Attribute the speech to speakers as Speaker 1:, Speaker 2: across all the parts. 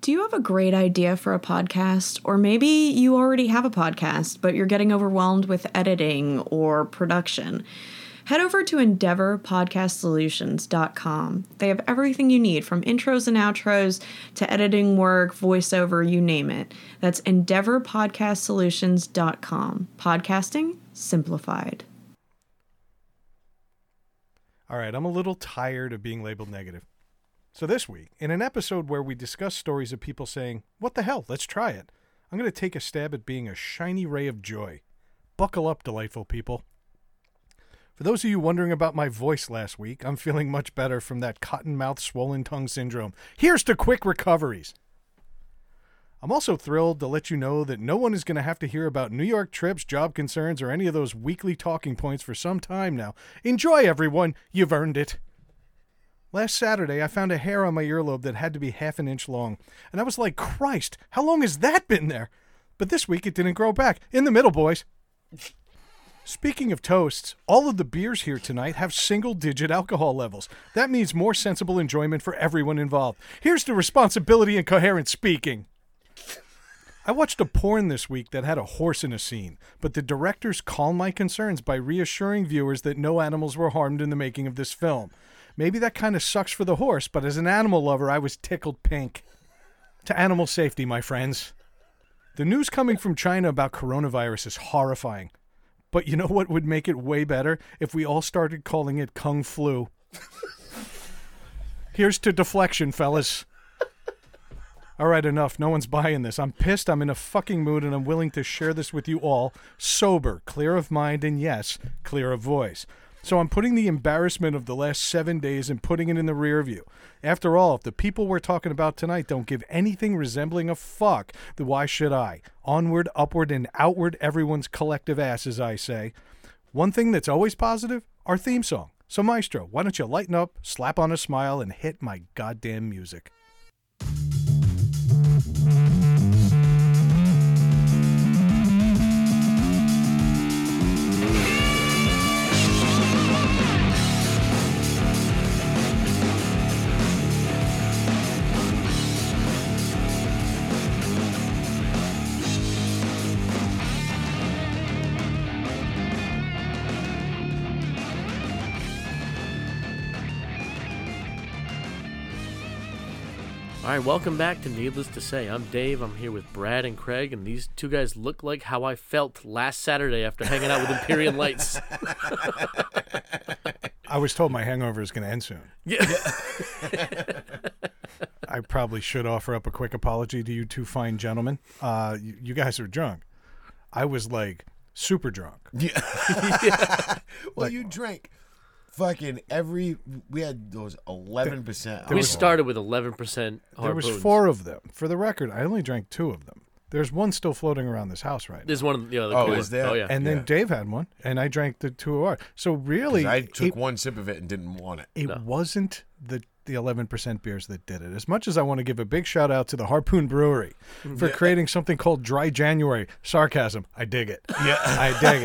Speaker 1: Do you have a great idea for a podcast? Or maybe you already have a podcast, but you're getting overwhelmed with editing or production? Head over to EndeavorPodcastSolutions.com. They have everything you need from intros and outros to editing work, voiceover, you name it. That's EndeavorPodcastSolutions.com. Podcasting simplified.
Speaker 2: All right, I'm a little tired of being labeled negative. So, this week, in an episode where we discuss stories of people saying, What the hell, let's try it, I'm going to take a stab at being a shiny ray of joy. Buckle up, delightful people. For those of you wondering about my voice last week, I'm feeling much better from that cotton mouth, swollen tongue syndrome. Here's to quick recoveries. I'm also thrilled to let you know that no one is going to have to hear about New York trips, job concerns, or any of those weekly talking points for some time now. Enjoy, everyone. You've earned it. Last Saturday, I found a hair on my earlobe that had to be half an inch long, and I was like, Christ, how long has that been there? But this week it didn't grow back. In the middle, boys. Speaking of toasts, all of the beers here tonight have single digit alcohol levels. That means more sensible enjoyment for everyone involved. Here's to responsibility and coherent speaking. I watched a porn this week that had a horse in a scene, but the directors calmed my concerns by reassuring viewers that no animals were harmed in the making of this film. Maybe that kind of sucks for the horse, but as an animal lover, I was tickled pink. To animal safety, my friends. The news coming from China about coronavirus is horrifying. But you know what would make it way better if we all started calling it Kung Flu? Here's to deflection, fellas. All right, enough. No one's buying this. I'm pissed. I'm in a fucking mood, and I'm willing to share this with you all sober, clear of mind, and yes, clear of voice. So I'm putting the embarrassment of the last seven days and putting it in the rear view. After all, if the people we're talking about tonight don't give anything resembling a fuck, then why should I? Onward, upward, and outward, everyone's collective ass, as I say. One thing that's always positive our theme song. So, Maestro, why don't you lighten up, slap on a smile, and hit my goddamn music?
Speaker 3: All right, welcome back to Needless to Say. I'm Dave. I'm here with Brad and Craig, and these two guys look like how I felt last Saturday after hanging out with Empyrean Lights.
Speaker 2: I was told my hangover is going to end soon.
Speaker 3: Yeah.
Speaker 2: I probably should offer up a quick apology to you two fine gentlemen. Uh, you, you guys are drunk. I was like super drunk.
Speaker 4: Well, you drank fucking every. We had those eleven percent.
Speaker 3: we started with 11%
Speaker 2: There was
Speaker 3: harpoons.
Speaker 2: four of them. For the record, I only drank two of them. There's one still floating around this house right now.
Speaker 3: There's one of the other
Speaker 4: Oh,
Speaker 3: cooler.
Speaker 4: is there?
Speaker 3: Oh, yeah.
Speaker 2: And then
Speaker 4: Yeah.
Speaker 2: Dave had one, and I drank the two of ours. So really,
Speaker 4: I took
Speaker 2: it,
Speaker 4: one sip of it and didn't want it.
Speaker 2: it wasn't the the 11% beers that did it. As much as I want to give a big shout out to the Harpoon Brewery
Speaker 4: Mm,
Speaker 2: for creating something called Dry January sarcasm, I dig it.
Speaker 4: Yeah.
Speaker 2: I dig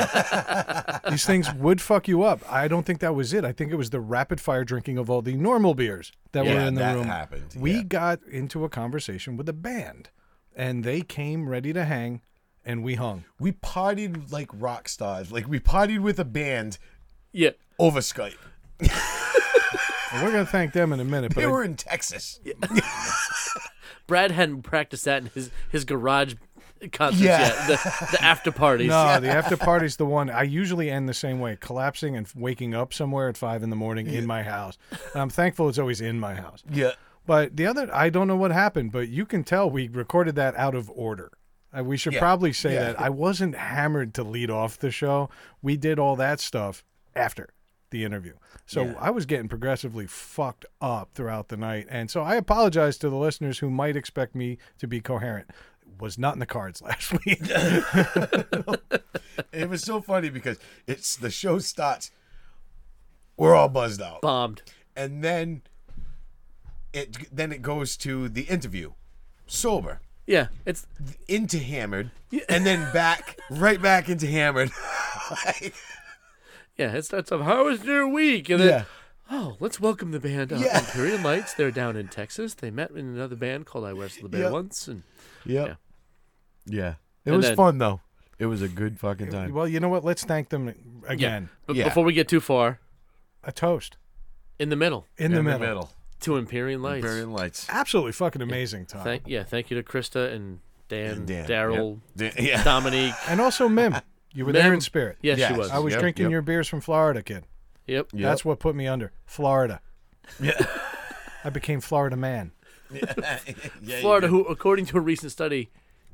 Speaker 2: it. These things would fuck you up. I don't think that was it. I think it was the rapid fire drinking of all the normal beers that were
Speaker 4: Yeah,
Speaker 2: in the
Speaker 4: that
Speaker 2: room.
Speaker 4: happened,
Speaker 2: We
Speaker 4: yeah.
Speaker 2: got into a conversation with a band, and they came ready to hang, and we hung.
Speaker 4: We partied like rock stars. Like we partied with a band
Speaker 3: Yeah.
Speaker 4: over Skype.
Speaker 2: And we're gonna thank them in a minute. But
Speaker 4: They
Speaker 2: I-
Speaker 4: were in Texas.
Speaker 3: Brad hadn't practiced that in his, his garage concerts
Speaker 4: Yeah.
Speaker 3: yet, the, the after parties.
Speaker 2: no, the after party's the one. I usually end the same way, collapsing and waking up somewhere at five in the morning in my house. And I'm thankful it's always in my house.
Speaker 4: Yeah.
Speaker 2: But the other, I don't know what happened, but you can tell we recorded that out of order. Uh, we should
Speaker 4: Yeah.
Speaker 2: probably say
Speaker 4: Yeah.
Speaker 2: that I wasn't hammered to lead off the show. We did all that stuff after the interview. So I was getting progressively fucked up throughout the night. And so I apologize to the listeners who might expect me to be coherent. Was not in the cards last week.
Speaker 4: It was so funny because it's the show starts. We're all buzzed out.
Speaker 3: Bombed.
Speaker 4: and then it then it goes to the interview sober
Speaker 3: Yeah. It's
Speaker 4: into hammered and then back right back into hammered Like,
Speaker 3: Yeah, it starts off. How was your week? And then, oh, let's welcome the band uh,
Speaker 4: Yeah.
Speaker 3: Imperial Lights. They're down in Texas. They met in another band called I Wrestled the Bear
Speaker 4: Yep.
Speaker 3: once, and
Speaker 4: Yep. Yeah. It
Speaker 3: And
Speaker 4: was
Speaker 3: then-
Speaker 4: fun though. It was a good fucking time.
Speaker 2: Well, you know what? Let's thank them
Speaker 3: yeah.
Speaker 2: again.
Speaker 3: But
Speaker 4: Yeah.
Speaker 3: before we get too far,
Speaker 2: A toast
Speaker 3: in the middle
Speaker 2: in, the, middle.
Speaker 3: to Imperial Lights. Ah,
Speaker 4: Imperial Lights.
Speaker 2: Absolutely fucking amazing, Tom.
Speaker 3: Thank yeah, thank you to Krista and Dan,
Speaker 4: And Dan,
Speaker 3: Daryl,
Speaker 4: yep. Dan- yeah.
Speaker 3: Dominique.
Speaker 2: and also Mim. You were there
Speaker 3: Mem-
Speaker 2: in spirit.
Speaker 3: Yes,
Speaker 4: Yes.
Speaker 3: she was.
Speaker 2: I was
Speaker 4: Yep,
Speaker 2: drinking
Speaker 4: yep.
Speaker 2: your beers from Florida, kid.
Speaker 3: yep.
Speaker 4: Yep.
Speaker 2: That's what put me under Florida.
Speaker 4: Yeah.
Speaker 2: I became Florida man.
Speaker 4: Yeah, you
Speaker 3: Florida,
Speaker 4: did.
Speaker 3: who according to a recent study,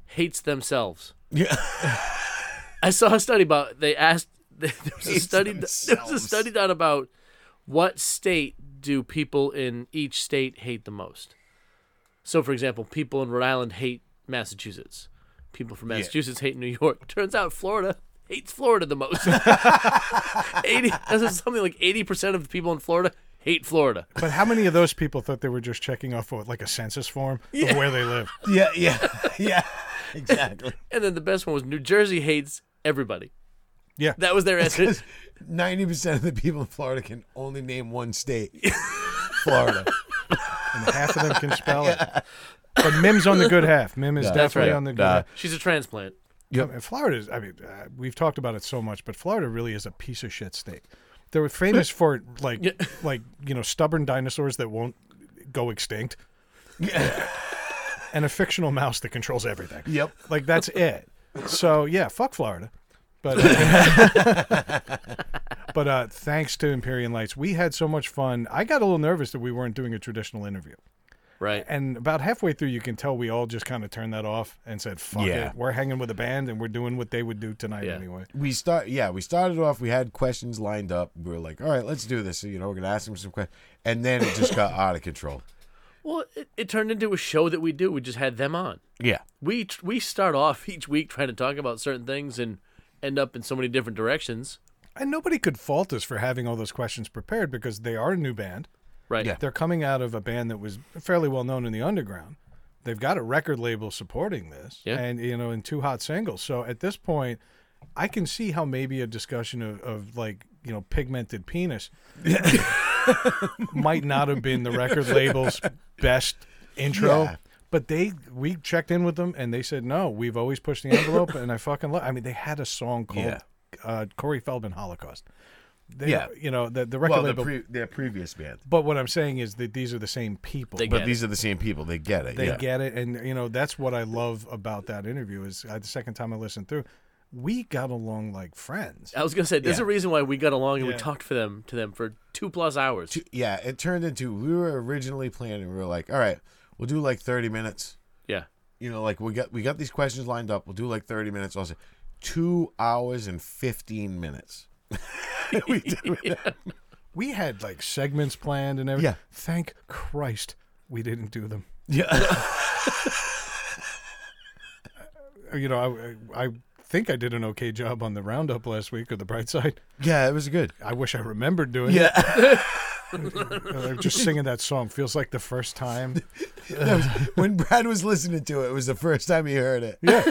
Speaker 3: hates themselves.
Speaker 4: Yeah.
Speaker 3: I saw a study about they asked there was a
Speaker 4: Hates
Speaker 3: study there was a
Speaker 4: themselves.
Speaker 3: study done about what state do people in each state hate the most. So for example, people in Rhode Island hate Massachusetts. People from Massachusetts hate New York. Turns out Florida hates Florida the most. 80 that's just something like 80% of the people in Florida hate Florida.
Speaker 2: But how many of those people thought they were just checking off what, like a census form of where they live?
Speaker 4: Yeah, yeah. Yeah. Exactly.
Speaker 3: And then the best one was New Jersey hates everybody.
Speaker 2: Yeah.
Speaker 3: That was their answer.
Speaker 4: Ninety percent of the people in Florida can only name one state. Florida.
Speaker 2: and half of them can spell it. But Mim's on the good half. Mim is
Speaker 3: That's
Speaker 2: definitely
Speaker 3: right.
Speaker 2: on the good
Speaker 4: Nah.
Speaker 2: half.
Speaker 3: She's a transplant.
Speaker 2: I mean, Florida is, Um, I mean, uh, we've talked about it so much, but Florida really is a piece of shit state. They were famous for like,
Speaker 3: Yeah.
Speaker 2: like you know, stubborn dinosaurs that won't go extinct, and a fictional mouse that controls everything.
Speaker 4: Yep.
Speaker 2: Like that's it. So yeah, fuck Florida. But uh, but uh, thanks to Empyrean Lights, we had so much fun. I got a little nervous that we weren't doing a traditional interview.
Speaker 3: Right.
Speaker 2: And about halfway through, you can tell we all just kind of turned that off and said, "Fuck
Speaker 4: Yeah.
Speaker 2: it, we're hanging with a band and we're doing what they would do tonight
Speaker 3: Yeah.
Speaker 2: anyway."
Speaker 4: we start yeah we started off we had questions lined up we were like all right let's do this so, you know we're gonna ask them some questions and then it just got out of control
Speaker 3: Well, it, it turned into a show that we do. We just had them on.
Speaker 4: yeah
Speaker 3: We tr- we start off each week trying to talk about certain things and end up in so many different directions.
Speaker 2: And nobody could fault us for having all those questions prepared because they are a new band.
Speaker 3: Right.
Speaker 4: Yeah.
Speaker 2: They're coming out of a band that was fairly well known in the underground. They've got a record label supporting this,
Speaker 3: Yeah.
Speaker 2: and you know, and two hot singles. So at this point, I can see how maybe a discussion of, of like you know pigmented penis might not have been the record label's best intro.
Speaker 4: Yeah.
Speaker 2: But they, we checked in with them, and they said no. We've always pushed the envelope, and I fucking love. I mean, they had a song called
Speaker 4: Yeah.
Speaker 2: uh, Corey Feldman Holocaust. They,
Speaker 4: Yeah.
Speaker 2: you know the the record
Speaker 4: well the
Speaker 2: label.
Speaker 4: pre- their previous band
Speaker 2: But what I'm saying is that these are the same people.
Speaker 3: They
Speaker 2: They,
Speaker 4: but
Speaker 3: get
Speaker 4: these are the same people they get it yeah.
Speaker 2: get it, and you know that's what I love about that interview. Is uh, the second time I listened through, we got along like friends.
Speaker 3: I was gonna say there's a reason why we got along and
Speaker 2: Yeah.
Speaker 3: we talked for them to them for two plus hours.
Speaker 4: yeah it turned into we were originally planning we were like all right we'll do like 30 minutes
Speaker 3: Yeah.
Speaker 4: you know like we got we got these questions lined up we'll do like 30 minutes also two hours and 15 minutes we did
Speaker 2: We had like segments planned and everything.
Speaker 4: Yeah.
Speaker 2: Thank Christ we didn't do them.
Speaker 4: yeah
Speaker 2: Uh, You know, I I think I did an okay job on the roundup last week or the bright side.
Speaker 4: yeah it was good
Speaker 2: I wish I remembered doing it.
Speaker 4: yeah
Speaker 2: Uh, just singing that song feels like the first time.
Speaker 4: when Brad was listening to it, it was the first time he heard it.
Speaker 2: Yeah.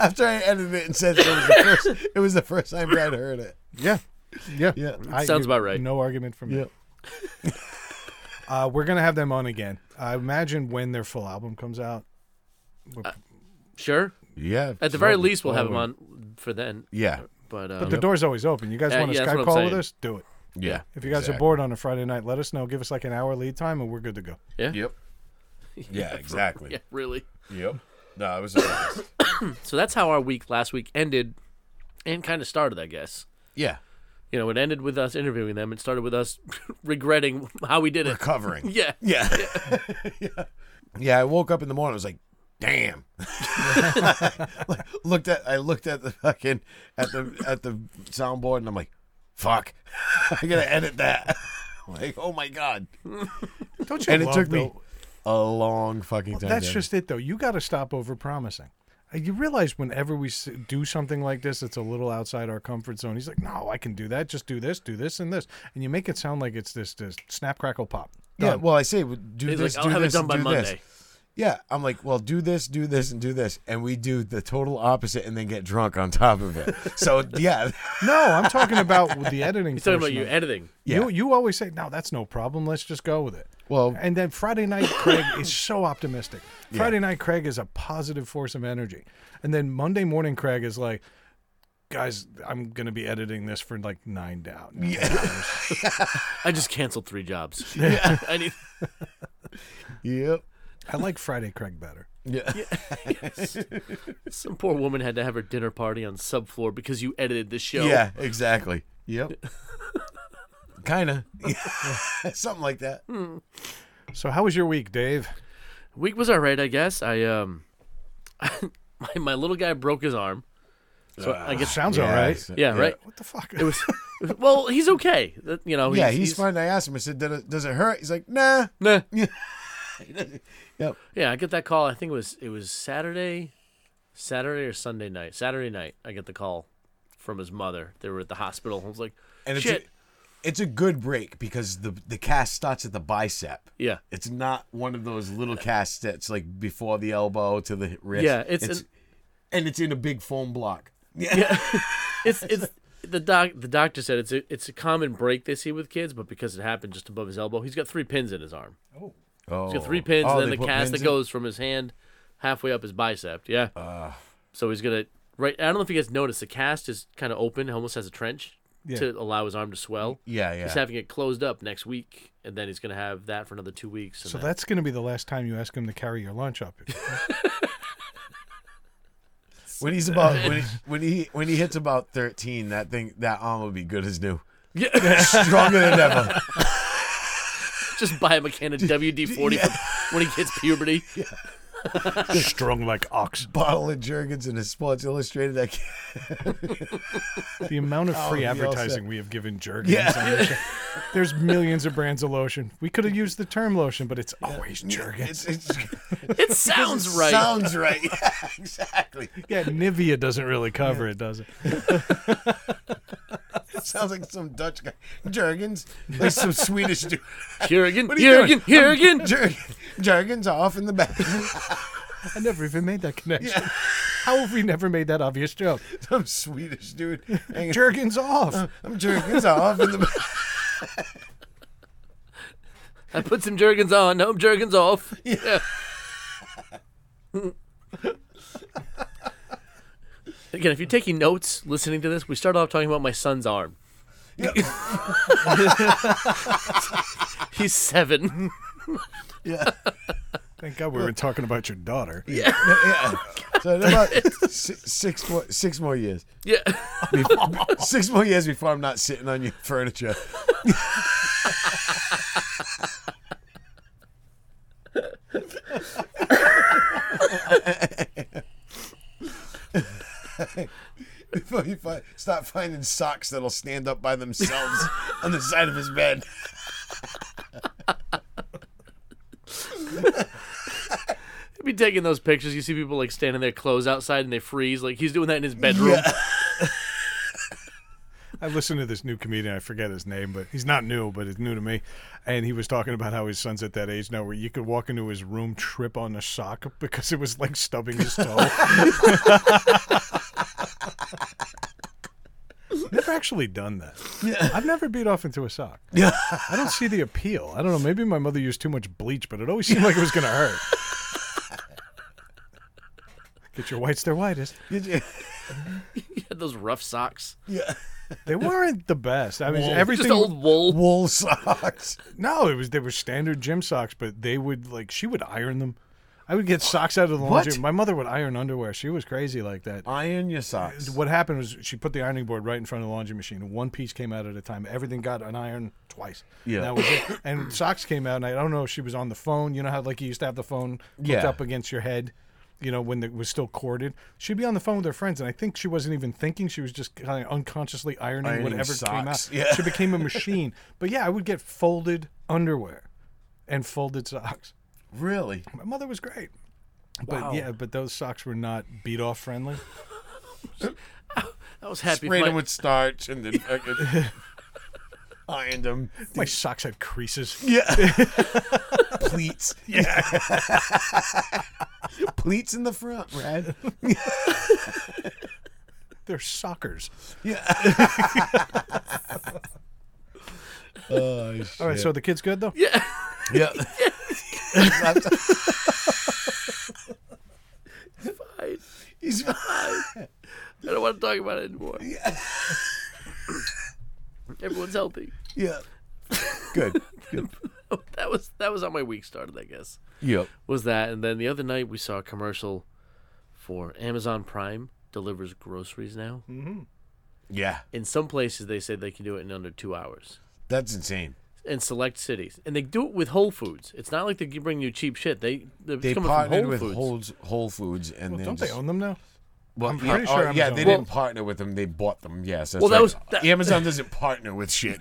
Speaker 4: After I edited it and said it was the first, it was the first time Brad heard it.
Speaker 2: Yeah. Yeah.
Speaker 4: Yeah.
Speaker 3: Sounds about right.
Speaker 2: No argument from me. Uh, we're gonna have them on again. I imagine when their full album comes out.
Speaker 3: Sure.
Speaker 4: Yeah.
Speaker 3: At the very
Speaker 4: totally.
Speaker 3: least, we'll have them on for then.
Speaker 4: Yeah.
Speaker 3: But, um,
Speaker 2: But the door's always open. You guys
Speaker 3: Uh,
Speaker 2: want a
Speaker 3: yeah, that's what
Speaker 2: Skype
Speaker 3: I'm
Speaker 2: call with
Speaker 3: saying.
Speaker 2: us? Do it.
Speaker 4: Yeah.
Speaker 2: If you guys are bored on a Friday night, let us know. Give us like an hour lead time, and we're good to go.
Speaker 3: yeah.
Speaker 4: Yep. Yeah. Exactly.
Speaker 3: Yeah. Really.
Speaker 4: Yep. No, it was. a-
Speaker 3: So that's how our week last week ended, and kind of started, I guess.
Speaker 4: yeah.
Speaker 3: You know, it ended with us interviewing them. It started with us regretting how we did it.
Speaker 4: Covering.
Speaker 3: Yeah.
Speaker 4: Yeah. yeah. I woke up in the morning. I was like, "Damn!" Like, looked at. I looked at the fucking at the at the soundboard, and I'm like, "Fuck! I gotta edit that." like, oh my god!
Speaker 2: Don't you?
Speaker 4: And it
Speaker 2: love,
Speaker 4: took me
Speaker 2: though-
Speaker 4: a long fucking time.
Speaker 2: That's
Speaker 4: to-
Speaker 2: just it, though. You got to stop over promising. You realize whenever we s- do something like this, it's a little outside our comfort zone. He's like, "No, I can do that. Just do this, do this, and this," and you make it sound like it's this, this snap, crackle, pop.
Speaker 4: yeah.
Speaker 2: Done.
Speaker 4: Well, I say do
Speaker 3: He's
Speaker 4: this.
Speaker 3: like,
Speaker 4: do
Speaker 3: I'll have it
Speaker 4: this,
Speaker 3: done
Speaker 4: and
Speaker 3: by
Speaker 4: do
Speaker 3: Monday.
Speaker 4: this. Yeah, I'm like, well, do this, do this, and do this, and we do the total opposite, and then get drunk on top of it. So yeah,
Speaker 2: No, I'm talking about with the editing.
Speaker 3: He's talking about
Speaker 2: portion
Speaker 3: you
Speaker 2: of it.
Speaker 3: editing.
Speaker 2: You you always say, no, that's no problem. Let's just go with it.
Speaker 4: Well-
Speaker 2: and then Friday night, Craig is so optimistic. Friday night, Craig is a positive force of energy, and then Monday morning, Craig is like, guys, I'm gonna be editing this for like nine down.
Speaker 3: I just canceled three jobs. I need.
Speaker 4: yep,
Speaker 2: I like Friday Craig better.
Speaker 4: yeah,
Speaker 3: Some poor woman had to have her dinner party on subfloor because you edited the show.
Speaker 4: yeah, exactly. Yep, kinda, something like that.
Speaker 3: Hmm.
Speaker 2: So how was your week, Dave?
Speaker 3: Week was all right, I guess. I um, my, my little guy broke his arm, so I
Speaker 4: Ah,
Speaker 3: guess
Speaker 2: Sounds all
Speaker 4: Yes.
Speaker 2: right.
Speaker 3: yeah, right.
Speaker 2: What the fuck?
Speaker 3: It was well, he's okay. That- You know,
Speaker 4: Yeah, he's, fine. I asked him. I said, "Does it- does it hurt?" He's like, "Nah."
Speaker 3: Nah.
Speaker 4: Yep.
Speaker 3: Yeah, I get that call. I think it was it was Saturday, Saturday or Sunday night. Saturday night, I get the call from his mother. They were at the hospital. I was like,
Speaker 4: And it's
Speaker 3: shit.
Speaker 4: A, it's a good break because the the cast starts at the bicep.
Speaker 3: yeah,
Speaker 4: It's not one of those little casts that's like before the elbow to the wrist.
Speaker 3: Yeah, it's an-
Speaker 4: and it's in a big foam block.
Speaker 3: it's it's the doc. The doctor said it's a it's a common break they see with kids, but because it happened just above his elbow, he's got three pins in his arm.
Speaker 4: Oh,
Speaker 3: He's got three pins, and
Speaker 4: Oh, they
Speaker 3: then the
Speaker 4: put
Speaker 3: cast
Speaker 4: pins
Speaker 3: that
Speaker 4: in?
Speaker 3: goes from his hand halfway up his bicep. Yeah.
Speaker 4: Uh.
Speaker 3: so he's gonna right. I don't know if you guys noticed the cast is kind of open. It almost has a trench
Speaker 2: Yeah.
Speaker 3: to allow his arm to swell.
Speaker 4: Yeah, yeah.
Speaker 3: He's having it closed up next week, and then he's gonna have that for another two weeks. And
Speaker 2: So
Speaker 3: then,
Speaker 2: that's gonna be the last time you ask him to carry your lunch up.
Speaker 4: when he's about when he, when he when he hits about thirteen, that thing that arm will be good as new,
Speaker 3: yeah,
Speaker 4: stronger than ever.
Speaker 3: just buy him a can of WD forty when he hits puberty.
Speaker 2: Strung like ox.
Speaker 4: Bottle of Jergens and his Sports Illustrated. That ca-
Speaker 2: The amount of free
Speaker 4: we all said-
Speaker 2: advertising Oh, we have given Jergens. on this show. There's millions of brands of lotion. We could have used the term lotion, but it's always Jergens.
Speaker 4: it's, it's,
Speaker 3: It sounds right.
Speaker 4: Sounds right. Yeah, exactly.
Speaker 2: Yeah, Nivea doesn't really cover it, does it?
Speaker 4: Sounds like some Dutch guy. Jergens, like some Swedish dude.
Speaker 3: here again,
Speaker 4: What are you
Speaker 3: here again,
Speaker 4: doing?
Speaker 3: here again.
Speaker 4: Jer- Jergens are off in the back.
Speaker 2: I never even made that connection. How have we never made that obvious joke?
Speaker 4: some Swedish dude. hanging-
Speaker 2: Jergens off.
Speaker 4: I'm Jergens are off in the back.
Speaker 3: I put some jergens on. No jergens off. Yeah. Again, if you're taking notes listening to this, we start off talking about my son's arm. He's seven.
Speaker 4: Yeah.
Speaker 2: Thank God we were talking about your daughter.
Speaker 4: yeah. So in about si- six more six more years.
Speaker 3: Yeah.
Speaker 4: Six more years before I'm not sitting on your furniture. Before you find, stop finding socks that'll stand up by themselves on the side of his bed.
Speaker 3: I'd be taking those pictures. You see people like standing there, clothes outside, and they freeze. Like he's doing that in his bedroom.
Speaker 2: I listened to this new comedian. I forget his name, but he's not new, but it's new to me. And he was talking about how his son's at that age now where you could walk into his room, trip on a sock because it was like stubbing his toe. never actually done that. I've never beat off into a sock.
Speaker 4: Yeah.
Speaker 2: I don't see the appeal. I don't know. Maybe my mother used too much bleach, but it always seemed like it was going to hurt. Get your whites their whitest.
Speaker 4: Did you-
Speaker 3: He had those rough socks,
Speaker 4: yeah.
Speaker 2: They weren't the best. I mean,
Speaker 4: Wool.
Speaker 2: everything.
Speaker 3: just old wool.
Speaker 4: Wool socks.
Speaker 2: No, it was they were standard gym socks, but they would like she would iron them. I would get socks out of the
Speaker 4: What?
Speaker 2: laundry. My mother would iron underwear. She was crazy like that.
Speaker 4: Iron your socks.
Speaker 2: What happened was she put the ironing board right in front of the laundry machine. One piece came out at a time. Everything got an iron twice.
Speaker 4: Yeah.
Speaker 2: And that was it. And socks came out, and I don't know if she was on the phone. You know how like you used to have the phone hooked
Speaker 4: Yeah.
Speaker 2: up against your head. You know when it was still corded, she'd be on the phone with her friends, and I think she wasn't even thinking. She was just kind of unconsciously ironing,
Speaker 4: Ironing
Speaker 2: whatever came out.
Speaker 4: socks. Yeah.
Speaker 2: She became a machine. but yeah, I would get folded underwear and folded socks.
Speaker 4: Really?
Speaker 2: My mother was great. But yeah, but those socks were not beat off friendly.
Speaker 3: I was happy.
Speaker 4: sprayed
Speaker 3: my-
Speaker 4: them with starch and then fucking ironed them.
Speaker 2: My socks had creases.
Speaker 4: Yeah. pleats. Yeah. pleats in the front, Brad.
Speaker 2: They're suckers.
Speaker 4: Yeah. oh, shit.
Speaker 2: All right, so the kid's good though.
Speaker 3: Yeah.
Speaker 4: yeah.
Speaker 3: I,
Speaker 4: He's
Speaker 3: I don't want to talk about it anymore. Everyone's healthy. Oh,
Speaker 4: yeah. Good. Good.
Speaker 3: That was that was how my week started, I guess.
Speaker 4: Yep.
Speaker 3: Was that and then the other night we saw a commercial for Amazon Prime delivers groceries now.
Speaker 4: Hmm. Yeah.
Speaker 3: In some places they said they can do it in under 2 hours.
Speaker 4: That's insane.
Speaker 3: In select cities, and they do it with Whole Foods. It's not like they can bring you cheap shit. They they're
Speaker 4: They
Speaker 3: coming from
Speaker 4: partnered
Speaker 3: Whole
Speaker 4: with
Speaker 3: Foods.
Speaker 4: Whole, Whole Foods and
Speaker 2: Well,
Speaker 4: then
Speaker 2: don't
Speaker 4: just,
Speaker 2: they own them now?
Speaker 4: Well,
Speaker 2: I'm
Speaker 4: yeah,
Speaker 2: pretty
Speaker 4: oh,
Speaker 2: sure
Speaker 4: yeah,
Speaker 2: Amazon
Speaker 4: they
Speaker 2: did.
Speaker 4: didn't partner with them. They bought them. Yes. That's
Speaker 3: Well, that
Speaker 4: right.
Speaker 3: was- that-
Speaker 4: Amazon doesn't partner with shit.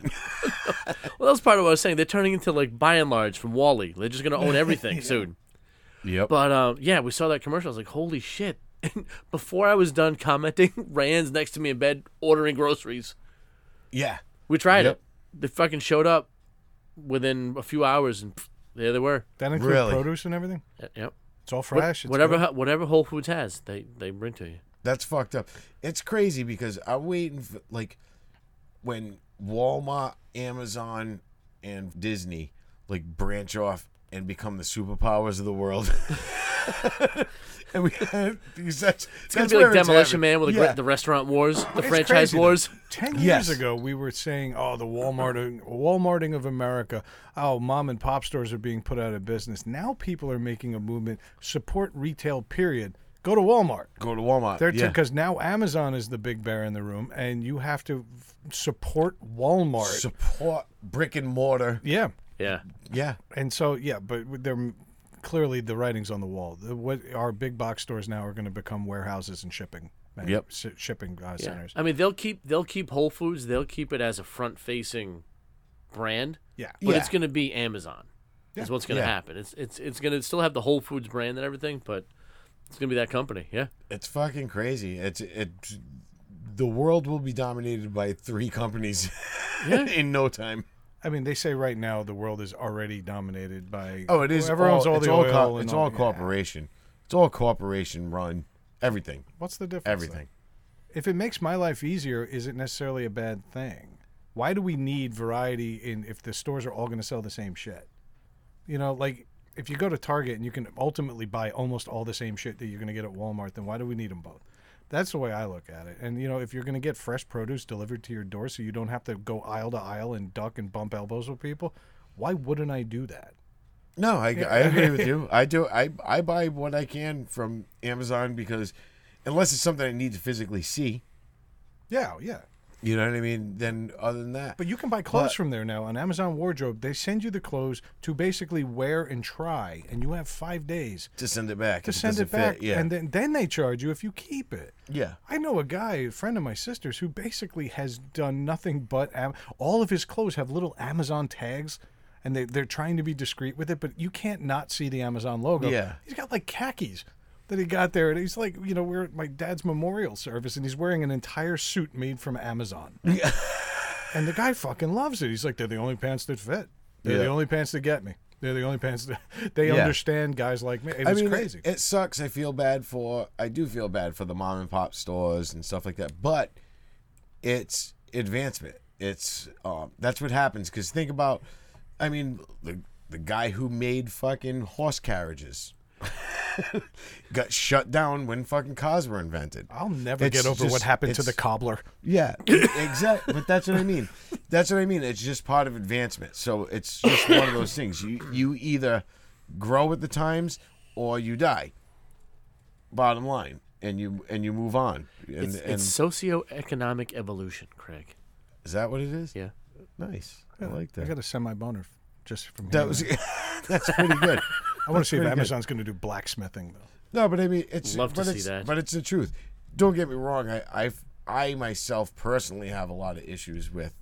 Speaker 3: Well, that's part of what I was saying. They're turning into like by and large from Wally. They're just gonna own everything soon.
Speaker 4: yep.
Speaker 3: But um, yeah, we saw that commercial. I was like, holy shit! And before I was done commenting, Ryan's next to me in bed ordering groceries.
Speaker 4: yeah.
Speaker 3: We tried
Speaker 4: Yep.
Speaker 3: it. They fucking showed up within a few hours, and pff, there they were.
Speaker 2: That include
Speaker 4: Really?
Speaker 2: produce and everything.
Speaker 3: Uh, Yep.
Speaker 2: It's all
Speaker 3: What-
Speaker 2: fresh. it's
Speaker 3: whatever
Speaker 2: good.
Speaker 3: ho- whatever Whole Foods has, they they bring to you.
Speaker 4: That's fucked up. It's crazy because I'm waiting for like when Walmart, Amazon, and Disney like branch off and become the superpowers of the world. and we have these. That's,
Speaker 3: It's gonna be like Demolition Man with the,
Speaker 4: yeah.
Speaker 3: gra- the restaurant wars, the
Speaker 2: It's
Speaker 3: franchise
Speaker 2: crazy, though.
Speaker 3: wars.
Speaker 2: Ten
Speaker 4: Yes.
Speaker 2: years ago, we were saying, "Oh, the Walmarting, Walmarting of America. Oh, mom and pop stores are being put out of business." Now people are making a movement. Support retail. Period. Go to Walmart.
Speaker 4: Go to Walmart.
Speaker 2: They're
Speaker 4: yeah.
Speaker 2: because now Amazon is the big bear in the room, and you have to f- support Walmart.
Speaker 4: support brick and mortar.
Speaker 2: yeah,
Speaker 3: Yeah.
Speaker 4: Yeah.
Speaker 2: and so yeah, but they're clearly the writing's on the wall. The- What our big box stores now are going to become warehouses and shipping. manu-
Speaker 4: Yep.
Speaker 2: s- shipping uh,
Speaker 3: Yeah.
Speaker 2: centers.
Speaker 3: I mean, they'll keep they'll keep Whole Foods. They'll keep it as a front facing brand,
Speaker 2: Yeah.
Speaker 3: but
Speaker 4: Yeah.
Speaker 3: it's going to be Amazon. Is what's going to
Speaker 4: Yeah.
Speaker 3: happen. It's it's it's going to still have the Whole Foods brand and everything, but it's going to be that company. Yeah.
Speaker 4: It's fucking crazy. It's it. The world will be dominated by three companies in no time.
Speaker 2: I mean, they say right now the world is already dominated by
Speaker 4: Oh, it is.
Speaker 2: whoever owns
Speaker 4: all,
Speaker 2: all
Speaker 4: it's
Speaker 2: the
Speaker 4: all
Speaker 2: oil.
Speaker 4: co-
Speaker 2: and
Speaker 4: it's all,
Speaker 2: yeah.
Speaker 4: corporation. It's all corporation run. Everything.
Speaker 2: What's the difference? though?
Speaker 4: Everything.
Speaker 2: If it makes my life easier, is it necessarily a bad thing? Why do we need variety in if the stores are all going to sell the same shit? You know, like if you go to Target and you can ultimately buy almost all the same shit that you're going to get at Walmart, then why do we need them both? That's the way I look at it. And you know, if you're going to get fresh produce delivered to your door so you don't have to go aisle to aisle and duck and bump elbows with people, why wouldn't I do that?
Speaker 4: No, I, I agree with you. I do. I I buy what I can from Amazon because unless it's something I need to physically see,
Speaker 2: Yeah, yeah.
Speaker 4: you know what I mean. Then other than that,
Speaker 2: But you can buy clothes
Speaker 4: But-
Speaker 2: from there now on Amazon Wardrobe. They send you the clothes to basically wear and try, and you have five days
Speaker 4: to send it back.
Speaker 2: to
Speaker 4: if
Speaker 2: send
Speaker 4: doesn't
Speaker 2: it back.
Speaker 4: fit, yeah.
Speaker 2: And then, then they charge you if you keep it.
Speaker 4: yeah.
Speaker 2: I know a guy, a friend of my sister's, who basically has done nothing but Am- all of his clothes have little Amazon tags, and they, they're trying to be discreet with it, but you can't not see the Amazon logo.
Speaker 4: Yeah.
Speaker 2: He's got like khakis that he got there, and he's like, you know, we're at my dad's memorial service, and he's wearing an entire suit made from Amazon. and the guy fucking loves it. He's like, they're the only pants that fit. They're the
Speaker 4: Yeah.
Speaker 2: only pants that get me. They're the only pants that they
Speaker 4: Yeah.
Speaker 2: understand guys like me. It was
Speaker 4: it-
Speaker 2: crazy.
Speaker 4: It, sucks. I feel bad for. I do feel bad for the mom and pop stores and stuff like that. But it's advancement. It's um, that's what happens. Because think about, I mean, the the guy who made fucking horse carriages got shut down when fucking cars were invented.
Speaker 2: I'll never
Speaker 4: It's
Speaker 2: get over
Speaker 4: just-
Speaker 2: what happened to
Speaker 4: it's-
Speaker 2: the cobbler.
Speaker 4: Yeah, exactly. But that's what I mean. That's what I mean. It's just part of advancement. So it's just one of those things. You you either grow with the times or you die. Bottom line, and you and you move on. And,
Speaker 3: It's,
Speaker 4: and
Speaker 3: it's socioeconomic evolution, Craig.
Speaker 4: is that what it is?
Speaker 3: Yeah.
Speaker 4: Nice. I like
Speaker 2: I
Speaker 4: that.
Speaker 2: got a semi boner just from
Speaker 4: that
Speaker 2: hearing
Speaker 4: was that's pretty good.
Speaker 2: I want to see if
Speaker 4: pretty good.
Speaker 2: Amazon's going to do blacksmithing though.
Speaker 4: No, but I mean, it's
Speaker 3: Love to
Speaker 4: but
Speaker 3: see
Speaker 4: it's,
Speaker 3: that.
Speaker 4: But it's the truth. Don't get me wrong. I I I myself personally have a lot of issues with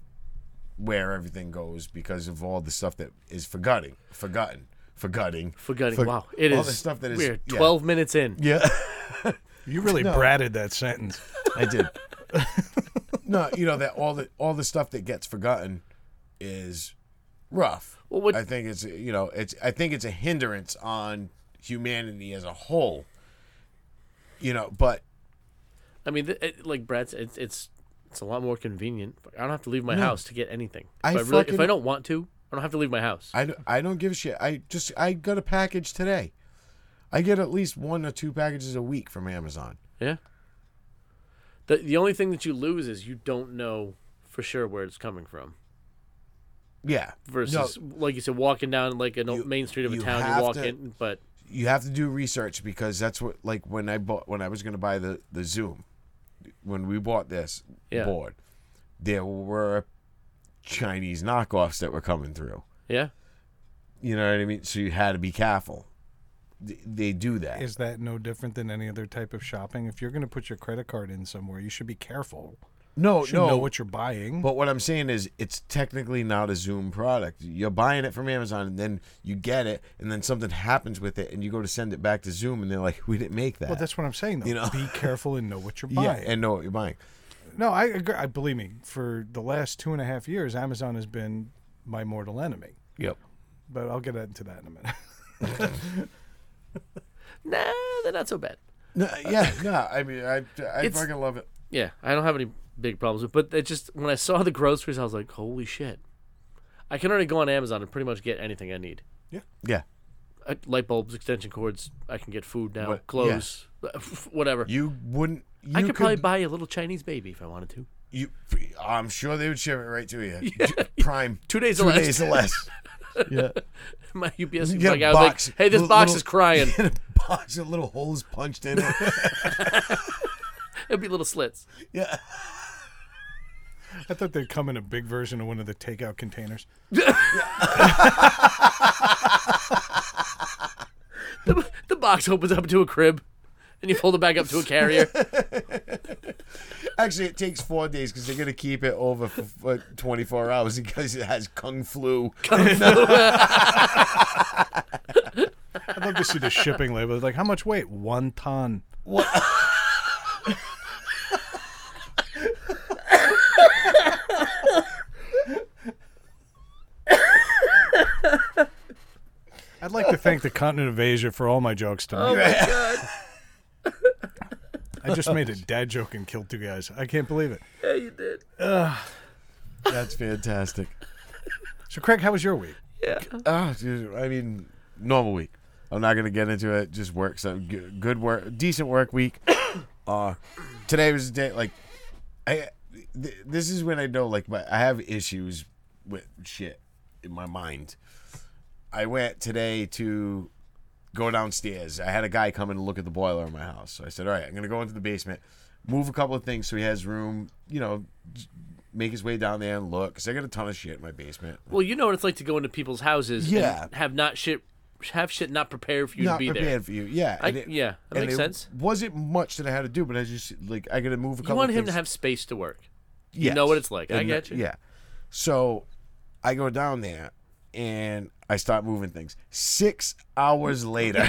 Speaker 4: where everything goes because of all the stuff that is forgotten, forgotten, forgotten,
Speaker 3: Forgetting.
Speaker 4: for-
Speaker 3: wow. It is.
Speaker 4: all the stuff that is
Speaker 3: we're
Speaker 4: yeah.
Speaker 3: 12 minutes in.
Speaker 4: Yeah,
Speaker 2: You really bratted that sentence.
Speaker 4: I did. no, you know that all the all the stuff that gets forgotten is rough.
Speaker 3: Well, what-
Speaker 4: I think it's you know it's I think it's a hindrance on humanity as a whole. You know, but
Speaker 3: I mean, th- it, like Brad said, it's, it's it's a lot more convenient. I don't have to leave my house to get anything.
Speaker 4: I
Speaker 3: if, I really, if
Speaker 4: fucking-
Speaker 3: I don't want to, I don't have to leave my house.
Speaker 4: I, don't- I don't give a shit. I just I got a package today. I get at least one or two packages a week from Amazon.
Speaker 3: yeah. The the only thing that you lose is you don't know for sure where it's coming from.
Speaker 4: Yeah.
Speaker 3: Versus, like you said, walking down like a
Speaker 4: You-
Speaker 3: main street of a
Speaker 4: you
Speaker 3: town,
Speaker 4: have
Speaker 3: you walk
Speaker 4: to-
Speaker 3: in, but
Speaker 4: you have to do research because that's what like when I bought when I was going to buy the the Zoom when we bought this
Speaker 3: Yeah.
Speaker 4: board there were Chinese knockoffs that were coming through.
Speaker 3: yeah,
Speaker 4: You know what I mean? So you had to be careful. Th- They do that.
Speaker 2: Is that no different than any other type of shopping? If you're going to put your credit card in somewhere, you should be careful.
Speaker 4: no,
Speaker 2: You should
Speaker 4: no.
Speaker 2: know what you're buying.
Speaker 4: but what I'm saying is, it's technically not a Zoom product. You're buying it from Amazon, and then you get it, and then something happens with it, and you go to send it back to Zoom, and they're like, "We didn't make that."
Speaker 2: well, that's what I'm saying. Though,
Speaker 4: You know?
Speaker 2: be careful and know what you're
Speaker 4: yeah,
Speaker 2: buying.
Speaker 4: and know what you're buying.
Speaker 2: No, I agree. I believe me. For the last two and a half years, Amazon has been my mortal enemy.
Speaker 4: Yep.
Speaker 2: But I'll get into that in a minute.
Speaker 3: nah, they're not so bad.
Speaker 4: No, yeah, no. I mean, I, I
Speaker 3: It's-
Speaker 4: fucking love it.
Speaker 3: Yeah, I don't have any big problems with, but it just when I saw the groceries, I was like, holy shit! I can already go on Amazon and pretty much get anything I need.
Speaker 4: Yeah,
Speaker 3: Uh, Light bulbs, extension cords. I can get food now,
Speaker 4: What- yeah.
Speaker 3: clothes, whatever.
Speaker 4: you wouldn't. You
Speaker 3: I could, probably buy a little Chinese baby if I wanted to.
Speaker 4: You, I'm sure they would ship it right to you. Prime.
Speaker 3: Two days
Speaker 4: Two
Speaker 3: or less.
Speaker 4: days or less. yeah.
Speaker 3: My UPS
Speaker 4: Get
Speaker 3: like,
Speaker 4: a
Speaker 3: I was
Speaker 4: box.
Speaker 3: like, hey, this
Speaker 4: Little-
Speaker 3: box is
Speaker 4: little-
Speaker 3: crying.
Speaker 4: Get a box of little holes punched in it.
Speaker 3: It'd be little slits.
Speaker 4: yeah.
Speaker 2: I thought they'd come in a big version of one of the takeout containers.
Speaker 3: The, the box opens up to a crib, and you fold it back up to a carrier.
Speaker 4: Actually, it takes four days because they're gonna keep it over for, for 24 hours because it has kung flu.
Speaker 2: I'd love to see the shipping label. Like, how much weight? One ton. I'd like to thank the continent of Asia for all my jokes tonight. I just made a dad joke and killed two guys. I can't believe it.
Speaker 3: yeah, you did.
Speaker 4: That's fantastic.
Speaker 2: So, Craig, how was your week?
Speaker 3: Yeah.
Speaker 4: Ah, dude. I mean, normal week. I'm not gonna get into it. Just work. So g- good work, decent work week. Uh, today was the day. Like, I. Th- this is when I know. Like, my, I have issues with shit in my mind. I went today to go downstairs. I had a guy come in and look at the boiler in my house. So I said, "All right, I'm gonna go into the basement, move a couple of things so he has room. You know." j- Make his way down there and look, cause I got a ton of shit in my basement.
Speaker 3: Well, you know what it's like to go into people's houses.
Speaker 4: Yeah.
Speaker 3: And have not shit, have shit not prepared for you
Speaker 4: not
Speaker 3: to be
Speaker 4: prepared
Speaker 3: there.
Speaker 4: for you. Yeah,
Speaker 3: I-
Speaker 4: and it-
Speaker 3: yeah, that
Speaker 4: and
Speaker 3: makes
Speaker 4: it
Speaker 3: sense.
Speaker 4: Wasn't much that I had to do, but I just like I got to move a couple.
Speaker 3: You want him
Speaker 4: things.
Speaker 3: to have space to work.
Speaker 4: Yes.
Speaker 3: know what it's like. I
Speaker 4: And
Speaker 3: get
Speaker 4: the-
Speaker 3: you.
Speaker 4: Yeah. So I go down there and I start moving things. Six hours later,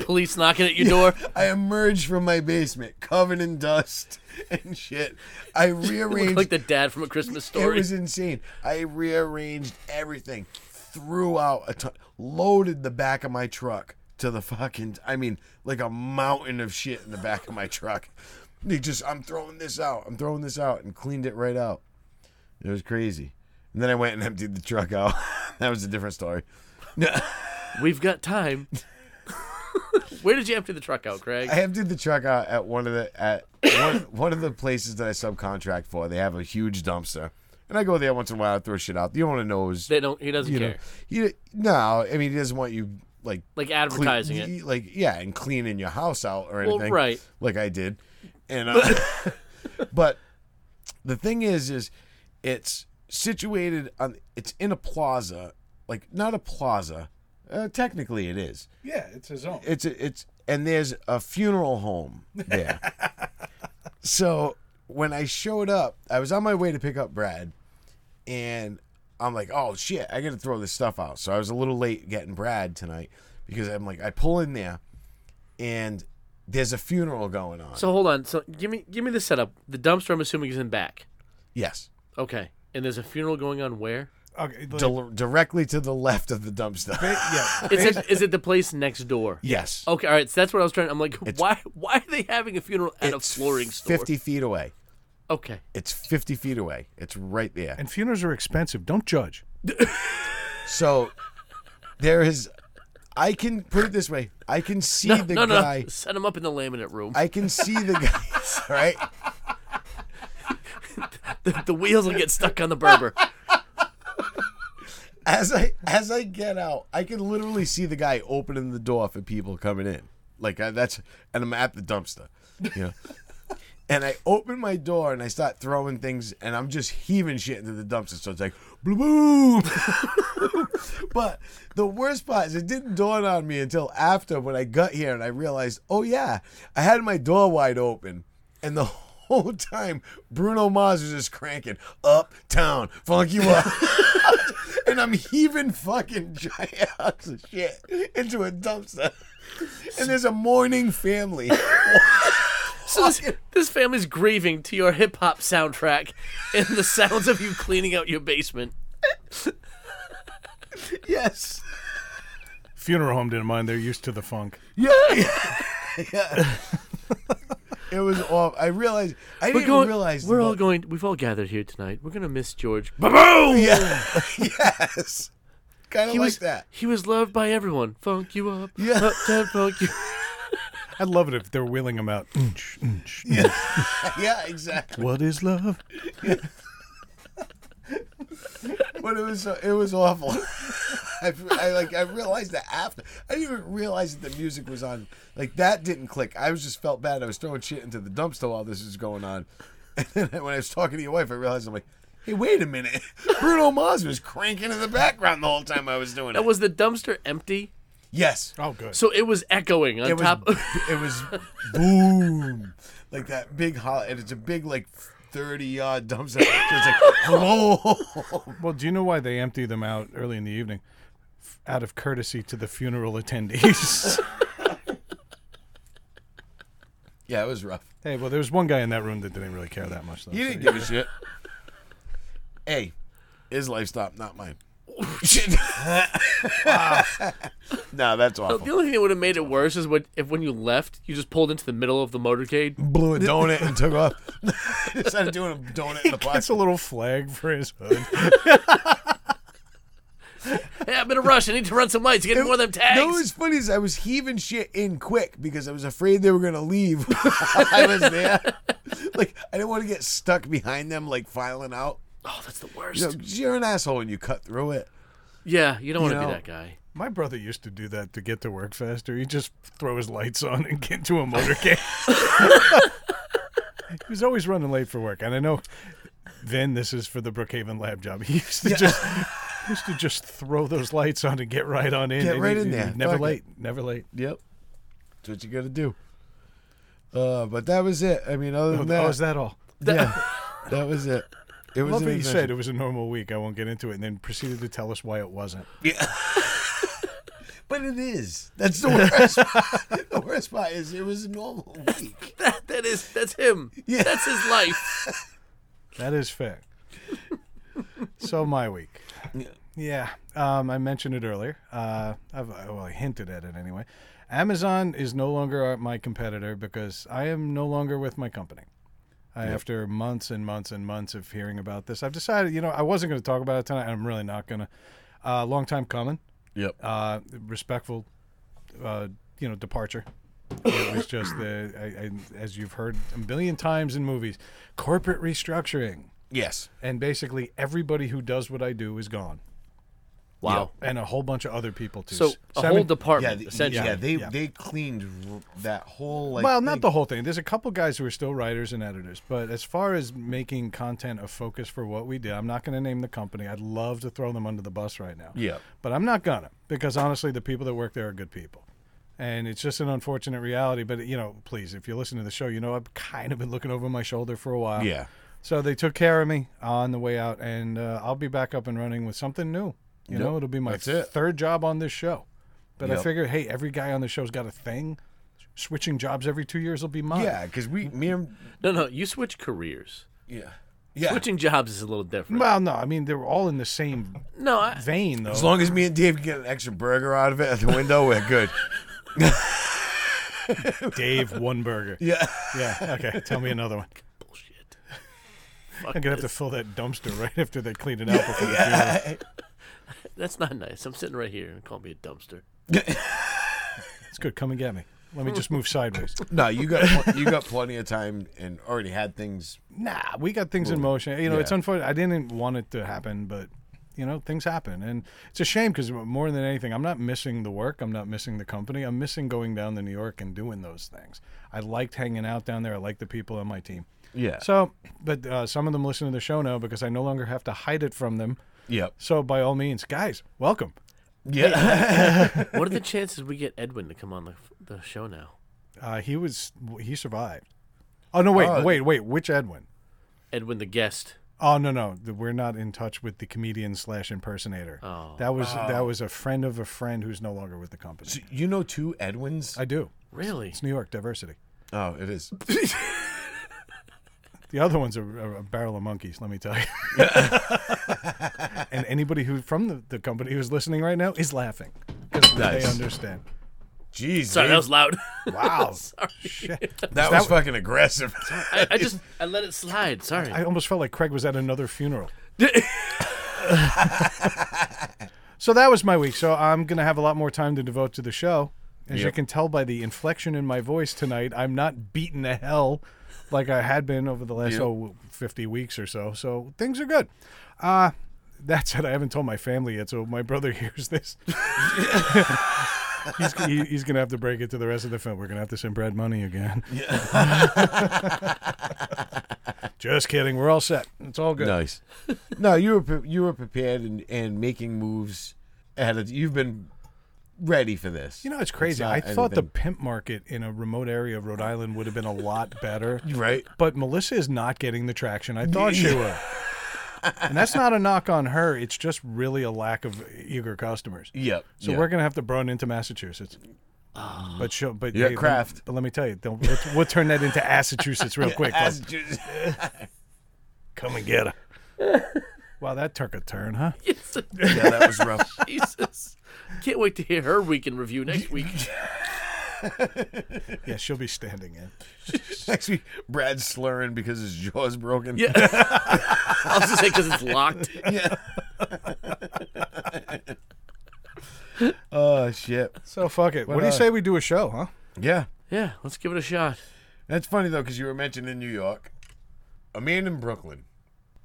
Speaker 3: Police knocking at your door.
Speaker 4: I emerge from my basement covered in dust and shit. I rearranged.
Speaker 3: like the dad from a Christmas story.
Speaker 4: It was insane. I rearranged everything, threw out a ton, loaded the back of my truck to the fucking. I mean, like a mountain of shit in the back of my truck. They just, I'm throwing this out. I'm throwing this out, and cleaned it right out. It was crazy. And then I went and emptied the truck out. that was a different story.
Speaker 3: We've got time. Where did you empty the truck out, Craig?
Speaker 4: I emptied the truck out at one of the at one, one of the places that I subcontract for. They have a huge dumpster, and I go there once in a while. I throw shit out. The owner knows.
Speaker 3: they don't. He doesn't
Speaker 4: you
Speaker 3: care.
Speaker 4: know, he, no, I mean he doesn't want you like
Speaker 3: Like
Speaker 4: clean-
Speaker 3: advertising it.
Speaker 4: y- like yeah, and cleaning your house out or
Speaker 3: Well,
Speaker 4: anything,
Speaker 3: right.
Speaker 4: Like I did, and uh, but the thing is, is it's situated on it's in a plaza, like not a plaza. Uh, technically, it is.
Speaker 2: Yeah, it's his own.
Speaker 4: It's a, it's and there's a funeral home there. so when I showed up, I was on my way to pick up Brad, and I'm like, oh shit, I gotta throw this stuff out. So I was a little late getting Brad tonight because I'm like, I pull in there, and there's a funeral going on.
Speaker 3: So hold on. So give me give me the setup. The dumpster. I'm assuming is in back.
Speaker 4: yes,
Speaker 3: Okay. and there's a funeral going on where?
Speaker 2: Okay, like,
Speaker 4: Dil- directly to the left of the dumpster.
Speaker 2: ba- yeah.
Speaker 3: It's at, is it the place next door?
Speaker 4: yes.
Speaker 3: Okay, all right. So that's what I was trying. I'm like, why? Why are they having a funeral at a flooring store?
Speaker 4: Fifty feet away.
Speaker 3: Okay.
Speaker 4: It's fifty feet away. It's right there.
Speaker 2: And funerals are expensive. Don't judge.
Speaker 4: so there is. I can put it this way. I can see
Speaker 3: No,
Speaker 4: the
Speaker 3: no, no.
Speaker 4: guy.
Speaker 3: Set them up in the laminate room.
Speaker 4: I can see the guy. all right.
Speaker 3: the, the wheels will get stuck on the Berber.
Speaker 4: As I as I get out, I can literally see the guy opening the door for people coming in. Like I, that's and I'm at the dumpster, you know. and I open my door and I start throwing things and I'm just heaving shit into the dumpster. So it's like boom, boom. but the worst part is it didn't dawn on me until after when I got here and I realized, oh yeah, I had my door wide open, and the whole time Bruno Mars was just cranking uptown, funk you up, and I'm heaving fucking giant hunks of shit into a dumpster. And there's a mourning family.
Speaker 3: So this, this family's grieving to your hip hop soundtrack and the sounds of you cleaning out your basement.
Speaker 4: yes.
Speaker 2: Funeral home didn't mind. They're used to the funk.
Speaker 4: Yeah. yeah. it was off. I realized. I
Speaker 3: We're
Speaker 4: didn't
Speaker 3: going.
Speaker 4: realize.
Speaker 3: we're
Speaker 4: the-
Speaker 3: all going. We've all gathered here tonight. We're gonna miss George.
Speaker 4: Yeah. yes. Kind of
Speaker 3: He
Speaker 4: like
Speaker 3: was
Speaker 4: that.
Speaker 3: He was loved by everyone. Funk you up.
Speaker 4: Yeah.
Speaker 3: Uptown funk you.
Speaker 2: I'd love it if they're wheeling them out. Inch, inch.
Speaker 4: Yeah, exactly.
Speaker 2: What is love?
Speaker 4: But it was so, it was awful. I, I like I realized that after I didn't even realize that the music was on. Like that didn't click. I was just felt bad. I was throwing shit into the dumpster while this was going on. And then when I was talking to your wife, I realized I'm like, hey, wait a minute. Bruno Mars was cranking in the background the whole time I was doing
Speaker 3: Now,
Speaker 4: it.
Speaker 3: was the dumpster empty?
Speaker 4: yes.
Speaker 2: Oh, good.
Speaker 3: So it was echoing on
Speaker 4: it was
Speaker 3: top. of
Speaker 4: it was boom like that big holler and it's a big like 30 yard dumpster so it's like whoa
Speaker 2: Well, do you know why they empty them out early in the evening? F- Out of courtesy to the funeral attendees.
Speaker 4: yeah it was rough
Speaker 2: hey, well, there was one guy in that room that didn't really care that much. Though,
Speaker 4: you
Speaker 2: so-
Speaker 4: didn't give a shit hey his life stop not mine no that's awful
Speaker 3: the only thing that would have made it worse is what if when you left, you just pulled into the middle of the motorcade.
Speaker 4: blew a donut and took off decided doing a donut in the
Speaker 2: That's
Speaker 4: box
Speaker 2: a little flag for his hood.
Speaker 3: Hey, I'm in a rush. I need to run some lights. Get more of them tags.
Speaker 4: No, what's funny is I was heaving shit in quick because I was afraid they were gonna leave. I was there, like I didn't want to get stuck behind them, like filing out.
Speaker 3: oh, that's the worst.
Speaker 4: You know, 'cause you're an asshole and you cut through it.
Speaker 3: yeah, you don't want to
Speaker 4: know-
Speaker 3: be that guy.
Speaker 2: My brother used to do that to get to work faster. He'd just throw his lights on and get into a motorcade. he was always running late for work, and I know. Then this is for the Brookhaven lab job. He used to just used to just throw those lights on and get right on in.
Speaker 4: Get
Speaker 2: And
Speaker 4: right
Speaker 2: he-
Speaker 4: in
Speaker 2: he-
Speaker 4: there.
Speaker 2: Never
Speaker 4: Fuck it.
Speaker 2: late. Never late.
Speaker 4: Yep, that's what you gotta do. Uh, but that was it. I mean, other
Speaker 2: Oh,
Speaker 4: than
Speaker 2: oh,
Speaker 4: that,
Speaker 2: is that all?
Speaker 4: yeah, that was it. It was.
Speaker 2: Love
Speaker 4: an
Speaker 2: that you
Speaker 4: adventure.
Speaker 2: said it was a normal week. I won't get into it, and then proceeded to tell us why it wasn't.
Speaker 4: but it is. That's the worst. part. the worst part is it was a normal week.
Speaker 3: That, that is that's him.
Speaker 4: Yeah.
Speaker 3: That's his life.
Speaker 2: That is fair. so my week. Yeah, um, I mentioned it earlier. Uh, I've, I- well, I hinted at it anyway. Amazon is no longer our- my competitor because I am no longer with my company. I, After months and months and months of hearing about this, I've decided, you know, I wasn't going to talk about it tonight. and I'm really not going to. Uh, long time coming.
Speaker 4: Yep.
Speaker 2: Uh, respectful, uh, you know, departure. It was just the, I, I, as you've heard a million times in movies, corporate restructuring
Speaker 4: yes.
Speaker 2: and basically everybody who does what I do is gone,
Speaker 3: Wow.
Speaker 2: and a whole bunch of other people too.
Speaker 3: So a
Speaker 2: Simon-
Speaker 3: whole department
Speaker 4: Yeah, the-
Speaker 3: essentially.
Speaker 4: yeah, they
Speaker 2: Yeah.
Speaker 4: they cleaned r- that whole like
Speaker 2: well, not
Speaker 4: thing.
Speaker 2: the whole thing. There's a couple guys who are still writers and editors, but as far as making content a focus for what we do, I'm not going to name the company. I'd love to throw them under the bus right now.
Speaker 4: Yeah.
Speaker 2: but I'm not gonna because honestly, the people that work there are good people. And it's just an unfortunate reality, but you know, please, if you listen to the show, you know I've kind of been looking over my shoulder for a while.
Speaker 4: Yeah.
Speaker 2: So they took care of me on the way out, and uh, I'll be back up and running with something new. You know, it'll be my
Speaker 4: That's it.
Speaker 2: third job on this show. But I
Speaker 4: Yep.
Speaker 2: figured, hey, every guy on the show's got a thing.
Speaker 4: uh,
Speaker 2: Switching jobs every two years will be mine.
Speaker 4: Yeah, because we, me and
Speaker 3: No, no, you switch careers.
Speaker 4: yeah, Yeah.
Speaker 3: Switching jobs is a little different.
Speaker 2: Well, no, I mean they were all in the same
Speaker 3: no, I,
Speaker 2: vein though.
Speaker 4: As long as me and Dave get an extra burger out of it at the window, we're good.
Speaker 2: Dave one burger.
Speaker 4: Yeah.
Speaker 2: Yeah. Okay. Tell me another one.
Speaker 3: bullshit.
Speaker 2: I'm gonna have to fill that dumpster right after they clean it out. Before they do it.
Speaker 3: That's not nice. I'm sitting right here and call me a dumpster.
Speaker 2: It's good. Come and get me. Let me just move sideways.
Speaker 4: No, you got pl- you got plenty of time and already had things.
Speaker 2: Nah, we got things in motion. You know, it's
Speaker 4: Yeah.
Speaker 2: unfortunate. I didn't want it to happen, but you know, things happen, and it's a shame because more than anything, I'm not missing the work. I'm not missing the company. I'm missing going down to New York and doing those things. I liked hanging out down there. I liked the people on my team.
Speaker 4: Yeah.
Speaker 2: So, but uh, some of them listen to the show now because I no longer have to hide it from them.
Speaker 4: Yep.
Speaker 2: So, by all means, guys, welcome.
Speaker 4: Yeah.
Speaker 3: What are the chances we get Edwin to come on the, the show now?
Speaker 2: Uh, he was he survived. Oh no! Wait,
Speaker 4: Oh.
Speaker 2: wait, wait. Which Edwin?
Speaker 3: Edwin the guest.
Speaker 2: Oh no no, th- we're not in touch with the comedian slash impersonator.
Speaker 3: Oh.
Speaker 2: That was that was a friend of a friend who's no longer with the company.
Speaker 4: So you know two Edwins?
Speaker 2: I do.
Speaker 3: Really?
Speaker 2: It's New York diversity.
Speaker 4: oh, it is.
Speaker 2: The other one's a, a, a barrel of monkeys. Let me tell you. and anybody who from the, the company who's listening right now is laughing because
Speaker 4: Nice.
Speaker 2: they understand.
Speaker 4: Jeez.
Speaker 3: Sorry,
Speaker 4: dude.
Speaker 3: that was loud.
Speaker 2: Wow.
Speaker 4: That was fucking aggressive.
Speaker 3: I, I just I let it slide. Sorry.
Speaker 2: I almost felt like Craig was at another funeral. so that was my week. So I'm going to have a lot more time to devote to the show. As you
Speaker 4: Yep.
Speaker 2: can tell by the inflection in my voice tonight, I'm not beaten to hell like I had been over the last oh, 50 weeks or so. So things are good. Uh, that said, I haven't told my family yet, so my brother hears this. he's he, he's going to have to break it to the rest of the film. We're going to have to send Brad money again. Just kidding. We're all set. It's all good.
Speaker 4: Nice. no, you were pre- you were prepared and, and making moves ahead of you've been ready for this.
Speaker 2: You know, it's crazy.
Speaker 4: not
Speaker 2: I thought the
Speaker 4: anything-
Speaker 2: pimp market in a remote area of Rhode Island would have been a lot better.
Speaker 4: right?
Speaker 2: But Melissa is not getting the traction I thought she would. And that's not a knock on her. It's just really a lack of eager customers.
Speaker 4: Yep.
Speaker 2: So
Speaker 4: yeah. Ah.
Speaker 2: we're gonna have to broaden into Massachusetts. But she'll, but
Speaker 4: Yeah,
Speaker 2: let-
Speaker 4: craft.
Speaker 2: but let me tell you, don't- we'll, we'll turn that into Massachusetts real quick.
Speaker 4: As-
Speaker 2: Like, come and get her. wow, that took a turn, huh?
Speaker 3: Yes.
Speaker 4: yeah, that was rough.
Speaker 3: Jesus. Can't wait to hear her weekend review next week.
Speaker 2: Yeah, she'll be standing in.
Speaker 4: Next week, Brad's slurring because his jaw's broken.
Speaker 3: Yeah. I was just saying because it's locked.
Speaker 4: Oh shit.
Speaker 2: So fuck it. What, do
Speaker 4: uh,
Speaker 2: you say we do a show, huh?
Speaker 4: Yeah.
Speaker 3: Yeah, let's give it a shot.
Speaker 4: That's funny though, because you were mentioned in New York. A man in Brooklyn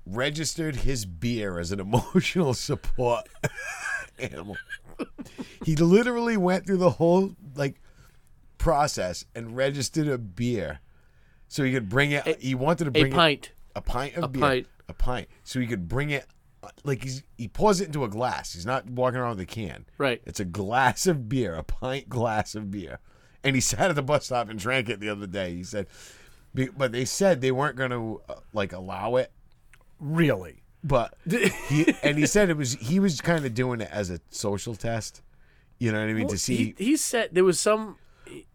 Speaker 4: registered his beer as an emotional support animal. he literally went through the whole like process and registered a beer, so he could bring it. he wanted to
Speaker 3: A
Speaker 4: bring it-
Speaker 3: pint.
Speaker 4: a pint of
Speaker 3: A
Speaker 4: beer,
Speaker 3: pint.
Speaker 4: a pint, so he could bring it. uh, Like he's he pours it into a glass. He's not walking around with a can.
Speaker 3: Right.
Speaker 4: It's a glass of beer, a pint glass of beer. And he sat at the bus stop and drank it the other day. He said, be- but they said they weren't going to uh, like allow it.
Speaker 2: Really?
Speaker 4: But he and he said it was he was kind of doing it as a social test. You know what I mean? to see,
Speaker 3: He, he said there was some.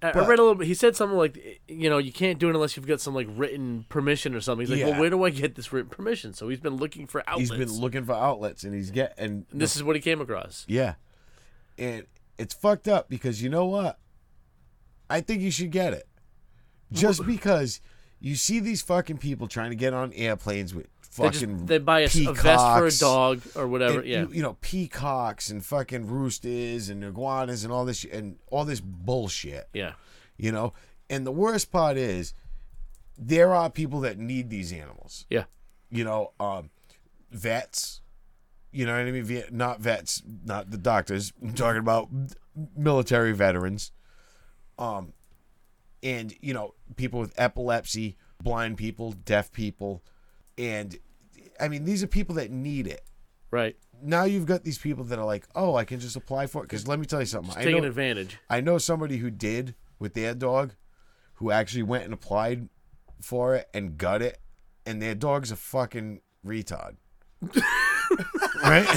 Speaker 3: I I read a little bit. He said something like, you know, you can't do it unless you've got some like written permission or something. He's like,
Speaker 4: Yeah.
Speaker 3: well, where do I get this written permission? So he's been looking for outlets.
Speaker 4: he's been looking for outlets, and he's get and
Speaker 3: And this is what he came across.
Speaker 4: Yeah. And it's fucked up because you know what? I think you should get it. Just because you see these fucking people trying to get on airplanes with
Speaker 3: They, just,
Speaker 4: fucking
Speaker 3: they buy a, s- a vest for a
Speaker 4: peacocks
Speaker 3: dog or whatever.
Speaker 4: and,
Speaker 3: yeah.
Speaker 4: You, you know, peacocks and fucking roosters and iguanas and all this sh- and all this bullshit
Speaker 3: yeah.
Speaker 4: you know and the worst part is there are people that need these animals
Speaker 3: Yeah.
Speaker 4: you know um vets you know what i mean Viet- not vets not the doctors i'm talking about military veterans um and you know people with epilepsy blind people deaf people and i mean these are people that need it
Speaker 3: Right.
Speaker 4: now you've got these people that are like oh i can just apply for it because let me tell you something I
Speaker 3: Taking
Speaker 4: know-
Speaker 3: advantage.
Speaker 4: I know somebody who did with their dog, who actually went and applied for it and got it, and their dog's a fucking retard. right?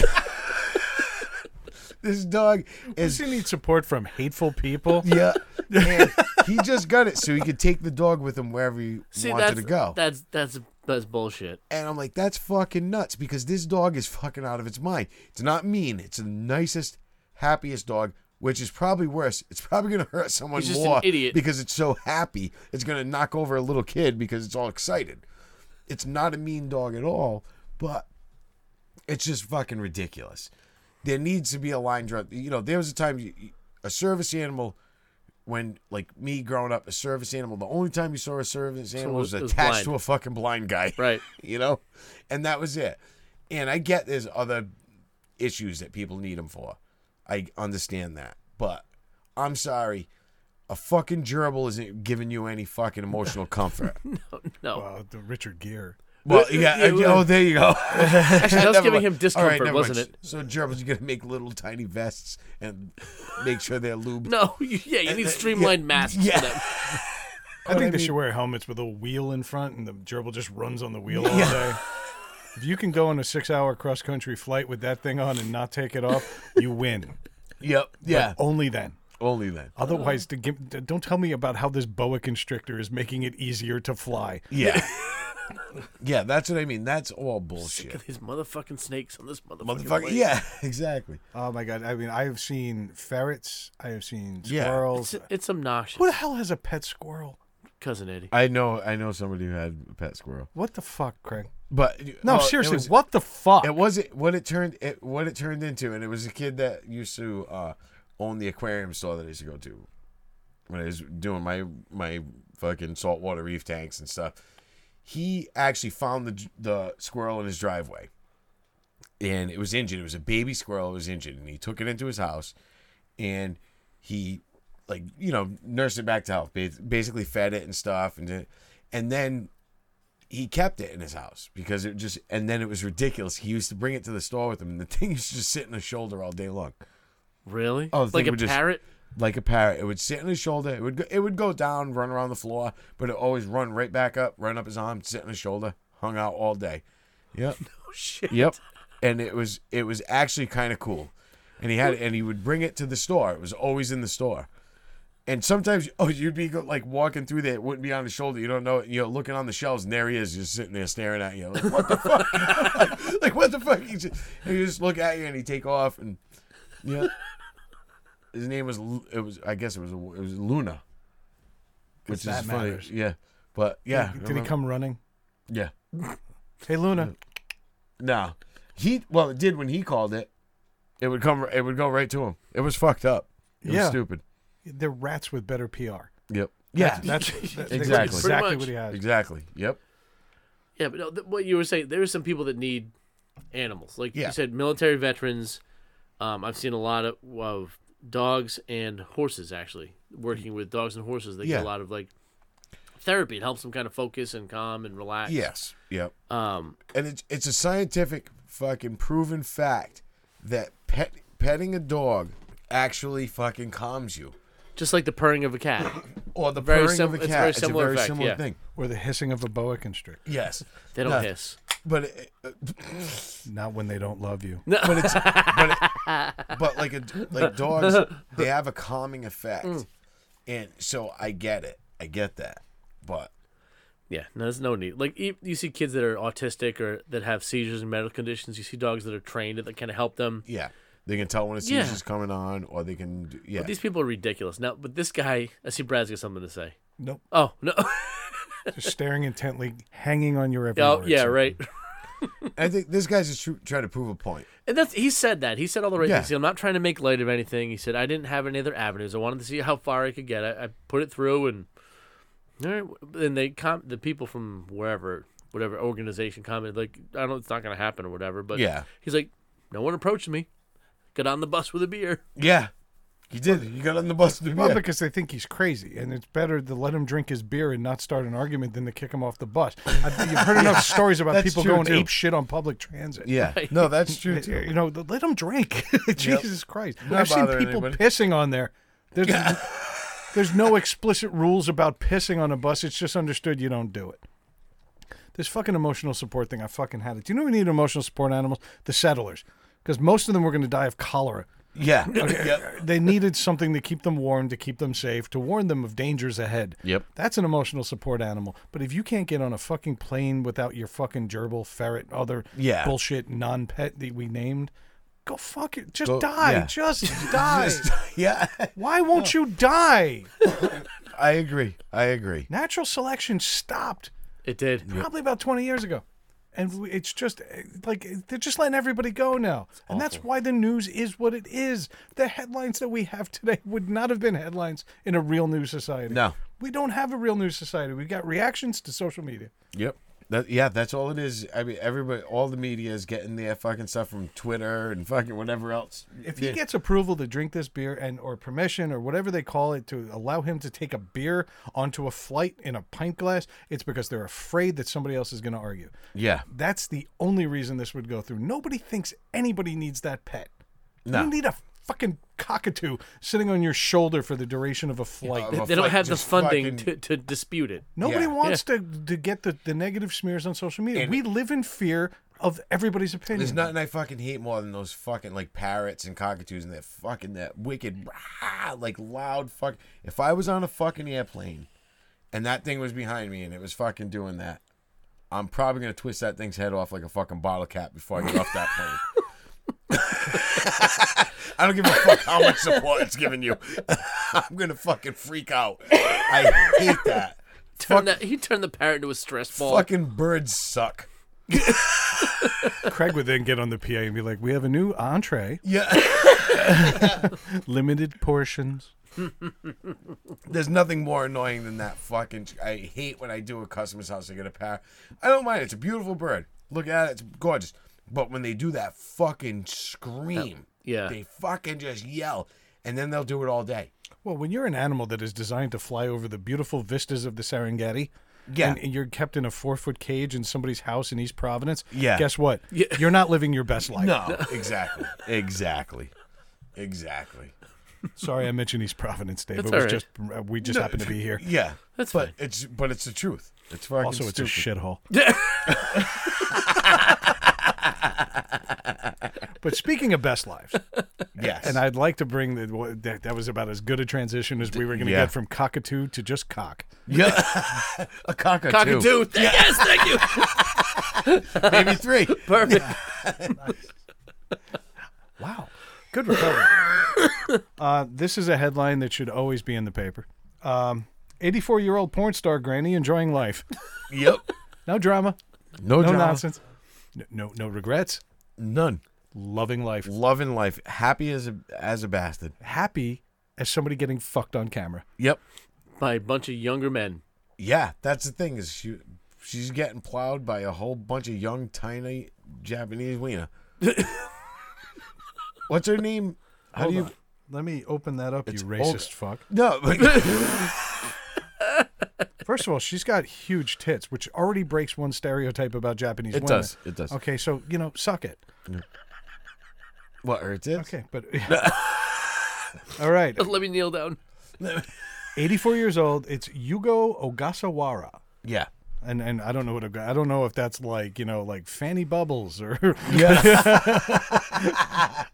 Speaker 4: this dog
Speaker 2: Does
Speaker 4: is
Speaker 2: he need support from hateful people?
Speaker 4: yeah. And he just got it so he could take the dog with him wherever he
Speaker 3: See,
Speaker 4: wanted
Speaker 3: that's,
Speaker 4: to go.
Speaker 3: that's that's That's bullshit.
Speaker 4: And I'm like, that's fucking nuts because this dog is fucking out of its mind. It's not mean. It's the nicest, happiest dog, which is probably worse. It's probably going to hurt someone
Speaker 3: He's just an
Speaker 4: more
Speaker 3: idiot.
Speaker 4: because it's so happy. It's going to knock over a little kid because it's all excited. It's not a mean dog at all, but it's just fucking ridiculous. There needs to be a line drawn. You know, there was a time you, a service animal, when like me growing up, a service animal. The only time you saw a service animal was,
Speaker 3: it was
Speaker 4: attached
Speaker 3: blind.
Speaker 4: to a fucking blind guy,
Speaker 3: Right.
Speaker 4: you know, and that was it. And I get there's other issues that people need them for. I understand that, but I'm sorry, a fucking gerbil isn't giving you any fucking emotional comfort.
Speaker 3: No.
Speaker 2: Wow, Uh, the Richard Gere.
Speaker 4: Well, yeah.
Speaker 3: Yeah,
Speaker 4: I-
Speaker 3: well-
Speaker 4: oh, there you go.
Speaker 3: Actually, that was
Speaker 4: Never
Speaker 3: giving
Speaker 4: mind.
Speaker 3: him discomfort,
Speaker 4: All right, never
Speaker 3: wasn't
Speaker 4: mind.
Speaker 3: it?
Speaker 4: So Germans are gonna make little tiny vests and make sure they're lubed.
Speaker 3: No. You, yeah, you need
Speaker 4: uh,
Speaker 3: streamlined
Speaker 4: yeah,
Speaker 3: masks
Speaker 4: yeah.
Speaker 3: for them.
Speaker 2: I think they
Speaker 4: mean-
Speaker 2: should wear helmets with a wheel in front, and the gerbil just runs on the wheel all day. If you can go on a six-hour cross-country flight with that thing on and not take it off, you win.
Speaker 4: Yep. Yeah.
Speaker 2: Only then.
Speaker 4: Only then.
Speaker 2: Otherwise, to give, d- don't tell me about how this boa constrictor is making it easier to fly.
Speaker 4: Yeah. yeah. That's what I mean. That's all bullshit.
Speaker 3: These motherfucking snakes on this motherfucking.
Speaker 4: Motherfucker.
Speaker 3: plane.
Speaker 4: Yeah. Exactly.
Speaker 2: Oh my god! I mean, I have seen ferrets. I have seen
Speaker 4: Yeah.
Speaker 2: squirrels.
Speaker 3: It's, it's obnoxious,
Speaker 2: Who the hell has a pet squirrel?
Speaker 3: cousin Eddie.
Speaker 4: I know. I know somebody who had a pet squirrel,
Speaker 2: What the fuck, Craig?
Speaker 4: but
Speaker 2: No,
Speaker 4: well, it
Speaker 2: seriously,
Speaker 4: was-
Speaker 2: what the fuck?
Speaker 4: It wasn't what it turned it what it turned into, and it was a kid that used to uh, own the aquarium store that I used to go to when I was doing my my fucking saltwater reef tanks and stuff. He actually found the the squirrel in his driveway, and it was injured. It was a baby squirrel. It was injured, and he took it into his house, and he like you know nursed it back to health. ba- Basically, fed it and stuff, and did- and then he kept it in his house because it just and then it was ridiculous. He used to bring it to the store with him, and the thing used to just sit on his shoulder all day long,
Speaker 3: Really?
Speaker 4: Oh, they
Speaker 3: like a
Speaker 4: were just-
Speaker 3: parrot?
Speaker 4: like a parrot. It would sit on his shoulder. It would go, it would go down, run around the floor, but it always run right back up, run up his arm, sit on his shoulder, hung out all day. Yep,
Speaker 3: Oh shit.
Speaker 4: yep. And it was it was actually kind of cool, and he had and he would bring it to the store. It was always in the store. And sometimes, oh, you'd be go- like walking through there, it wouldn't be on his shoulder. You don't know, it. you know, looking on the shelves, and there he is, just sitting there staring at you. Like, what the fuck? like, what the fuck? He just, he just look at you and he take off, and yeah. His name was Lu- it was I guess it was it was Luna, which is
Speaker 2: that
Speaker 4: funny.
Speaker 2: matters.
Speaker 4: Yeah, but yeah,
Speaker 2: Did he
Speaker 4: remember-
Speaker 2: come running?
Speaker 4: Yeah,
Speaker 2: Hey, Luna.
Speaker 4: no, he well it did when he called it. It would come. It would go right to him. It was fucked up. It
Speaker 2: Yeah.
Speaker 4: was stupid.
Speaker 2: They're rats with better PR.
Speaker 4: Yep. Yeah.
Speaker 2: That's, that's that's
Speaker 4: Exactly.
Speaker 2: exactly
Speaker 3: Pretty
Speaker 2: what he has.
Speaker 4: exactly. Yep.
Speaker 3: Yeah, but no, th- what you were saying, there are some people that need animals. Like
Speaker 4: Yeah.
Speaker 3: you said, military veterans. Um, I've seen a lot of, of dogs and horses actually working with dogs and horses. They
Speaker 4: Yeah.
Speaker 3: get a lot of like therapy. It helps them kind of focus and calm and relax.
Speaker 4: Yes. Yep.
Speaker 3: Um,
Speaker 4: and it's it's a scientific fucking proven fact that pet petting a dog actually fucking calms you.
Speaker 3: just like the purring of a cat.
Speaker 4: Or the
Speaker 3: Very
Speaker 4: purring
Speaker 3: sim-
Speaker 4: of a
Speaker 3: it's
Speaker 4: cat.
Speaker 3: very
Speaker 4: It's,
Speaker 3: similar
Speaker 4: a very
Speaker 3: effect,
Speaker 4: similar
Speaker 3: yeah.
Speaker 4: thing.
Speaker 2: Or the hissing of a boa constrictor.
Speaker 4: Yes,
Speaker 3: They don't
Speaker 4: No.
Speaker 3: hiss.
Speaker 4: but uh, it,
Speaker 2: Not when they don't love you.
Speaker 4: but it's but, it, but like a, like dogs, they have a calming effect,
Speaker 3: Mm.
Speaker 4: and so I get it. I get that, but
Speaker 3: Yeah, no, there's no need. Like e, you, you see kids that are autistic or that have seizures and medical conditions. You see dogs that are trained that kind of help them.
Speaker 4: yeah, they can tell when a
Speaker 3: Yeah.
Speaker 4: seizure's coming on, or they can do, yeah.
Speaker 3: These people are ridiculous. Now, but this guy, I see Brad's got something to say.
Speaker 2: Nope.
Speaker 3: Oh no!
Speaker 2: Just staring intently, hanging on your every
Speaker 3: oh
Speaker 2: word.
Speaker 3: yeah, right.
Speaker 4: I think this guy's just tr- trying to prove a point.
Speaker 3: And that's he said that. He said all the right
Speaker 4: Yeah.
Speaker 3: things. He said, I'm not trying to make light of anything. He said I didn't have any other avenues. I wanted to see how far I could get. I, I put it through, and all right. Then they com- the people from wherever, whatever organization commented like, I don't, it's not going to happen or whatever. But
Speaker 4: Yeah.
Speaker 3: he's like, no one approached me. Got on the bus with a beer.
Speaker 4: Yeah, you did. it. You got on the bus to do
Speaker 2: Well,
Speaker 4: it.
Speaker 2: because they think he's crazy, and it's better to let him drink his beer and not start an argument than to kick him off the bus. I, you've heard enough stories about
Speaker 4: That's
Speaker 2: people
Speaker 4: true,
Speaker 2: going
Speaker 4: too.
Speaker 2: ape shit on public transit.
Speaker 4: Yeah, no, that's true too.
Speaker 2: You know, th- let them drink. Jesus Christ.
Speaker 4: Not
Speaker 2: I've seen
Speaker 4: bothering
Speaker 2: people
Speaker 4: anybody.
Speaker 2: pissing on there. There's, there's no explicit rules about pissing on a bus. It's just understood you don't do it. This fucking emotional support thing, I fucking had it. Do you know we need emotional support animals? The settlers. Because most of them were going to die of cholera.
Speaker 4: Yeah.
Speaker 2: Okay. they needed something to keep them warm, to keep them safe, to warn them of dangers ahead.
Speaker 4: Yep.
Speaker 2: That's an emotional support animal. But if you can't get on a fucking plane without your fucking gerbil, ferret, other
Speaker 4: Yeah.
Speaker 2: bullshit non pet that we named, go fuck it. Just
Speaker 4: Go-
Speaker 2: die.
Speaker 4: yeah.
Speaker 2: Just die.
Speaker 4: yeah.
Speaker 2: Why won't you die?
Speaker 4: I agree. I agree.
Speaker 2: Natural selection stopped
Speaker 3: It did.
Speaker 2: probably about 20 years ago. And we- it's just uh, like they're just letting everybody go now. And that's why the news is what it is. The headlines that we have today would not have been headlines in a real news society.
Speaker 4: No.
Speaker 2: We don't have a real news society. We've got reactions to social media.
Speaker 4: Yep. That, yeah, that's all it is. I mean, everybody, all the media is getting their fucking stuff from Twitter and fucking whatever else.
Speaker 2: If he
Speaker 4: Yeah.
Speaker 2: gets approval to drink this beer and or permission or whatever they call it to allow him to take a beer onto a flight in a pint glass, it's because they're afraid that somebody else is going to argue.
Speaker 4: yeah,
Speaker 2: That's the only reason this would go through. Nobody thinks anybody needs that pet.
Speaker 4: No.
Speaker 2: You need a fucking cockatoo sitting on your shoulder for the duration of a flight.
Speaker 4: Yeah.
Speaker 3: They don't
Speaker 4: Like,
Speaker 3: have the
Speaker 4: just
Speaker 3: funding
Speaker 4: fucking-
Speaker 3: to, to dispute it.
Speaker 2: Nobody
Speaker 4: Yeah.
Speaker 2: wants to to get the, the negative smears on social media. we live in fear of everybody's opinion.
Speaker 4: there's nothing I fucking hate more than those fucking like parrots and cockatoos and that fucking that wicked rah, like loud fuck. If I was on a fucking airplane and that thing was behind me and it was fucking doing that, I'm probably gonna twist that thing's head off like a fucking bottle cap before I get off that plane. I don't give a fuck how much support it's giving you. I'm gonna fucking freak out. I hate that.
Speaker 3: Turn that, he turned the parrot into a stress ball.
Speaker 4: Fucking birds suck.
Speaker 2: Craig would then get on the PA and be like, "We have a new entree,
Speaker 4: Yeah.
Speaker 2: limited portions."
Speaker 4: There's nothing more annoying than that fucking. I hate when I do a customer's house. I get a parrot. I don't mind. It's a beautiful bird. Look at it. It's gorgeous. But when they do that fucking scream,
Speaker 3: Yeah.
Speaker 4: they fucking just yell, and then they'll do it all day.
Speaker 2: Well, when you're an animal that is designed to fly over the beautiful vistas of the Serengeti,
Speaker 4: Yeah.
Speaker 2: and, and you're kept in a four foot cage in somebody's house in East Providence,
Speaker 4: Yeah.
Speaker 2: guess what?
Speaker 3: Yeah.
Speaker 2: You're not living your best life.
Speaker 4: No, exactly, exactly, exactly.
Speaker 2: Sorry, I mentioned East Providence, Dave.
Speaker 3: That's
Speaker 2: it was
Speaker 3: all
Speaker 2: just uh, we just happen to be here.
Speaker 4: Yeah,
Speaker 3: That's fine.
Speaker 4: but it's but it's the truth. It's fucking
Speaker 2: Also, it's a
Speaker 4: stupid.
Speaker 2: shithole. but speaking of best lives,
Speaker 4: yes,
Speaker 2: and I'd like to bring the, wha- that that was about as good a transition as we were going to
Speaker 4: Yeah.
Speaker 2: get from cockatoo to just cock.
Speaker 4: yeah, a cockatoo,
Speaker 3: Cockatoo. Yes, thank you.
Speaker 4: maybe three.
Speaker 3: Perfect.
Speaker 2: Wow. Good recovery. uh, this is a headline that should always be in the paper. Um, 84 year old porn star granny enjoying life.
Speaker 4: yep,
Speaker 2: No drama,
Speaker 4: no,
Speaker 2: no
Speaker 4: drama.
Speaker 2: nonsense, no, no, no regrets,
Speaker 4: none.
Speaker 2: loving life.
Speaker 4: Love in life, happy as a as a bastard.
Speaker 2: Happy as somebody getting fucked on camera.
Speaker 4: Yep.
Speaker 3: By a bunch of younger men.
Speaker 4: Yeah, that's the thing is she she's getting plowed by a whole bunch of young tiny Japanese wiener. What's her name? How do you
Speaker 2: Let me open that up,
Speaker 4: It's
Speaker 2: you
Speaker 4: Olga.
Speaker 2: racist fuck.
Speaker 4: No, but-
Speaker 2: First of all, she's got huge tits, which already breaks one stereotype about Japanese
Speaker 4: It
Speaker 2: women.
Speaker 4: does, it does.
Speaker 2: Okay, so, you know, suck it.
Speaker 4: what her tits?
Speaker 2: Okay, but. all right.
Speaker 3: Let me kneel down.
Speaker 2: 84 years old. It's Yugo Ogasawara.
Speaker 4: Yeah.
Speaker 2: and and I don't know what a, I don't know if that's like you know like fanny bubbles or
Speaker 4: Yeah.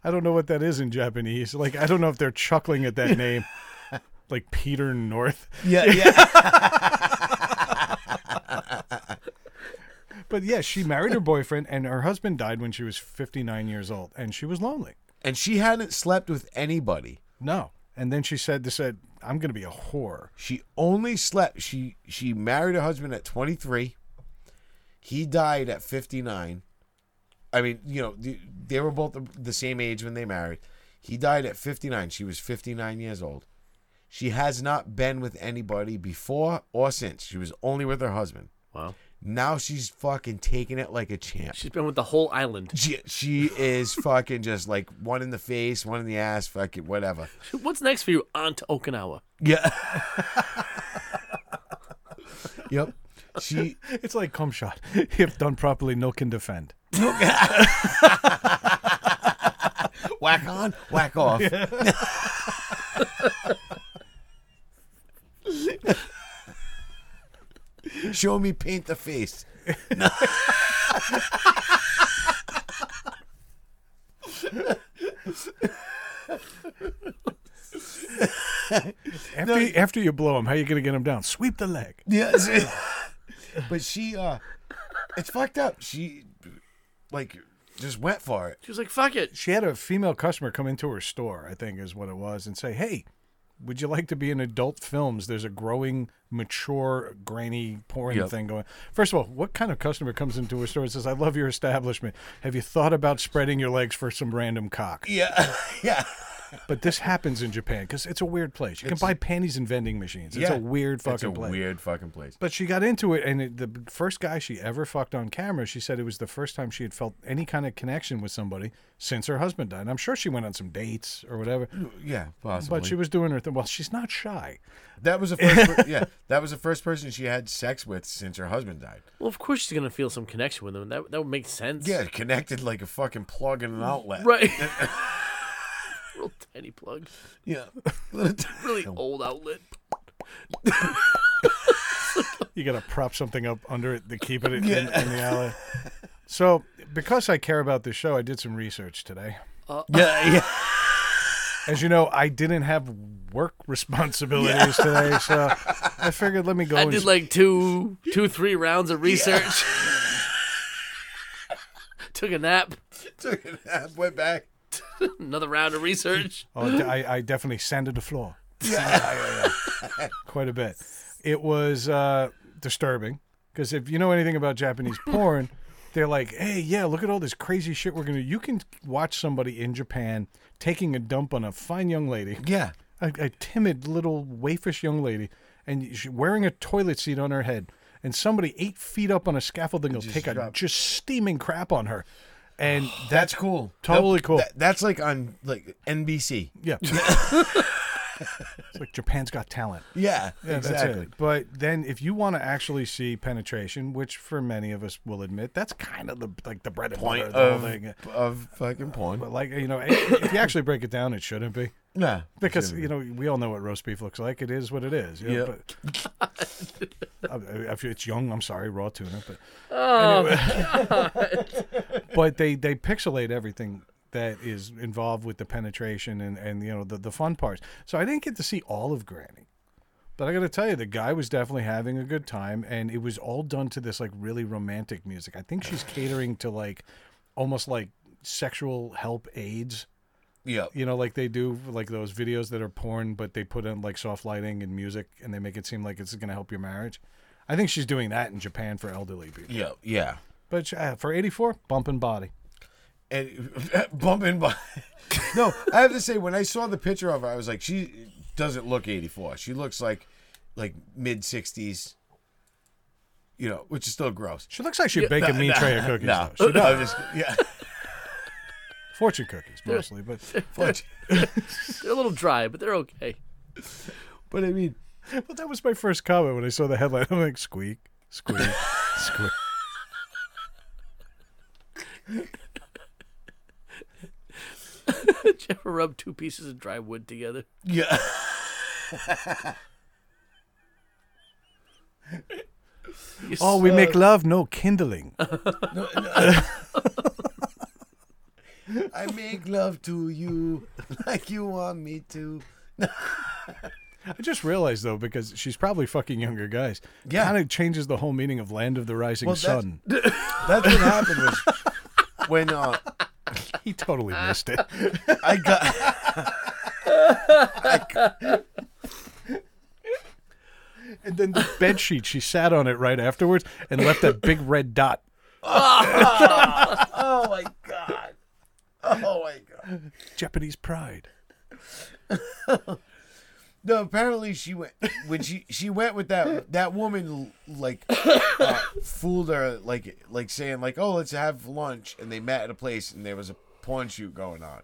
Speaker 2: I don't know what that is in Japanese. Like I don't know if they're chuckling at that name, like Peter North.
Speaker 4: yeah, yeah.
Speaker 2: But yeah, she married her boyfriend, and her husband died when she was fifty nine years old, and she was lonely.
Speaker 4: And she hadn't slept with anybody.
Speaker 2: No, and then she said to said I'm gonna be a whore.
Speaker 4: She only slept she she married her husband at 23. He died at 59. I mean, you know, th- they were both the, the same age when they married. He died at 59. She was 59 years old. She has not been with anybody before or since. She was only with her husband.
Speaker 3: Wow.
Speaker 4: Now she's fucking taking it like a champ.
Speaker 3: She's been with the whole island.
Speaker 4: She, she is fucking just like one in the face, one in the ass, fucking whatever.
Speaker 3: What's next for you? On to Okinawa.
Speaker 4: Yeah. yep. She
Speaker 2: It's like cum shot. If done properly, no can defend.
Speaker 4: whack on, whack off. Show me paint the face.
Speaker 2: After, after you blow him, how you going to get him down? Sweep the leg.
Speaker 4: Yeah. she- but she, uh, it's fucked up. She, like, just went for it.
Speaker 3: She was like, "Fuck it."
Speaker 2: She had a female customer come into her store, I think is what it was, and say, hey, would you like to be in adult films? There's a growing, mature granny porn
Speaker 4: Yep.
Speaker 2: thing going. First of all, what kind of customer comes into a store and says, I love your establishment. Have you thought about spreading your legs for some random cock?
Speaker 4: Yeah. yeah.
Speaker 2: But this happens in Japan because it's a weird place. You can buy panties in vending machines. It's
Speaker 4: Yeah.
Speaker 2: a weird fucking
Speaker 4: It's a
Speaker 2: place.
Speaker 4: weird fucking place.
Speaker 2: But she got into it, and it, the first guy she ever fucked on camera, she said it was the first time she had felt any kind of connection with somebody since her husband died. And I'm sure she went on some dates or whatever,
Speaker 4: Yeah, possibly.
Speaker 2: but she was doing her thing. Well, she's not shy.
Speaker 4: that was the first. Per- yeah, that was the first person she had sex with since her husband died.
Speaker 3: Well, of course she's gonna feel some connection with him. That that would make sense.
Speaker 4: Yeah, connected like a fucking plug in an outlet.
Speaker 3: Right. Real tiny plug.
Speaker 4: Yeah.
Speaker 3: Really old outlet.
Speaker 2: You got to prop something up under it to keep it in, in the alley. So, because I care about this show, I did some research today.
Speaker 4: yeah, yeah.
Speaker 2: As you know, I didn't have work responsibilities today, so I figured let me go.
Speaker 3: I
Speaker 2: and
Speaker 3: did like two, two, three rounds of research. Took a nap.
Speaker 4: Took a nap, went back.
Speaker 3: Another round of research.
Speaker 2: Oh, d- I, I definitely sanded the floor. Quite a bit. It was uh, disturbing because if you know anything about Japanese porn, they're like, hey, yeah, look at all this crazy shit we're going to. You can watch somebody in Japan taking a dump on a fine young lady,
Speaker 4: Yeah.
Speaker 2: a, a timid little waifish young lady, and she's wearing a toilet seat on her head. And somebody eight feet up on a scaffolding will take a
Speaker 4: drop-
Speaker 2: just steaming crap on her. And
Speaker 4: That's cool.
Speaker 2: Totally cool.
Speaker 4: that- that's like on like NBC.
Speaker 2: yeah. it's like Japan's got talent.
Speaker 4: Yeah,
Speaker 2: Yeah, that's it.
Speaker 4: exactly.
Speaker 2: But then, if you want to actually see penetration, which for many of us will admit, that's kind of the like the bread and
Speaker 4: Point
Speaker 2: butter of
Speaker 4: of
Speaker 2: the whole thing.
Speaker 4: of fucking porn.
Speaker 2: But like you know, if if you actually break it down, it shouldn't be
Speaker 4: Nah,
Speaker 2: because you know we all know what roast beef looks like. It is what it is. You know,
Speaker 4: Yeah.
Speaker 2: but- Uh, if it's young, I'm sorry, raw tuna. But Anyway. but they they pixelate everything that is involved with the penetration and and you know the the fun parts. So I didn't get to see all of Granny. But I got to tell you, the guy was definitely having a good time, and it was all done to this like really romantic music. I think she's catering to like almost like sexual help aids
Speaker 4: yeah,
Speaker 2: you know, like they do like those videos that are porn, but they put in like soft lighting and music, and they make it seem like it's going to help your marriage. I think she's doing that in Japan for elderly people.
Speaker 4: yeah, yeah.
Speaker 2: But she- uh, for 84, bumping body.
Speaker 4: And bumping by. no, I have to say when I saw the picture of her, I was like, she doesn't look eighty four. She looks like like mid sixties. You know, which is still gross.
Speaker 2: She looks like she'd bake a mean tray of cookies.
Speaker 4: No,
Speaker 2: though. She-
Speaker 4: no, just, yeah.
Speaker 2: fortune cookies mostly, but
Speaker 4: But,
Speaker 3: They're a little dry, but they're okay.
Speaker 4: but I mean,
Speaker 2: but that was my first comment when I saw the headline. I'm like, squeak, squeak, squeak.
Speaker 3: Did you ever rub two pieces of dry wood together?
Speaker 4: yeah.
Speaker 3: You
Speaker 2: Oh, we make love, no kindling.
Speaker 4: I make love to you like you want me to.
Speaker 2: I just realized though, because she's probably fucking younger guys.
Speaker 4: Yeah.
Speaker 2: kind of changes the whole meaning of land of the rising
Speaker 4: Well, that's-
Speaker 2: sun.
Speaker 4: That's what happened was when uh,
Speaker 2: He totally missed it.
Speaker 4: I got.
Speaker 2: And then the bed sheet, she sat on it right afterwards and left that big red dot.
Speaker 4: Oh my god. Oh my god.
Speaker 2: Japanese pride.
Speaker 4: No, apparently she went when she she went with that that woman like uh, fooled her like like saying like oh let's have lunch and they met at a place and there was a porn shoot going on.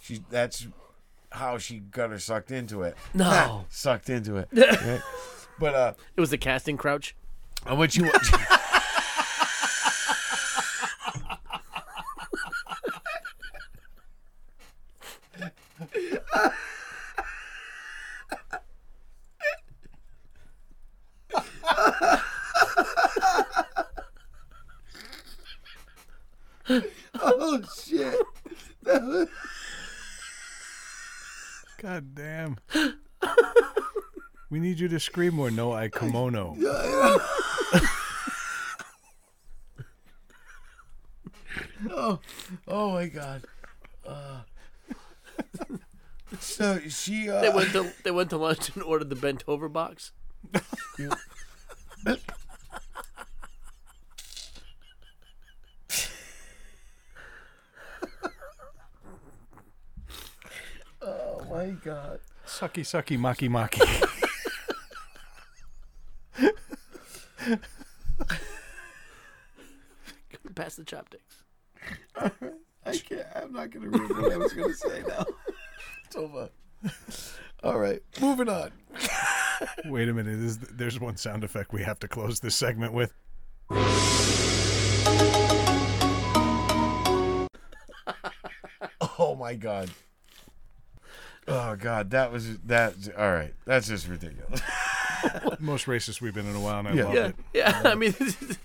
Speaker 4: She that's how she got her sucked into it.
Speaker 3: No.
Speaker 4: sucked into it. Right? But uh,
Speaker 3: It was the casting crouch.
Speaker 4: and when she wa- Oh shit.
Speaker 2: God damn. we need you to scream more. No, I kimono.
Speaker 4: Oh, oh my god. Uh, so she
Speaker 3: They
Speaker 4: uh,
Speaker 3: went to they went to lunch and ordered the bent over box.
Speaker 4: Oh my god.
Speaker 2: Sucky, sucky, maki, maki.
Speaker 3: Pass the chopsticks.
Speaker 4: I can't. I'm not gonna remember what I was gonna say now. It's over. All right, moving on.
Speaker 2: Wait a minute. Is, there's one sound effect we have to close this segment with.
Speaker 4: Oh my god. Oh god, that was that. All right, that's just ridiculous.
Speaker 2: Most racist we've been in a while, and I
Speaker 4: Yeah.
Speaker 2: love
Speaker 3: Yeah,
Speaker 2: it.
Speaker 3: yeah. I mean, this is-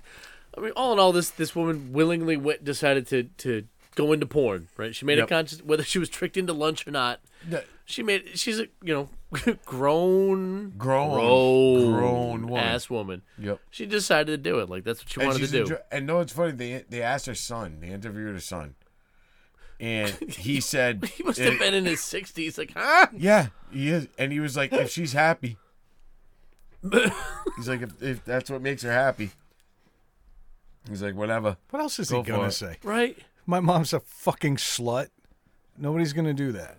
Speaker 3: I mean, all in all, this this woman willingly went decided to to go into porn. Right? She made a
Speaker 4: Yep.
Speaker 3: conscious whether she was tricked into lunch or not.
Speaker 4: That-
Speaker 3: She made she's a you know grown
Speaker 4: Grown,
Speaker 3: grown,
Speaker 4: grown woman.
Speaker 3: ass woman.
Speaker 4: Yep.
Speaker 3: She decided to do it. Like that's what she wanted to
Speaker 4: she's
Speaker 3: do.
Speaker 4: enjoy- and no, it's funny. They they asked her son. They interviewed her son, and he said
Speaker 3: he must
Speaker 4: it-
Speaker 3: have been in his sixties. Like, huh?
Speaker 4: Yeah, he is, and he was like, if she's happy, he's like, if, if that's what makes her happy, he's like, whatever.
Speaker 2: What else is
Speaker 4: Go
Speaker 2: he
Speaker 4: for
Speaker 2: gonna
Speaker 4: it.
Speaker 2: say?
Speaker 3: Right?
Speaker 2: My mom's a fucking slut. Nobody's gonna do that.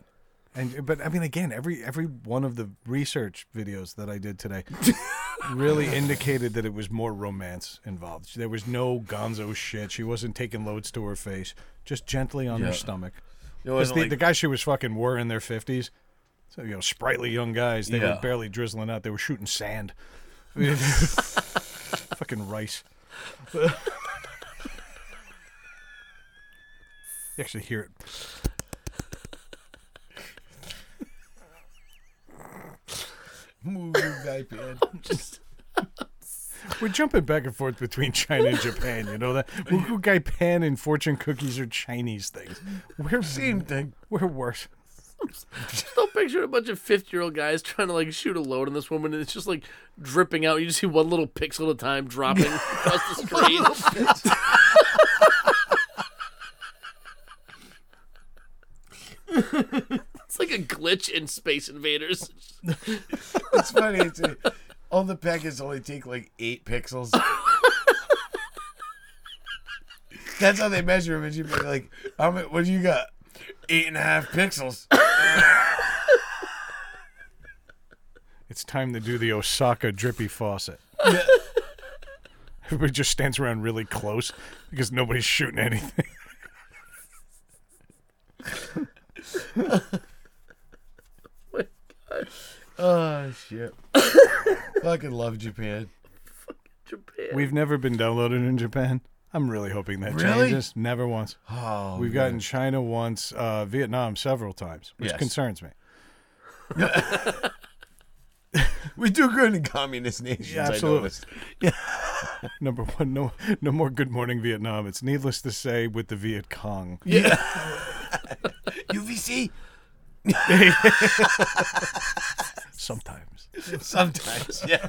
Speaker 2: And but I mean, again, every every one of the research videos that I did today really indicated that it was more romance involved. There was no gonzo shit. She wasn't taking loads to her face, just gently on
Speaker 4: Yeah.
Speaker 2: her stomach.
Speaker 4: It
Speaker 2: 'Cause
Speaker 4: wasn't
Speaker 2: the,
Speaker 4: like-
Speaker 2: the guys she was fucking were in their fifties, so you know, sprightly young guys. They
Speaker 4: Yeah.
Speaker 2: were barely drizzling out. They were shooting sand, I mean, fucking rice. You actually hear it.
Speaker 4: move your iPad.
Speaker 2: We're jumping back and forth between China and Japan. You know that Wuku Gai Pan and fortune cookies are Chinese things. We're
Speaker 4: Same thing.
Speaker 2: we're worse.
Speaker 3: Still picture a bunch of fifty-year-old guys trying to like shoot a load on this woman, and it's just like dripping out. You just see one little pixel at a time dropping across the screen. it's like a glitch in Space Invaders.
Speaker 4: It's funny. It's uh, all the packets only take like eight pixels. That's how they measure them. And you'd be like, how many, what do you got? Eight and a half pixels.
Speaker 2: It's time to do the Osaka drippy faucet. Everybody just stands around really close because nobody's shooting anything.
Speaker 4: Oh shit! Fucking love Japan.
Speaker 3: Japan.
Speaker 2: We've never been downloaded in Japan. I'm really hoping that
Speaker 4: Really?
Speaker 2: changes. Never once.
Speaker 4: Oh,
Speaker 2: We've gotten China once, uh, Vietnam several times, which
Speaker 4: Yes.
Speaker 2: concerns me.
Speaker 4: we do good in communist nations.
Speaker 2: Yeah,
Speaker 4: I
Speaker 2: absolutely.
Speaker 4: noticed.
Speaker 2: Number one, no, no more Good Morning Vietnam. It's needless to say with the Viet Cong.
Speaker 4: UVC.
Speaker 2: Sometimes.
Speaker 4: Sometimes, yeah.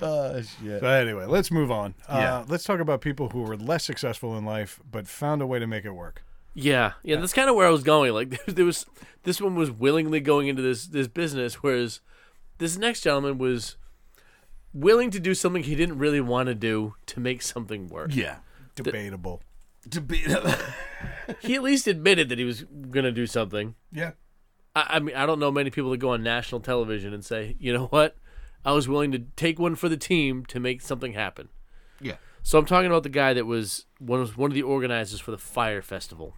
Speaker 4: oh shit!
Speaker 2: But anyway, let's move on.
Speaker 4: Yeah.
Speaker 2: Uh, let's talk about people who were less successful in life but found a way to make it work.
Speaker 3: Yeah, yeah, that's kind of where I was going. Like there, there was this one was willingly going into this this business, whereas this next gentleman was willing to do something he didn't really want to do to make something work.
Speaker 4: Yeah,
Speaker 2: Debatable.
Speaker 4: debate.
Speaker 3: He at least admitted that he was gonna do something.
Speaker 2: Yeah.
Speaker 3: I, I mean, I don't know many people that go on national television and say, you know what, I was willing to take one for the team to make something happen.
Speaker 4: yeah,
Speaker 3: So I'm talking about the guy that was one of one of the organizers for the fire festival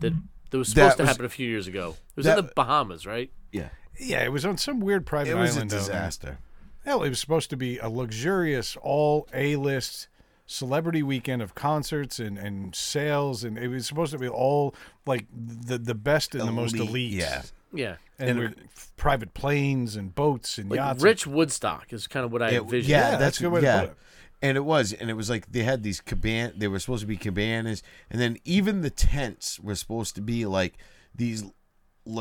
Speaker 3: that that was supposed
Speaker 4: That
Speaker 3: to
Speaker 4: was-
Speaker 3: happen a few years ago. It was
Speaker 4: that-
Speaker 3: in the Bahamas, right?
Speaker 4: yeah.
Speaker 2: Yeah, it was on some weird private
Speaker 4: It was a
Speaker 2: island. down there.
Speaker 4: disaster.
Speaker 2: Hell, it was supposed to be a luxurious, all A list celebrity weekend of concerts and, and sales. And it was supposed to be all like the, the best and the most elite.
Speaker 4: Elite, yeah.
Speaker 3: Yeah.
Speaker 2: And, we're- private planes and boats and
Speaker 3: Like
Speaker 2: yachts.
Speaker 3: Rich Woodstock is kind of what I envisioned.
Speaker 4: yeah,
Speaker 2: that's
Speaker 4: that's
Speaker 2: a good way to
Speaker 4: yeah.
Speaker 2: put it.
Speaker 4: And it was, and it was like they had these caban. They were supposed to be cabanas, and then even the tents were supposed to be like these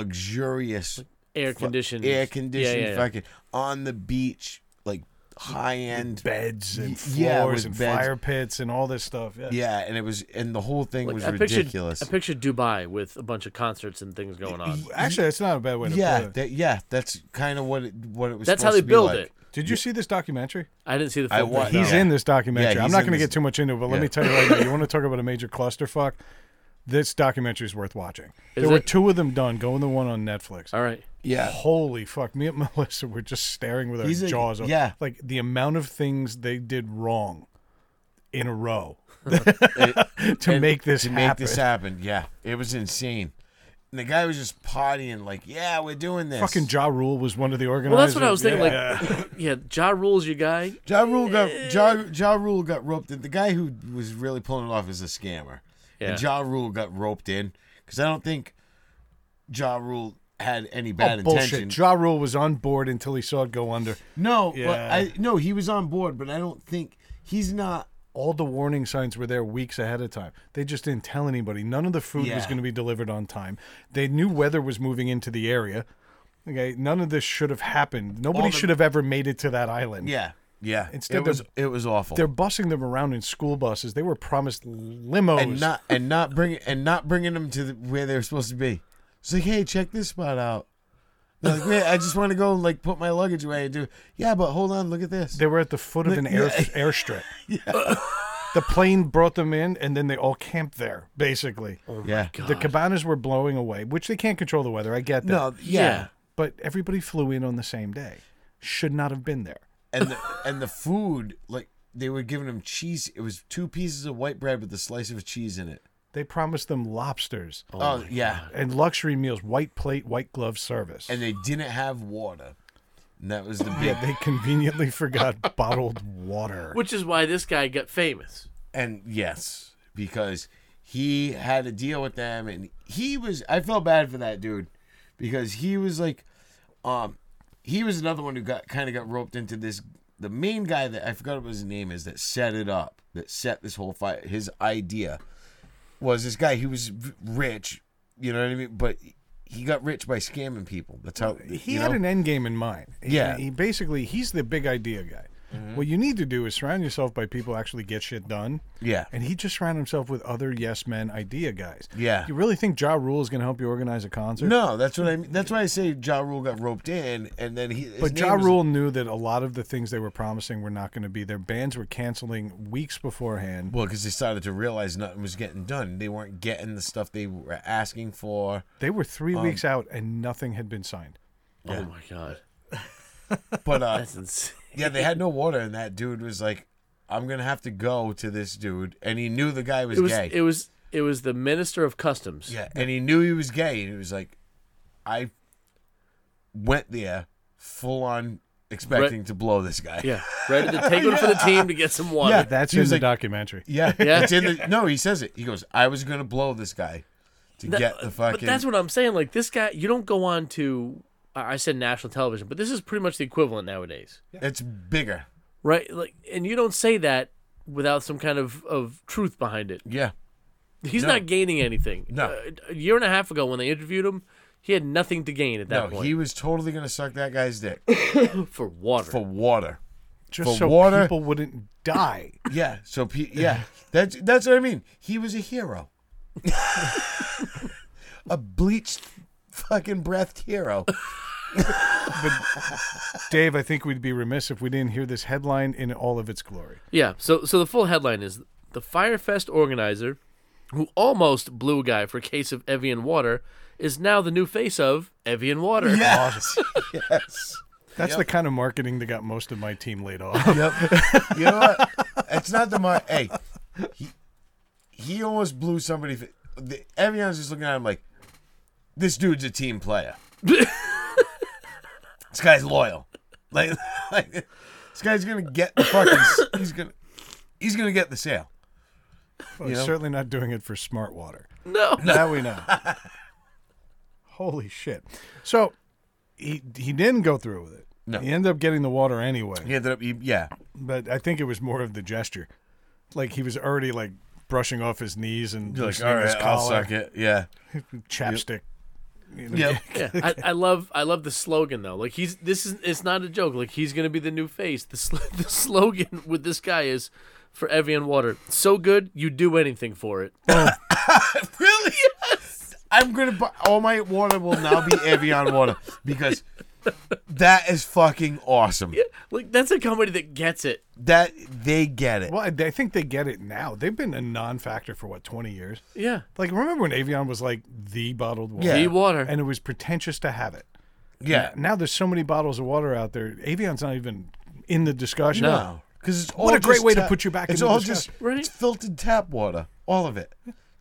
Speaker 4: luxurious
Speaker 3: Air conditioned.
Speaker 4: air
Speaker 3: Yeah,
Speaker 4: conditioned
Speaker 3: yeah, yeah.
Speaker 4: fucking on the beach like high end
Speaker 2: Beds
Speaker 4: Y-
Speaker 2: and
Speaker 4: yeah, it
Speaker 2: floors
Speaker 4: was
Speaker 2: and
Speaker 4: beds.
Speaker 2: fire pits and all this stuff. Yeah.
Speaker 4: yeah and it was and the whole thing
Speaker 3: Like,
Speaker 4: was
Speaker 3: I pictured,
Speaker 4: ridiculous
Speaker 3: I pictured Dubai with a bunch of concerts and things going on.
Speaker 2: Actually, that's not a bad way to
Speaker 4: yeah
Speaker 2: put it.
Speaker 4: that, yeah that's kind of what it, what it was
Speaker 3: That's how
Speaker 4: supposed
Speaker 3: they
Speaker 4: to be
Speaker 3: build
Speaker 4: like.
Speaker 3: it.
Speaker 2: Did you see this documentary?
Speaker 3: I didn't see the.
Speaker 4: I
Speaker 3: Film
Speaker 4: wa-
Speaker 3: thing,
Speaker 2: He's
Speaker 3: no.
Speaker 4: Yeah.
Speaker 2: in this documentary.
Speaker 4: Yeah,
Speaker 2: I'm
Speaker 4: he's
Speaker 2: not
Speaker 4: in
Speaker 2: going to
Speaker 4: this-
Speaker 2: get too much into it, but let
Speaker 4: Yeah.
Speaker 2: me tell you right now. You want to talk about a major clusterfuck? This documentary is worth watching.
Speaker 3: Is
Speaker 2: there were
Speaker 3: it?
Speaker 2: two of them done. Go in the one on Netflix.
Speaker 3: All right.
Speaker 4: yeah
Speaker 2: Holy fuck! Me and Melissa were just staring with our
Speaker 4: He's a-
Speaker 2: jaws open.
Speaker 4: yeah.
Speaker 2: Like the amount of things they did wrong in a row to
Speaker 4: and
Speaker 2: make this
Speaker 4: to
Speaker 2: happen.
Speaker 4: make this happen. Yeah, it was insane. And the guy was just partying, like, "Yeah, we're doing this."
Speaker 2: Fucking Ja Rule was one of the organizers.
Speaker 3: Well, that's what I was thinking.
Speaker 2: Yeah.
Speaker 3: Like, yeah, Ja Rule's your guy.
Speaker 4: Ja Rule got ja, ja Rule got roped in. The guy who was really pulling it off is a scammer.
Speaker 3: Yeah.
Speaker 4: And Ja Rule got roped in because I don't think Ja Rule had any bad
Speaker 2: oh,
Speaker 4: intention.
Speaker 2: bullshit. Ja Rule was on board until he saw it go under.
Speaker 4: No, but
Speaker 2: Yeah.
Speaker 4: I no, he was on board, but I don't think he's not.
Speaker 2: all the warning signs were there weeks ahead of time. They just didn't tell anybody. None of the food was
Speaker 4: Yeah.
Speaker 2: going to be delivered on time. They knew weather was moving into the area. Okay, none of this should have happened. Nobody
Speaker 4: the-
Speaker 2: should have ever made it to that island.
Speaker 4: Yeah, yeah.
Speaker 2: Instead
Speaker 4: it was
Speaker 2: they're-
Speaker 4: it was awful.
Speaker 2: They're bussing them around in school buses. They were promised limos.
Speaker 4: and not and not bringing and not bringing them to the, where they were supposed to be. It's like, hey, check this spot out. They're like, wait, I just want to go like put my luggage away and do. Yeah, but hold on, look at this.
Speaker 2: they were at the foot of an air airstrip. the plane brought them in, and then they all camped there, basically.
Speaker 4: yeah,
Speaker 2: The cabanas were blowing away, which they can't control the weather. I get that.
Speaker 4: no, yeah.
Speaker 3: Yeah.
Speaker 2: But everybody flew in on the same day. Should not have been there.
Speaker 4: And the, and the food, like they were giving them cheese. It was two pieces of white bread with a slice of cheese in it.
Speaker 2: They promised them lobsters
Speaker 4: Oh, yeah,
Speaker 2: and luxury meals, white plate, white glove service.
Speaker 4: and they didn't have water. And that was the big.
Speaker 2: they conveniently forgot bottled water.
Speaker 3: Which is why this guy got famous.
Speaker 4: And yes, because he had to deal with them, and he was. I felt bad for that dude because he was like, um, he was another one who got kind of got roped into this. The main guy that I forgot what his name is that set it up, that set this whole fight. His idea was this guy. He was v- rich, you know what I mean, but. He got rich by scamming people. That's how
Speaker 2: He
Speaker 4: you
Speaker 2: had
Speaker 4: know?
Speaker 2: an end game in mind. He-
Speaker 4: Yeah.
Speaker 2: He basically, he's the big idea guy.
Speaker 4: Mm-hmm.
Speaker 2: What you need to do is surround yourself by people who actually get shit done.
Speaker 4: yeah.
Speaker 2: And he just surrounded himself with other yes men idea guys.
Speaker 4: Yeah.
Speaker 2: You really think Ja Rule is going to help you organize a concert?
Speaker 4: No, that's what I mean. That's why I say Ja Rule got roped in, and then he. his
Speaker 2: But
Speaker 4: name
Speaker 2: Ja
Speaker 4: was-
Speaker 2: Rule knew that a lot of the things they were promising were not going to be there. Bands were canceling weeks beforehand.
Speaker 4: Well, because they started to realize nothing was getting done. They weren't getting the stuff they were asking for.
Speaker 2: They were three weeks out and nothing had been signed.
Speaker 3: Oh my god,
Speaker 4: But uh,
Speaker 3: that's insane.
Speaker 4: yeah, they had no water, and that dude was like, "I'm gonna have to go to this dude," and he knew the guy was,
Speaker 3: It was
Speaker 4: gay.
Speaker 3: it was it was the minister of customs.
Speaker 4: yeah, and he knew he was gay, and he was like, "I went there full on expecting to blow this guy."
Speaker 3: yeah. Ready to take one for the team to get some water.
Speaker 4: Yeah.
Speaker 2: That's
Speaker 4: He
Speaker 2: in
Speaker 4: was
Speaker 2: the
Speaker 4: like-
Speaker 2: documentary.
Speaker 4: yeah,
Speaker 3: Yeah.
Speaker 4: It's in the, no, he says it. He goes, "I was gonna blow this guy to
Speaker 3: That- uh,
Speaker 4: get the
Speaker 3: but
Speaker 4: fucking."
Speaker 3: that's what I'm saying. Like this guy, you don't go on to. I I said national television, but this is pretty much the equivalent nowadays.
Speaker 4: it's bigger.
Speaker 3: right like and you don't say that without some kind of of truth behind it
Speaker 4: Yeah.
Speaker 3: he's
Speaker 4: No.
Speaker 3: not gaining anything
Speaker 4: No.
Speaker 3: Uh, a year and a half ago when they interviewed him he had nothing to gain at
Speaker 4: No,
Speaker 3: that point
Speaker 4: he was totally gonna suck that guy's dick
Speaker 3: for water
Speaker 4: for water.
Speaker 2: Just
Speaker 4: For
Speaker 2: so
Speaker 4: water-
Speaker 2: people wouldn't die.
Speaker 4: Yeah. So pe- yeah, that's that's what I mean. He was a hero, a bleached, fucking breathed hero.
Speaker 2: Dave, I think we'd be remiss if we didn't hear this headline in all of its glory.
Speaker 3: yeah so so the full headline is the firefest organizer who almost blew a guy for a case of evian water is now the new face of evian water
Speaker 4: Yes. yes.
Speaker 2: That's the kind of marketing that got most of my team laid off.
Speaker 4: Yep. You know what? It's not the mar. Hey, he, he almost blew somebody. f- The, everyone's just looking at him like, this dude's a team player. this guy's loyal. Like, like, this guy's gonna get the fucking. s- He's gonna. He's gonna get the sale.
Speaker 2: Well, Certainly not doing it for smart water.
Speaker 3: no
Speaker 2: Now we know. Holy shit. So he he didn't go through with it.
Speaker 4: No.
Speaker 2: He ended up getting the water anyway.
Speaker 4: He ended up. He, yeah.
Speaker 2: But I think it was more of the gesture. Like he was already like brushing off his knees and
Speaker 4: You're like,
Speaker 2: loosening
Speaker 4: all
Speaker 2: his
Speaker 4: right, I'll
Speaker 2: collar.
Speaker 4: suck it. Yeah.
Speaker 2: Chapstick. You know?
Speaker 4: Yep.
Speaker 3: Yeah, I, I love I love the slogan though. Like he's this is it's not a joke. Like he's gonna be the new face. The sl- the slogan with this guy is for Evian water. So good you do anything for it.
Speaker 4: Really? I'm gonna buy all my water will now be Evian water because that is fucking awesome.
Speaker 3: Like that's a company that gets it.
Speaker 4: That they get it.
Speaker 2: Well, I, I think they get it now. They've been a non-factor for what twenty years. E,
Speaker 3: Yeah,
Speaker 2: Like remember when Avion was like the bottled water,
Speaker 4: Yeah.
Speaker 3: the water.
Speaker 2: and it was pretentious to have it.
Speaker 4: Yeah.
Speaker 2: Now there's so many bottles of water out there. Avion's not even in the discussion.
Speaker 4: No, because it's all
Speaker 2: What a great
Speaker 4: just
Speaker 2: way to
Speaker 4: tap-
Speaker 2: put you back
Speaker 4: It's
Speaker 2: into
Speaker 4: all
Speaker 2: the
Speaker 4: just
Speaker 2: discussion.
Speaker 3: Right.
Speaker 4: it's filtered tap water, all of it.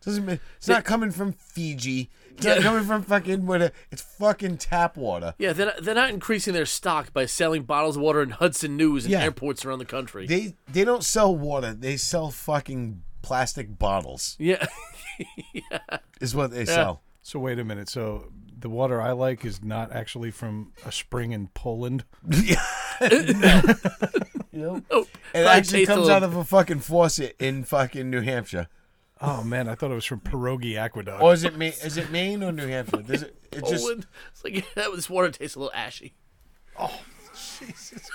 Speaker 4: Doesn't ma- it's not coming from Fiji. It's not coming from fucking whatever. It's fucking tap water.
Speaker 3: yeah, they're not, they're not increasing their stock by selling bottles of water in Hudson News and
Speaker 4: Yeah.
Speaker 3: airports around the country.
Speaker 4: They they don't sell water. They sell fucking plastic bottles.
Speaker 3: yeah,
Speaker 4: Is what they sell.
Speaker 2: So wait a minute. So the water I like is not actually from a spring in Poland.
Speaker 3: oh,
Speaker 4: It
Speaker 3: probably
Speaker 4: actually
Speaker 3: tastes a
Speaker 4: comes
Speaker 3: little-
Speaker 4: out of a fucking faucet in fucking New Hampshire.
Speaker 2: Oh man, I thought it was from Pierogi Aqueduct.
Speaker 4: Or is it Maine? Is it Maine or New Hampshire? Does it? It just
Speaker 3: Poland. It's like that. This water tastes a little ashy. Oh, Jesus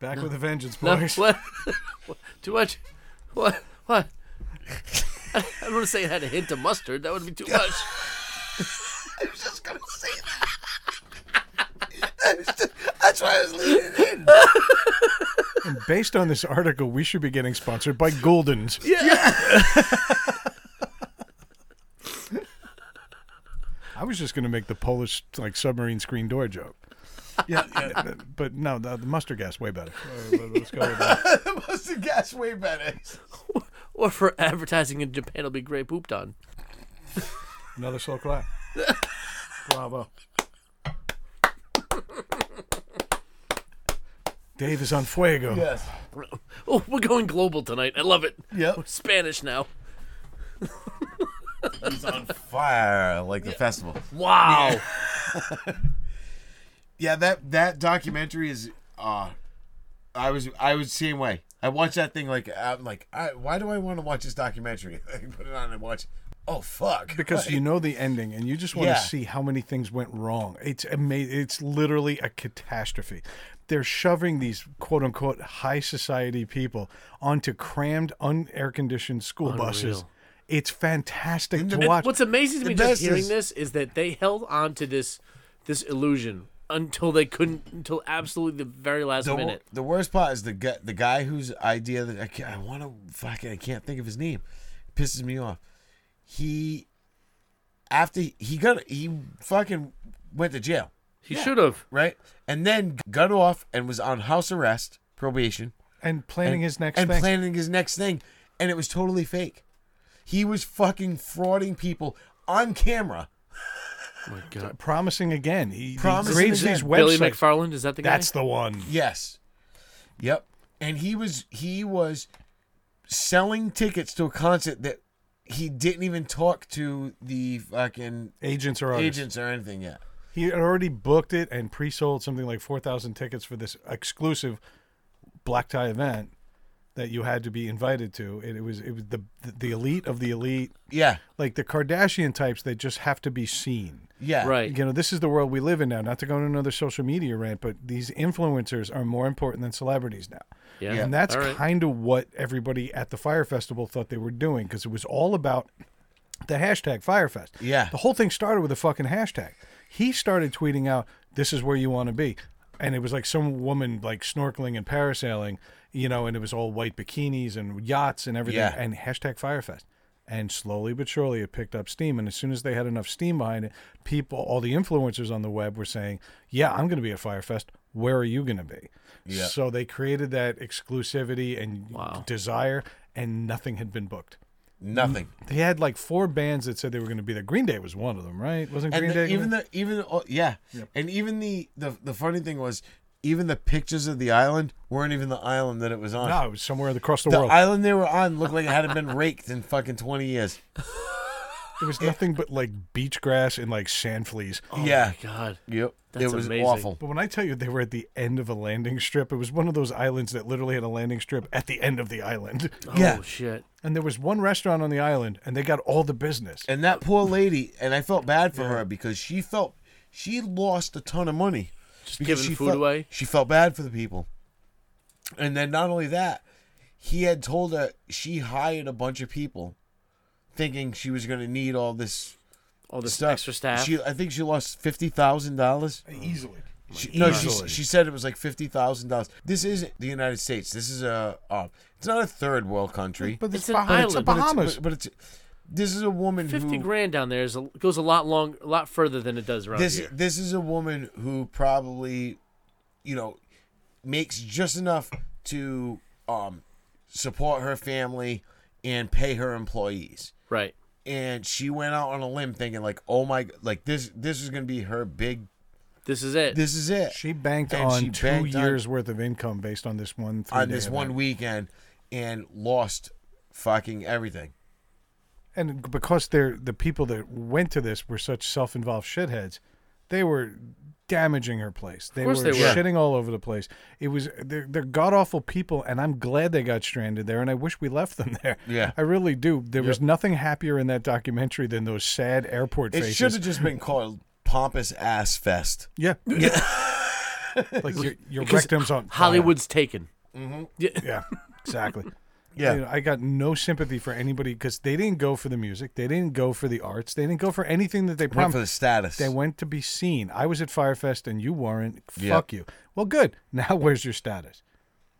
Speaker 2: Back with a vengeance, boys.
Speaker 3: Christ! what? Too much. What? What? I don't want to say it had a hint of mustard. That would be too much.
Speaker 4: just gonna say that. That's why I was leaning in.
Speaker 2: Based on this article, we should be getting sponsored by Goldens. I was just going to make the Polish like submarine screen door joke. Yeah, but no, the, the mustard gas way better. All right, let's go with that.
Speaker 4: the mustard gas way better.
Speaker 3: Or for advertising in Japan, it'll be Grey Pooped on.
Speaker 2: Another slow clap. Bravo. Dave is on fuego.
Speaker 4: Yes.
Speaker 3: Oh, we're going global tonight. I love it.
Speaker 4: Yep.
Speaker 3: Spanish now.
Speaker 4: He's on fire like the festival.
Speaker 3: Wow.
Speaker 4: Yeah, that that documentary is. Uh, I was I was the same way. I watched that thing like I'm like, I, why do I want to watch this documentary? I put it on and watch. Oh fuck!
Speaker 2: Because you know the ending, and you just want
Speaker 4: Yeah.
Speaker 2: to see how many things went wrong. It's ama- It's literally a catastrophe. They're shoving these quote unquote high society people onto crammed, unair conditioned school buses.
Speaker 3: Unreal.
Speaker 2: It's fantastic to
Speaker 3: And
Speaker 2: watch.
Speaker 3: What's amazing to me
Speaker 4: best
Speaker 3: just hearing
Speaker 4: is-
Speaker 3: this is that they held on to this this illusion until they couldn't until absolutely the very last
Speaker 4: the,
Speaker 3: minute.
Speaker 4: the worst part is the guy, the guy whose idea that I, can't- I want to fucking I can't think of his name pisses me off. He after he got he fucking went to jail,
Speaker 3: He should have.
Speaker 4: right? And then got off and was on house arrest, probation,
Speaker 2: and planning his next
Speaker 4: and
Speaker 2: thing.
Speaker 4: planning his next thing, and it was totally fake. He was fucking frauding people on camera.
Speaker 3: Oh my God.
Speaker 2: promising again. He,
Speaker 4: Promising
Speaker 2: he grades
Speaker 4: again.
Speaker 2: these
Speaker 3: Billy
Speaker 2: websites.
Speaker 3: McFarland is that the guy?
Speaker 2: That's the one.
Speaker 4: Yes. Yep. And he was he was selling tickets to a concert that he didn't even talk to the fucking
Speaker 2: Agents are artists.
Speaker 4: agents or anything yet.
Speaker 2: He had already booked it and pre-sold something like four thousand tickets for this exclusive black tie event that you had to be invited to. And it was it was the the elite of the elite,
Speaker 4: Yeah.
Speaker 2: like the Kardashian types that just have to be seen.
Speaker 4: Yeah.
Speaker 3: right.
Speaker 2: You know, this is the world we live in now. Not to go on another social media rant, but these influencers are more important than celebrities now.
Speaker 3: Yeah.
Speaker 2: And that's
Speaker 3: All right.
Speaker 2: kind of what everybody at the Fire Festival thought they were doing because it was all about the hashtag Firefest.
Speaker 4: Yeah.
Speaker 2: The whole thing started with a fucking hashtag. He started tweeting out, this is where you want to be. And it was like some woman like snorkeling and parasailing, you know, and it was all white bikinis and yachts and everything
Speaker 4: Yeah.
Speaker 2: and hashtag Firefest. And slowly but surely it picked up steam. And as soon as they had enough steam behind it, people, all the influencers on the web were saying, Yeah, I'm going to be at Firefest. Where are you going to be?
Speaker 4: Yeah.
Speaker 2: So they created that exclusivity and
Speaker 3: Wow.
Speaker 2: desire, and nothing had been booked.
Speaker 4: Nothing.
Speaker 2: They had like four bands that said they were going to be there. Green Day was one of them, right? Wasn't Green
Speaker 4: And the,
Speaker 2: Day?
Speaker 4: even the even the, oh, yeah. And even the, the the funny thing was even the pictures of the island weren't even the island that it was on.
Speaker 2: no, it was somewhere across the,
Speaker 4: the
Speaker 2: world.
Speaker 4: island they were on looked like it hadn't been raked in fucking 20 years.
Speaker 2: It was nothing but like beach grass and like sand fleas.
Speaker 4: yeah.
Speaker 3: Oh, God.
Speaker 4: Yep.
Speaker 3: That's
Speaker 4: it was
Speaker 3: amazing.
Speaker 4: awful.
Speaker 2: But when I tell you they were at the end of a landing strip, it was one of those islands that literally had a landing strip at the end of the island.
Speaker 3: Oh
Speaker 4: Yeah.
Speaker 3: shit.
Speaker 2: And there was one restaurant on the island and they got all the business.
Speaker 4: And that poor lady, and I felt bad for her because she felt she lost a ton of money. Just
Speaker 3: giving food away?
Speaker 4: She felt bad for the people. And then not only that, he had told her she hired a bunch of people thinking she was going to need all this
Speaker 3: All this
Speaker 4: stuff.
Speaker 3: extra staff.
Speaker 4: She, I think she lost fifty thousand dollars.
Speaker 2: Easily.
Speaker 4: She- no, she, she said it was like fifty thousand dollars. This isn't the United States. This is a uh, it's not a third world country,
Speaker 2: But it's,
Speaker 3: It's an
Speaker 2: Bah- it's the
Speaker 3: island, but
Speaker 4: it's-
Speaker 2: Bahamas.
Speaker 4: But, but it's this is a woman
Speaker 3: Fifty
Speaker 4: who
Speaker 3: grand down there is a, goes a lot long, a lot further than it does around
Speaker 4: this
Speaker 3: here.
Speaker 4: this is a woman who probably, you know, makes just enough to um support her family and pay her employees.
Speaker 3: Right.
Speaker 4: And she went out on a limb thinking like, oh my, like this this is gonna be her big.
Speaker 3: This is it.
Speaker 4: This is it.
Speaker 2: she banked
Speaker 4: And
Speaker 2: on
Speaker 4: she
Speaker 2: two
Speaker 4: banked on-
Speaker 2: years worth of income based on this one three
Speaker 4: on
Speaker 2: day
Speaker 4: this
Speaker 2: event.
Speaker 4: one weekend and lost fucking everything.
Speaker 2: and because they're the people that went to this were such self-involved shitheads, they were damaging her place. They were
Speaker 3: course they were.
Speaker 2: shitting all over the place. It was they're, they're god awful people, and I'm glad they got stranded there. And I wish we left them there.
Speaker 4: Yeah.
Speaker 2: I really do. There was nothing happier in that documentary than those sad airport
Speaker 4: It should
Speaker 2: faces.
Speaker 4: have just been called Pompous Ass Fest.
Speaker 2: Yeah, yeah. like your, your rectum's on fire.
Speaker 3: Hollywood's taken.
Speaker 2: Yeah, exactly.
Speaker 4: Yeah.
Speaker 2: You know, I got no sympathy for anybody because they didn't go for the music, they didn't go for the arts, they didn't go for anything that they
Speaker 4: Went for
Speaker 2: promised.
Speaker 4: the status.
Speaker 2: They went to be seen. I was at Firefest and you weren't.
Speaker 4: Yeah.
Speaker 2: Fuck you. Well, good. Now where's your status?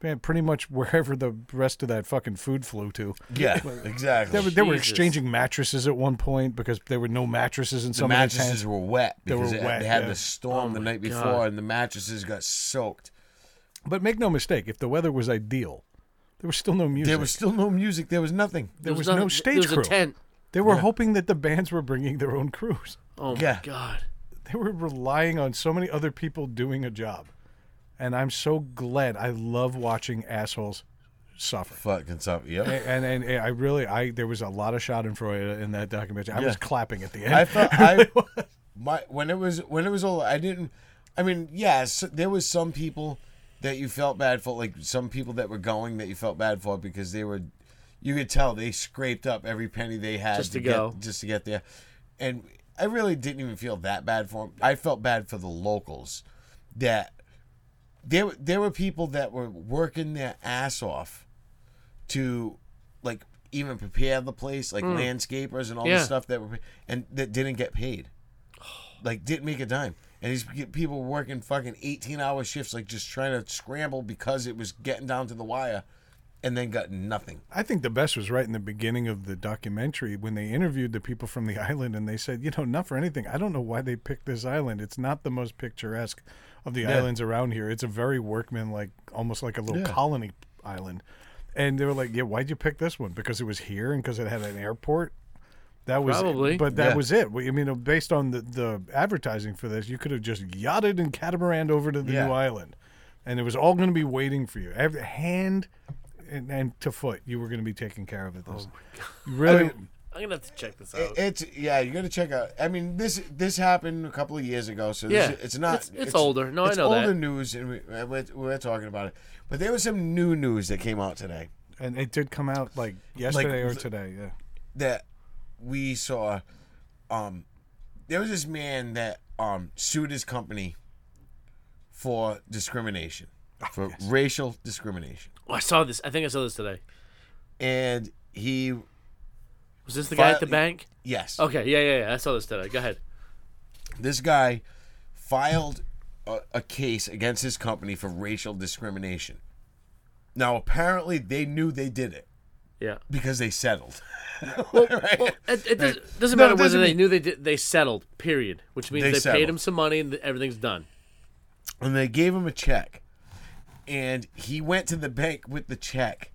Speaker 2: Man, pretty much wherever the rest of that fucking food flew to.
Speaker 4: yeah,
Speaker 2: They were,
Speaker 4: exactly.
Speaker 2: they were
Speaker 3: Jesus.
Speaker 2: exchanging mattresses at one point because there were no mattresses in
Speaker 4: The
Speaker 2: some of the
Speaker 4: mattresses
Speaker 2: tents.
Speaker 4: were wet
Speaker 2: They were
Speaker 4: because it-
Speaker 2: wet,
Speaker 4: they had
Speaker 2: yeah.
Speaker 4: the storm the night before
Speaker 3: Oh God.
Speaker 4: and the mattresses got soaked.
Speaker 2: But make no mistake, if the weather was ideal, there was still no music.
Speaker 4: There was still no music. There was nothing.
Speaker 2: There was,
Speaker 3: nothing-
Speaker 2: no stage
Speaker 3: There was
Speaker 2: crew.
Speaker 3: a tent.
Speaker 2: They were hoping that the bands were bringing their own crews.
Speaker 3: Oh my
Speaker 4: Yeah.
Speaker 3: god.
Speaker 2: They were relying on so many other people doing a job. And I'm so glad. I love watching assholes suffer.
Speaker 4: Fucking stuff. Yep.
Speaker 2: and, and and I really I there was a lot of Schadenfreude in that documentary. I was clapping at the end.
Speaker 4: I felt I my when it was when it was all I didn't. I mean, yes, there was some people that you felt bad for, like some people that were going that you felt bad for because they were, you could tell they scraped up every penny they had
Speaker 3: Just to
Speaker 4: get-
Speaker 3: go.
Speaker 4: just to get there, and I really didn't even feel that bad for them. I felt bad for the locals that there were- there were people that were working their ass off to like even prepare the place like landscapers and all
Speaker 3: Hmm. Yeah.
Speaker 4: this stuff that were and that didn't get paid like didn't make a dime and these pe- people were working fucking 18 hour shifts like just trying to scramble because it was getting down to the wire and then got nothing
Speaker 2: I think the best was right in the beginning of the documentary when they interviewed the people from the island and they said, you know, not for anything. I don't know why they picked this island. It's not the most picturesque of the islands around here. It's a very workman like almost like a little colony island. And they were like, yeah, why'd you pick this one? Because it was here and because it had an airport. That was
Speaker 3: Probably.
Speaker 2: but that
Speaker 4: Yeah.
Speaker 2: was it. We- I mean, based on the, the advertising for this, you could have just yachted and catamaraned over to the
Speaker 4: Yeah.
Speaker 2: new island, and it was all going to be waiting for you, Every, hand and, and to foot. You were going to be taken care of at
Speaker 4: Oh
Speaker 2: this. You really,
Speaker 3: I'm gonna have to check this
Speaker 4: It-
Speaker 3: out.
Speaker 4: it's yeah you gotta check out i mean this this happened a couple of years ago so
Speaker 3: Yeah.
Speaker 4: this, it's not
Speaker 3: It's- it's older. No, I know that.
Speaker 4: older news and we, we're, we're talking about it but there was some new news that came out today
Speaker 2: and it did come out like yesterday or
Speaker 4: the-
Speaker 2: today. Yeah,
Speaker 4: that we saw um there was this man that um sued his company for discrimination for racial discrimination
Speaker 3: Oh, I saw this. I think I saw this today.
Speaker 4: and he
Speaker 3: Was this the guy at the
Speaker 4: Fi-
Speaker 3: bank?
Speaker 4: yes
Speaker 3: Okay. Yeah, yeah, yeah. I saw this today. Go ahead.
Speaker 4: this guy filed a, a case against his company for racial discrimination now apparently they knew they did it
Speaker 3: Yeah.
Speaker 4: because they settled Right?
Speaker 3: It, it does, doesn't
Speaker 4: No,
Speaker 3: matter whether
Speaker 4: it doesn't
Speaker 3: they
Speaker 4: mean-
Speaker 3: knew they did, they settled. Period. Which means
Speaker 4: They
Speaker 3: they, paid
Speaker 4: settled.
Speaker 3: him some money and th- everything's done.
Speaker 4: and they gave him a check and he went to the bank with the check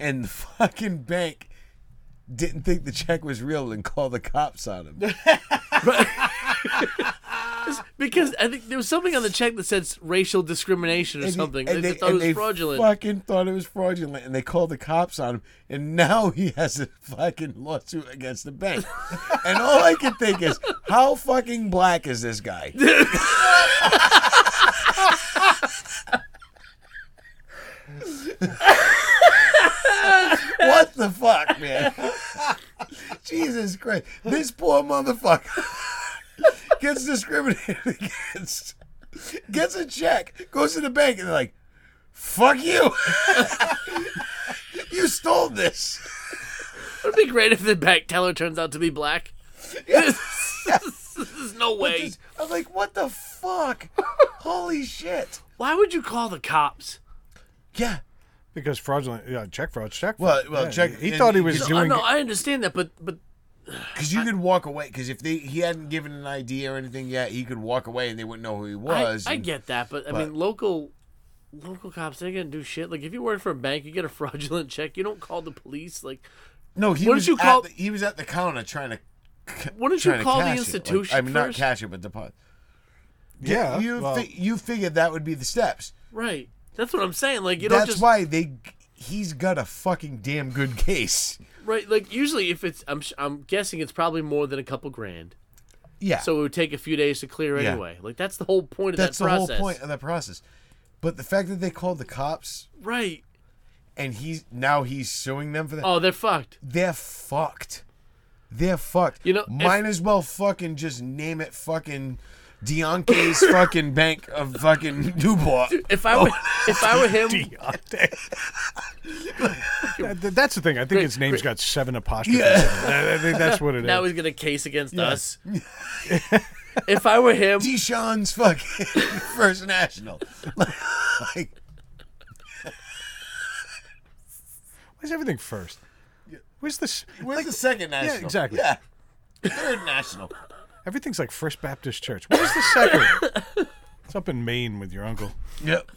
Speaker 4: and the fucking bank didn't think the check was real and called the cops on him
Speaker 3: because I think there was something on the check that said racial discrimination or something.
Speaker 4: and
Speaker 3: they,
Speaker 4: they-
Speaker 3: thought
Speaker 4: and
Speaker 3: it was
Speaker 4: they
Speaker 3: fraudulent.
Speaker 4: Fucking thought it was fraudulent, and they called the cops on him. And now he has a fucking lawsuit against the bank. and all I can think is, how fucking black is this guy? what the fuck, man? Jesus Christ! This poor motherfucker gets discriminated against. Gets a check, goes to the bank, and they're like, Fuck you! you stole this.
Speaker 3: It'd be great if the bank teller turns out to be black. There's no way.
Speaker 4: Just- I was like, what the fuck? Holy shit!
Speaker 3: Why would you call the cops?
Speaker 4: Yeah.
Speaker 2: because fraudulent, yeah, check fraud, check.
Speaker 4: Well,
Speaker 2: fraud.
Speaker 4: well,
Speaker 2: Yeah,
Speaker 4: check-
Speaker 2: He
Speaker 4: and
Speaker 2: thought he
Speaker 4: you
Speaker 2: was
Speaker 4: know,
Speaker 3: I
Speaker 2: doing.
Speaker 3: know, I understand that, but but
Speaker 4: Because you could walk away. Because if they he hadn't given an idea or anything yet, he could walk away and they wouldn't know who he
Speaker 3: I,
Speaker 4: was.
Speaker 3: I
Speaker 4: and-
Speaker 3: get that. But I mean, local local cops they're gonna do shit. Like if you work for a bank, you get a fraudulent check. You don't call the police. Like
Speaker 4: no, he
Speaker 3: What did
Speaker 4: was
Speaker 3: you
Speaker 4: at
Speaker 3: call-
Speaker 4: the- he was at the counter trying to.
Speaker 3: What did you
Speaker 4: trying to
Speaker 3: call the
Speaker 4: cash it. Like,
Speaker 3: institution
Speaker 4: I mean, not
Speaker 3: first?
Speaker 4: cash it, but deposit.
Speaker 2: yeah,
Speaker 4: you
Speaker 2: well,
Speaker 4: fi- you figured that would be the steps.
Speaker 3: right. That's what I'm saying. Like you don't
Speaker 4: That's
Speaker 3: just
Speaker 4: why they. He's got a fucking damn good case.
Speaker 3: right. Like usually, if it's I'm sh- I'm guessing it's probably more than a couple grand.
Speaker 4: Yeah.
Speaker 3: So it would take a few days to clear
Speaker 4: Yeah.
Speaker 3: anyway. Like that's the whole point of
Speaker 4: that's
Speaker 3: that
Speaker 4: the
Speaker 3: process.
Speaker 4: whole point of that process. But the fact that they called the cops
Speaker 3: Right.
Speaker 4: and he's now he's suing them for that,
Speaker 3: Oh, they're fucked.
Speaker 4: they're fucked. They're fucked.
Speaker 3: You know,
Speaker 4: might as well fucking just name it fucking Deonke's fucking bank of fucking Newport.
Speaker 3: If
Speaker 4: Oh,
Speaker 3: I were if I were him,
Speaker 2: That- that's the thing. I think his name's got seven apostrophes.
Speaker 4: Yeah.
Speaker 2: in it. I- I think that's what it is.
Speaker 3: now he's gonna case against us. if I were him,
Speaker 4: Deshaun's fucking First National. Like, like,
Speaker 2: Why is everything first? Where's this? Where's
Speaker 4: like the
Speaker 2: the,
Speaker 4: Second National.
Speaker 2: exactly.
Speaker 4: Yeah. Third National.
Speaker 2: everything's like First Baptist Church. Where's the second? one? it's up in Maine with your uncle.
Speaker 4: Yep.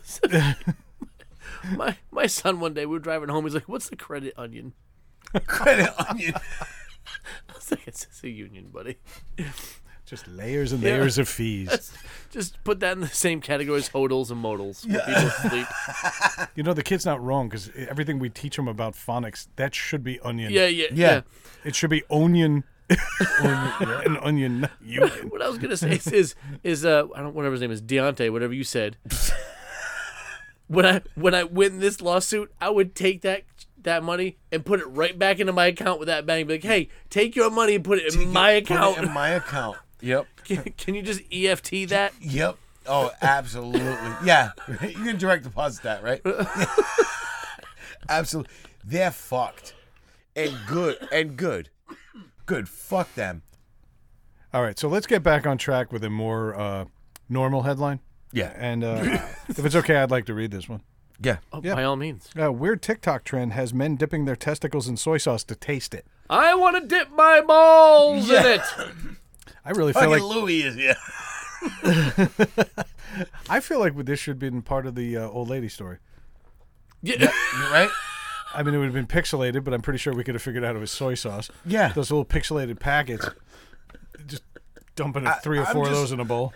Speaker 3: my my son one day we were driving home. He's like, "What's the credit onion?"
Speaker 4: Credit onion.
Speaker 3: I was like, "It's, it's a union, buddy.
Speaker 2: Just layers and layers of fees.
Speaker 3: Just put that in the same category as hodls and modals. where people sleep.
Speaker 2: You know the kid's not wrong because everything we teach him about phonics that should be onion.
Speaker 3: Yeah, yeah, yeah,
Speaker 4: Yeah.
Speaker 2: It should be onion. An onion, not union.
Speaker 3: What I was gonna say is is, is uh I don't whatever his name is Deontay whatever you said. when I when I win this lawsuit, I would take that that money and put it right back into my account with that bank. Be like, hey, take your money and put it in my
Speaker 4: Put it
Speaker 3: account.
Speaker 4: In my account. Yep.
Speaker 3: can, can you just EFT that?
Speaker 4: Yep. Oh, absolutely. yeah. You can direct deposit that, right? absolutely. They're fucked. And good. And good. Good. Fuck them.
Speaker 2: All right, so let's get back on track with a more uh, normal headline.
Speaker 4: Yeah.
Speaker 2: And uh, if it's okay, I'd like to read this one.
Speaker 4: Yeah.
Speaker 3: Oh, By all means.
Speaker 2: A weird TikTok trend has men dipping their testicles in soy sauce to taste it.
Speaker 3: I want to dip my balls in it.
Speaker 2: I really feel
Speaker 4: Fucking
Speaker 2: like
Speaker 4: Louis is yeah.
Speaker 2: I feel like this should have been part of the uh, old lady story.
Speaker 3: Yeah.
Speaker 4: Right?
Speaker 2: I mean, it would have been pixelated, but I'm pretty sure we could have figured out it was soy sauce.
Speaker 4: Yeah.
Speaker 2: those little pixelated packets, just dumping a- three or
Speaker 4: I'm
Speaker 2: four of
Speaker 4: just-
Speaker 2: those in a bowl.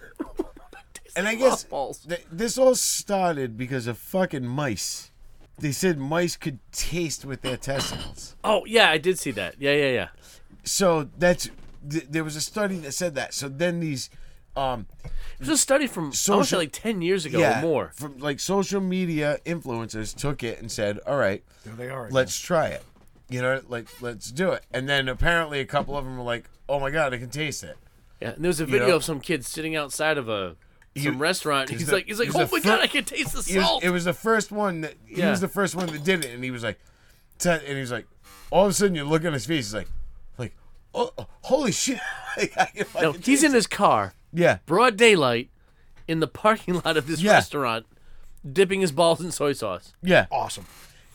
Speaker 4: And I guess
Speaker 3: Balls.
Speaker 4: th- this all started because of fucking mice. They said mice could taste with their testicles.
Speaker 3: Oh yeah, I did see that. Yeah, yeah, yeah.
Speaker 4: So that's th- there was a study that said that. So then these um
Speaker 3: It was a study from I want to say
Speaker 4: Social-
Speaker 3: like ten years ago
Speaker 4: yeah,
Speaker 3: or more.
Speaker 4: from like social media influencers took it and said, "All right,
Speaker 2: There they are. again.
Speaker 4: let's try it. You know, like let's do it. And then apparently a couple of them were like, "Oh my god, I can taste it."
Speaker 3: Yeah, and there was a video of some kid sitting outside of a some
Speaker 4: You-
Speaker 3: restaurant.
Speaker 4: he's
Speaker 3: He's
Speaker 4: the-
Speaker 3: like, he's like,
Speaker 4: he's
Speaker 3: oh
Speaker 4: the
Speaker 3: my
Speaker 4: fir-
Speaker 3: god, I can taste the
Speaker 4: He was-
Speaker 3: salt.
Speaker 4: it was the first one that he
Speaker 3: Yeah.
Speaker 4: was the first one that did it, and he was like, t- and he was like, all of a sudden you look at his face, he's like, like, oh, oh, holy shit! Like, I can
Speaker 3: no,
Speaker 4: fucking
Speaker 3: he's
Speaker 4: taste
Speaker 3: in his car,
Speaker 4: it. yeah,
Speaker 3: broad daylight, in the parking lot of this
Speaker 4: Yeah.
Speaker 3: restaurant, dipping his balls in soy sauce.
Speaker 4: yeah.
Speaker 2: awesome.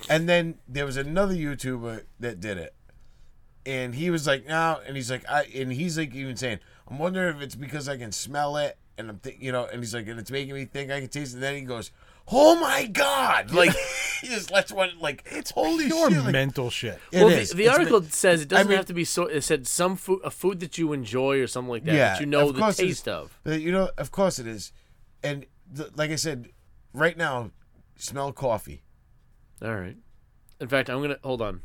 Speaker 4: And then there was another YouTuber that did it. And he was like, no, and he's like, I, and he's like, even saying, I'm wondering if it's because I can smell it, and I'm, th- you know, and he's like, and it's making me think I can taste it. And then he goes, oh my god, like, he just lets one like it's holy
Speaker 2: Pure
Speaker 4: shit. like-
Speaker 2: mental shit.
Speaker 4: It
Speaker 3: well, the,
Speaker 4: is.
Speaker 3: the
Speaker 4: It's
Speaker 3: article says it doesn't
Speaker 4: mean-
Speaker 3: have to be so. It said some food, a food that you enjoy or something like that, that you know
Speaker 4: of
Speaker 3: the
Speaker 4: course it is.
Speaker 3: taste of.
Speaker 4: Uh, You know, of course it is. And th- like I said, right now, smell coffee.
Speaker 3: All right. In fact, I'm gonna hold on.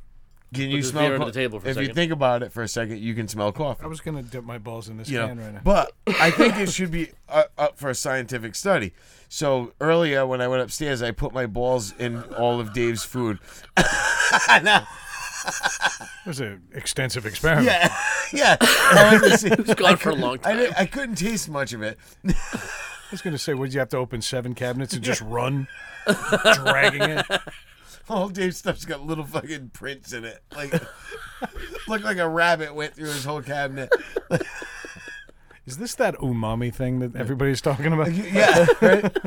Speaker 4: Can
Speaker 3: Put
Speaker 4: you
Speaker 3: this
Speaker 4: smell
Speaker 3: beer
Speaker 4: co-
Speaker 3: under the table for a
Speaker 4: If you
Speaker 3: second.
Speaker 4: think about it for a second, you can smell coffee.
Speaker 2: I was gonna dip my balls in this
Speaker 4: you know,
Speaker 2: can right now.
Speaker 4: but I think it should be uh, up for a scientific study. So earlier when I went upstairs, I put my balls in all of Dave's food. Now-
Speaker 2: It was an extensive experiment.
Speaker 4: yeah, yeah. I wanted to see-
Speaker 3: It's gone for a long
Speaker 4: I,
Speaker 3: time.
Speaker 4: didn't, I couldn't taste much of it.
Speaker 2: I was gonna say, would you have to open seven cabinets and just run, dragging it?
Speaker 4: All Dave's stuff's got little fucking prints in it. Like, looked like a rabbit went through his whole cabinet.
Speaker 2: Is this that umami thing that everybody's talking about?
Speaker 4: Yeah, right.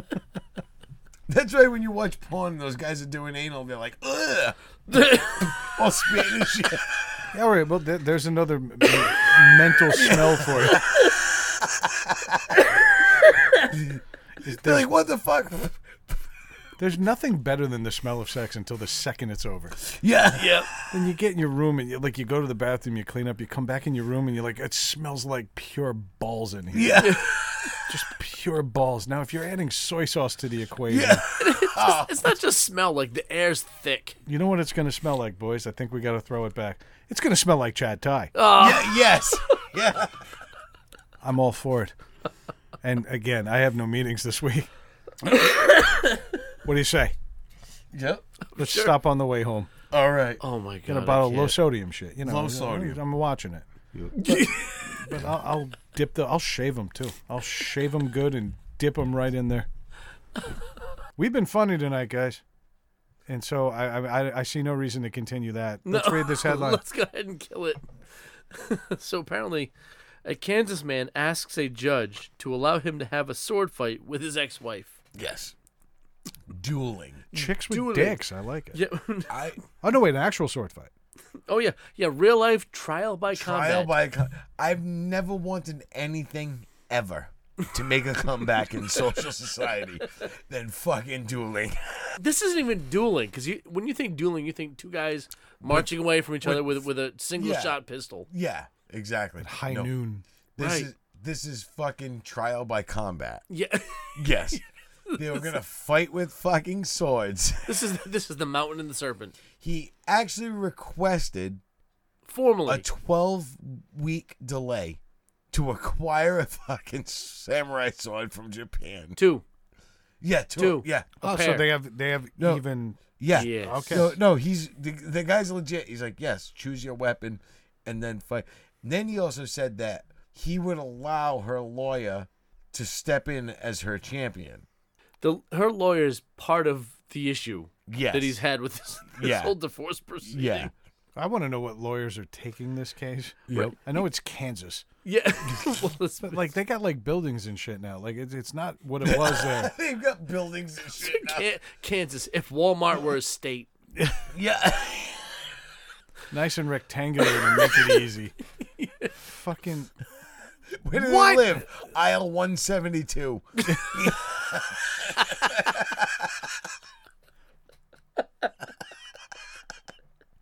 Speaker 4: That's why when you watch porn, those guys are doing anal. They're like, ugh, all Spanish. shit.
Speaker 2: Yeah, All right, well, there, there's another m- m- mental smell for you. Is
Speaker 4: They're
Speaker 2: there-
Speaker 4: like, what the fuck?
Speaker 2: there's nothing better than the smell of sex until the second it's over.
Speaker 4: Yeah,
Speaker 3: Yep.
Speaker 2: Then you get in your room and you like you go to the bathroom, you clean up, you come back in your room and you're like, it smells like pure balls in here,
Speaker 4: yeah,
Speaker 2: just pure balls. Now, if you're adding soy sauce to the equation,
Speaker 4: yeah.
Speaker 3: It's not just smell. Like the air's thick.
Speaker 2: you know what it's gonna smell like, boys. I think we got to throw it back. It's gonna smell like chad thai.
Speaker 4: yeah yes. Yeah.
Speaker 2: I'm all for it. And again, I have no meetings this week. what do you say?
Speaker 4: Yep.
Speaker 2: Let's stop on the way home.
Speaker 4: All right.
Speaker 3: Oh my god.
Speaker 2: Get a
Speaker 3: I
Speaker 2: bottle of low
Speaker 3: can't.
Speaker 2: sodium shit. You know,
Speaker 4: Low sodium.
Speaker 2: I'm watching it. But, but I'll, I'll dip the. I'll shave them too. I'll shave them good and dip them right in there. We've been funny tonight, guys. And so I, I, I- I see no reason to continue that. Let's read this headline.
Speaker 3: Let's go ahead and kill it. so apparently, a Kansas man asks a judge to allow him to have a sword fight with his ex-wife.
Speaker 4: Yes. Dueling.
Speaker 2: Chicks
Speaker 3: Do
Speaker 2: with
Speaker 3: it.
Speaker 2: dicks. I like it.
Speaker 3: Yeah.
Speaker 4: I
Speaker 2: Oh no, wait, an actual sword fight.
Speaker 3: oh yeah, yeah. Real life trial by
Speaker 4: trial
Speaker 3: combat.
Speaker 4: by. co- I've never wanted anything ever to make a comeback in social society than fucking dueling.
Speaker 3: This isn't even dueling because you when you think dueling, you think two guys marching away from each other with with a single
Speaker 4: yeah.
Speaker 3: shot pistol.
Speaker 4: Yeah, exactly.
Speaker 2: High
Speaker 4: No.
Speaker 2: noon.
Speaker 4: This
Speaker 3: Right.
Speaker 4: is this is fucking trial by combat.
Speaker 3: Yeah.
Speaker 4: Yes. they were gonna fight with fucking swords.
Speaker 3: This is this is the mountain and the serpent.
Speaker 4: He actually requested a
Speaker 3: Formally,
Speaker 4: twelve week delay to acquire a fucking samurai sword from Japan.
Speaker 3: two.
Speaker 4: Yeah, two.
Speaker 3: Two.
Speaker 4: Yeah.
Speaker 3: A
Speaker 2: Oh, so
Speaker 3: pair.
Speaker 2: they have they have
Speaker 4: No.
Speaker 2: even
Speaker 4: Yeah.
Speaker 3: Yes.
Speaker 2: Okay.
Speaker 4: No, no, he's the, the guy's legit. He's like, yes, choose your weapon, and then fight. Then he also said that he would allow her lawyer to step in as her champion.
Speaker 3: The her lawyer's part of the issue
Speaker 4: Yes.
Speaker 3: that he's had with this, this
Speaker 4: Yeah.
Speaker 3: whole divorce proceeding.
Speaker 4: Yeah.
Speaker 2: I want to know what lawyers are taking this case.
Speaker 4: Yep.
Speaker 2: I know it's Kansas,
Speaker 3: Yeah. well, it's-
Speaker 2: but like they got like buildings and shit now. Like it's it's not what it was there.
Speaker 4: They've got buildings and shit. now.
Speaker 3: Kan- Kansas. If Walmart were a state,
Speaker 4: Yeah.
Speaker 2: nice and rectangular to make it easy. Fucking
Speaker 4: Where do
Speaker 2: What?
Speaker 4: they live? Aisle 172.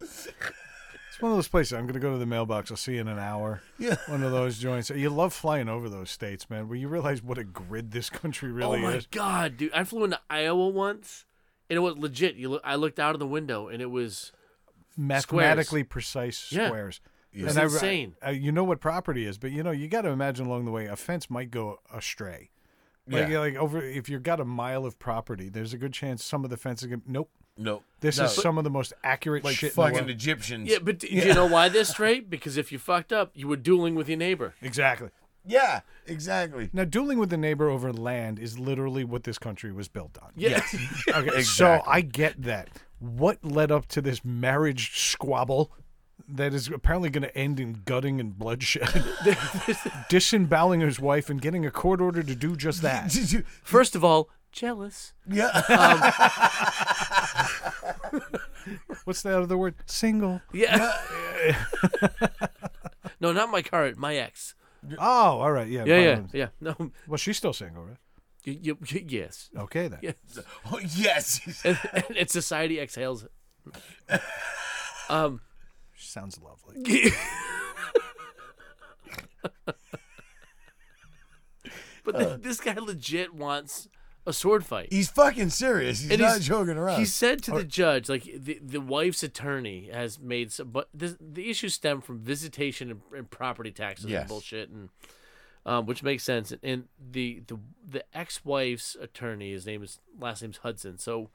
Speaker 2: it's one of those places. I'm gonna go to the mailbox. I'll see you in an hour.
Speaker 4: Yeah.
Speaker 2: One of those joints. You love flying over those states, man. Where you realize what a grid this country
Speaker 3: oh
Speaker 2: really
Speaker 3: my
Speaker 2: is.
Speaker 3: god, dude! I flew into Iowa once, and it was legit. You look, I looked out of the window, and it was
Speaker 2: Mathematically precise
Speaker 3: Yeah.
Speaker 2: squares.
Speaker 4: Yeah.
Speaker 3: It's
Speaker 2: I-
Speaker 3: insane.
Speaker 2: I- you know what property is, but you know you got to imagine along the way a fence might go astray. Like,
Speaker 4: Yeah.
Speaker 2: like over if you've got a mile of property, there's a good chance some of the fence is gonna. Nope,
Speaker 4: No.
Speaker 2: this
Speaker 4: No.
Speaker 2: is some of the most accurate
Speaker 4: like
Speaker 2: shit. in the
Speaker 4: fucking
Speaker 2: world.
Speaker 4: Egyptians.
Speaker 3: Yeah, but do do you know why they're straight? Because if you fucked up, you were dueling with your neighbor.
Speaker 2: exactly.
Speaker 4: Yeah, exactly.
Speaker 2: Now, dueling with the neighbor over land is literally what this country was built on.
Speaker 3: Yeah.
Speaker 2: Okay, so I get that. What led up to this marriage squabble that is apparently going to end in gutting and bloodshed, disemboweling his wife, and getting a court order to do just that?
Speaker 4: Did you?
Speaker 3: First of all, jealous.
Speaker 4: Yeah.
Speaker 2: What's that other word? Single.
Speaker 3: Yeah. no, not my current, my ex.
Speaker 2: Oh, all right, yeah,
Speaker 3: Yeah, yeah,
Speaker 2: pardon.
Speaker 3: yeah. No,
Speaker 2: Well, she's still single, right?
Speaker 3: Y- y- y- yes.
Speaker 2: Okay then.
Speaker 3: Yes.
Speaker 4: Oh, yes.
Speaker 3: and, and society exhales it. um,
Speaker 2: Sounds lovely.
Speaker 3: but th- this guy legit wants a sword fight.
Speaker 4: He's fucking serious. He's
Speaker 3: And
Speaker 4: not
Speaker 3: he's-
Speaker 4: joking around.
Speaker 3: He said to the judge, like the, the wife's attorney has made some, but this, the issues stem from visitation and, and property taxes
Speaker 4: Yes.
Speaker 3: and bullshit, and um, which makes sense. And the the the ex wife's attorney, his name is last name's Hudson. So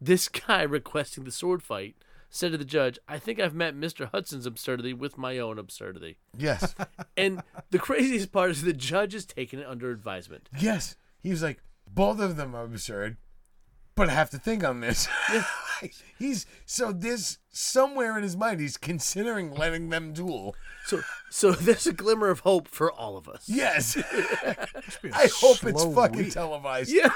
Speaker 3: this guy requesting the sword fight said to the judge, "I think I've met Mister Hudson's absurdity with my own absurdity."
Speaker 4: yes.
Speaker 3: And the craziest part is the judge is taking it under advisement.
Speaker 4: Yes. He was like, both of them are absurd, but I have to think on this. he's so this somewhere in his mind he's considering letting them duel.
Speaker 3: So so there's a glimmer of hope for all of us.
Speaker 4: Yes.
Speaker 2: be a
Speaker 4: I hope it's
Speaker 2: slow
Speaker 4: fucking
Speaker 2: week.
Speaker 4: televised.
Speaker 3: Yeah.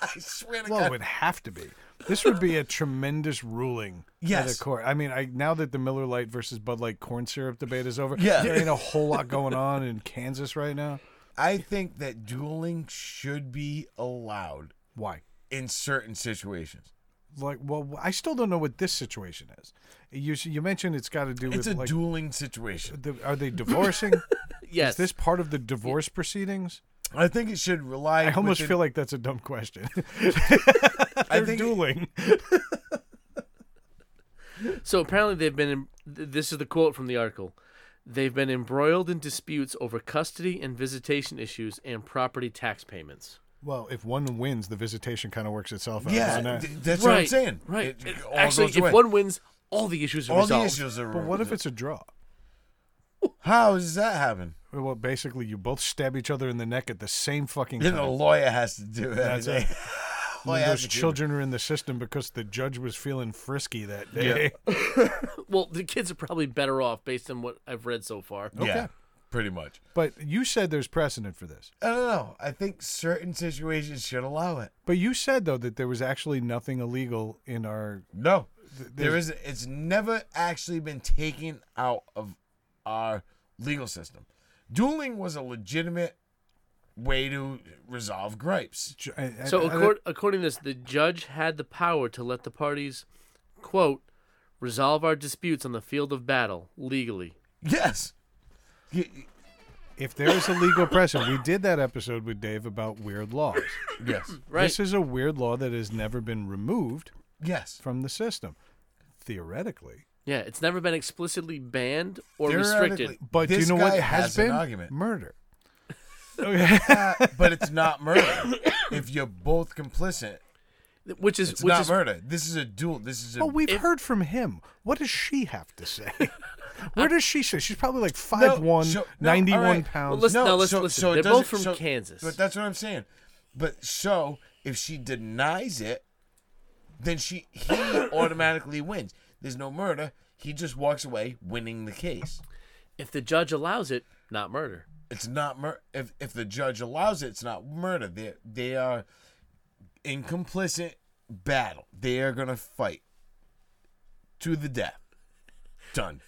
Speaker 4: I swear to
Speaker 2: Well, it
Speaker 4: God.
Speaker 2: would have to be. This would be a tremendous ruling for
Speaker 4: Yes.
Speaker 2: the court. I mean, I now that the Miller Lite versus Bud Light corn syrup debate is over,
Speaker 4: Yeah.
Speaker 2: there ain't a whole lot going on in Kansas right now.
Speaker 4: I think that dueling should be allowed
Speaker 2: Why?
Speaker 4: in certain situations.
Speaker 2: Like, well, I still don't know what this situation is. You you mentioned it's got to do
Speaker 4: It's
Speaker 2: with
Speaker 4: a
Speaker 2: like,
Speaker 4: dueling situation.
Speaker 2: the, are they divorcing?
Speaker 3: Yes.
Speaker 2: is this part of the divorce proceedings?
Speaker 4: I think it should rely.
Speaker 2: I almost
Speaker 4: within-
Speaker 2: feel like that's a dumb question.
Speaker 4: I
Speaker 2: They're
Speaker 4: think
Speaker 2: dueling.
Speaker 3: So apparently they've been. em- th this is the quote from the article. They've been embroiled in disputes over custody and visitation issues and property tax payments.
Speaker 2: Well, if one wins, the visitation kind of works itself out.
Speaker 4: Yeah,
Speaker 2: doesn't it?
Speaker 4: th- that's what I'm saying.
Speaker 3: Right.
Speaker 4: It- it all
Speaker 3: Actually,
Speaker 4: goes
Speaker 3: if
Speaker 4: away.
Speaker 3: one wins, all the issues are
Speaker 4: all the
Speaker 3: resolved.
Speaker 4: issues are.
Speaker 2: but what if it's a draw?
Speaker 4: How does that happen?
Speaker 2: Well, basically, you both stab each other in the neck at the same fucking
Speaker 4: Then
Speaker 2: time.
Speaker 4: the lawyer has to do it.
Speaker 2: That's
Speaker 4: They-
Speaker 2: it.
Speaker 4: lawyer
Speaker 2: Those
Speaker 4: has to do it.
Speaker 2: children are in the system because the judge was feeling frisky that day.
Speaker 3: Well, the kids are probably better off based on what I've read so far.
Speaker 4: Yeah, pretty much.
Speaker 2: But you said there's precedent for this.
Speaker 4: I don't know. I think certain situations should allow it.
Speaker 2: But you said though that there was actually nothing illegal in our.
Speaker 4: No, there is. It's never actually been taken out of our legal system. Dueling was a legitimate way to resolve gripes.
Speaker 2: ju- I- I-
Speaker 3: So
Speaker 2: I-
Speaker 3: accord- according to this, the judge had the power to let the parties, quote, resolve our disputes on the field of battle legally.
Speaker 4: Yes. Y-
Speaker 2: if there is a legal precedent, we did that episode with Dave about weird laws.
Speaker 4: Yes.
Speaker 3: Right.
Speaker 2: This is a weird law that has never been removed
Speaker 4: Yes.
Speaker 2: from the system, theoretically.
Speaker 3: yeah, it's never been explicitly banned or
Speaker 4: Theoretically,
Speaker 3: restricted.
Speaker 2: But
Speaker 4: this
Speaker 2: you know what
Speaker 4: guy
Speaker 2: has,
Speaker 4: an
Speaker 2: been
Speaker 4: argument.
Speaker 2: murder. Okay.
Speaker 4: Uh, but it's not murder if you're both complicit.
Speaker 3: Which is
Speaker 4: It's
Speaker 3: which
Speaker 4: not
Speaker 3: is
Speaker 4: murder. This is a duel. This is a
Speaker 2: Well, we've heard from him. What does she have to say? Where does she say? She's probably like 5'1",
Speaker 4: No,
Speaker 2: 91
Speaker 4: so- no, all right.
Speaker 2: pounds.
Speaker 3: Well, listen- now listen, listen.
Speaker 4: it
Speaker 3: They're both
Speaker 4: doesn't-
Speaker 3: from Kansas.
Speaker 4: But that's what I'm saying. But so if she denies it, then she he automatically wins. There's no murder. He just walks away winning the case.
Speaker 3: if the judge allows it, not murder.
Speaker 4: It's not mur- if if the judge allows it, it's not murder. They they are in complicit battle. They are gonna fight to the death. Done.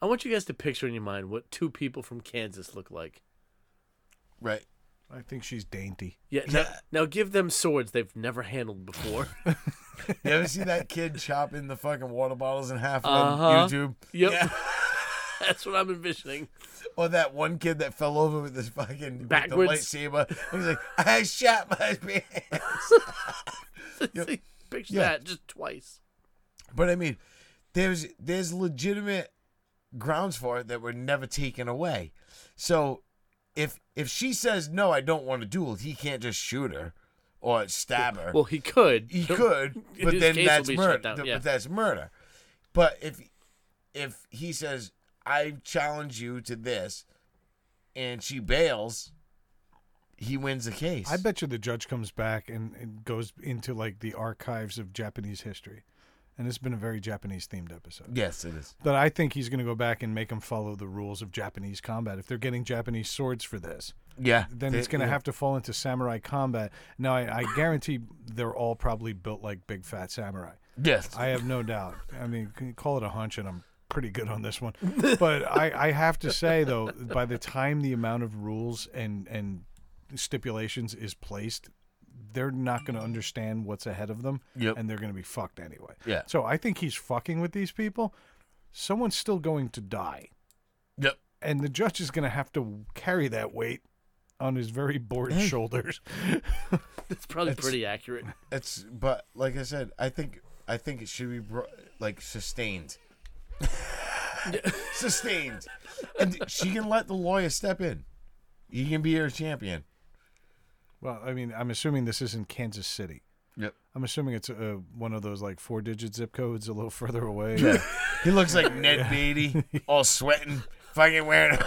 Speaker 3: I want you guys to picture in your mind what two people from Kansas look like.
Speaker 4: Right.
Speaker 2: I think she's dainty.
Speaker 3: Yeah. Now, now give them swords they've never handled before.
Speaker 4: You ever see that kid chopping the fucking water bottles in half on
Speaker 3: Uh-huh.
Speaker 4: YouTube?
Speaker 3: yep. That's what I'm envisioning.
Speaker 4: Or that one kid that fell over with his fucking with
Speaker 3: Backwards.
Speaker 4: the lightsaber. He's like, I shot my man.
Speaker 3: picture
Speaker 4: Yeah.
Speaker 3: that just twice.
Speaker 4: But I mean, there's there's legitimate grounds for it that were never taken away. So if if she says no, I don't want to duel, he can't just shoot her or stab her.
Speaker 3: Well, he could.
Speaker 4: he could, but
Speaker 3: His
Speaker 4: then
Speaker 3: case will
Speaker 4: that's
Speaker 3: be shut
Speaker 4: murder.
Speaker 3: down,
Speaker 4: th-
Speaker 3: yeah.
Speaker 4: But that's murder. But if if he says, "I challenge you to this," and she bails, he wins the case.
Speaker 2: I bet you the judge comes back and, and goes into like the archives of Japanese history. And it's been a very Japanese themed episode.
Speaker 4: Yes, it is.
Speaker 2: But I think he's going to go back and make them follow the rules of Japanese combat. If they're getting Japanese swords for this,
Speaker 4: Yeah.
Speaker 2: then it's going to have to fall into samurai combat. Now, I, I guarantee they're all probably built like big fat samurai.
Speaker 4: Yes.
Speaker 2: I have no doubt. I mean, can you call it a hunch, and I'm pretty good on this one. But I, I have to say though, by the time the amount of rules and and stipulations is placed, they're not going to understand what's ahead of them,
Speaker 4: Yep.
Speaker 2: and they're going to be fucked anyway.
Speaker 4: Yeah.
Speaker 2: So I think he's fucking with these people. Someone's still going to die,
Speaker 4: Yep.
Speaker 2: and the judge is going to have to carry that weight on his very bored shoulders.
Speaker 3: It's probably pretty accurate.
Speaker 4: It's but like I said, I think I think it should be bro- like sustained. sustained. And she can let the lawyer step in. You can be her champion.
Speaker 2: Well, I mean, I'm assuming this isn't Kansas City.
Speaker 4: Yep.
Speaker 2: I'm assuming it's uh, one of those like four-digit zip codes a little further away.
Speaker 4: He looks like Ned Beatty, all sweating, fucking wearing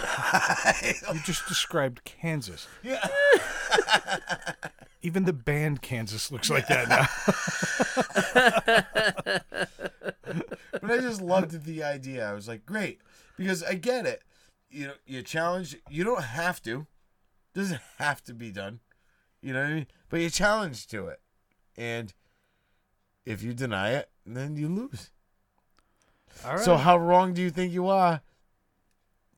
Speaker 2: You just described Kansas. Yeah. Even the band Kansas looks like that now.
Speaker 4: But I just loved the idea. I was like, great, because I get it. You know, you challenge. You don't have to. Doesn't have to be done. You know what I mean? But you're challenged to it, and if you deny it, then you lose.
Speaker 2: All right.
Speaker 4: So how wrong do you think you are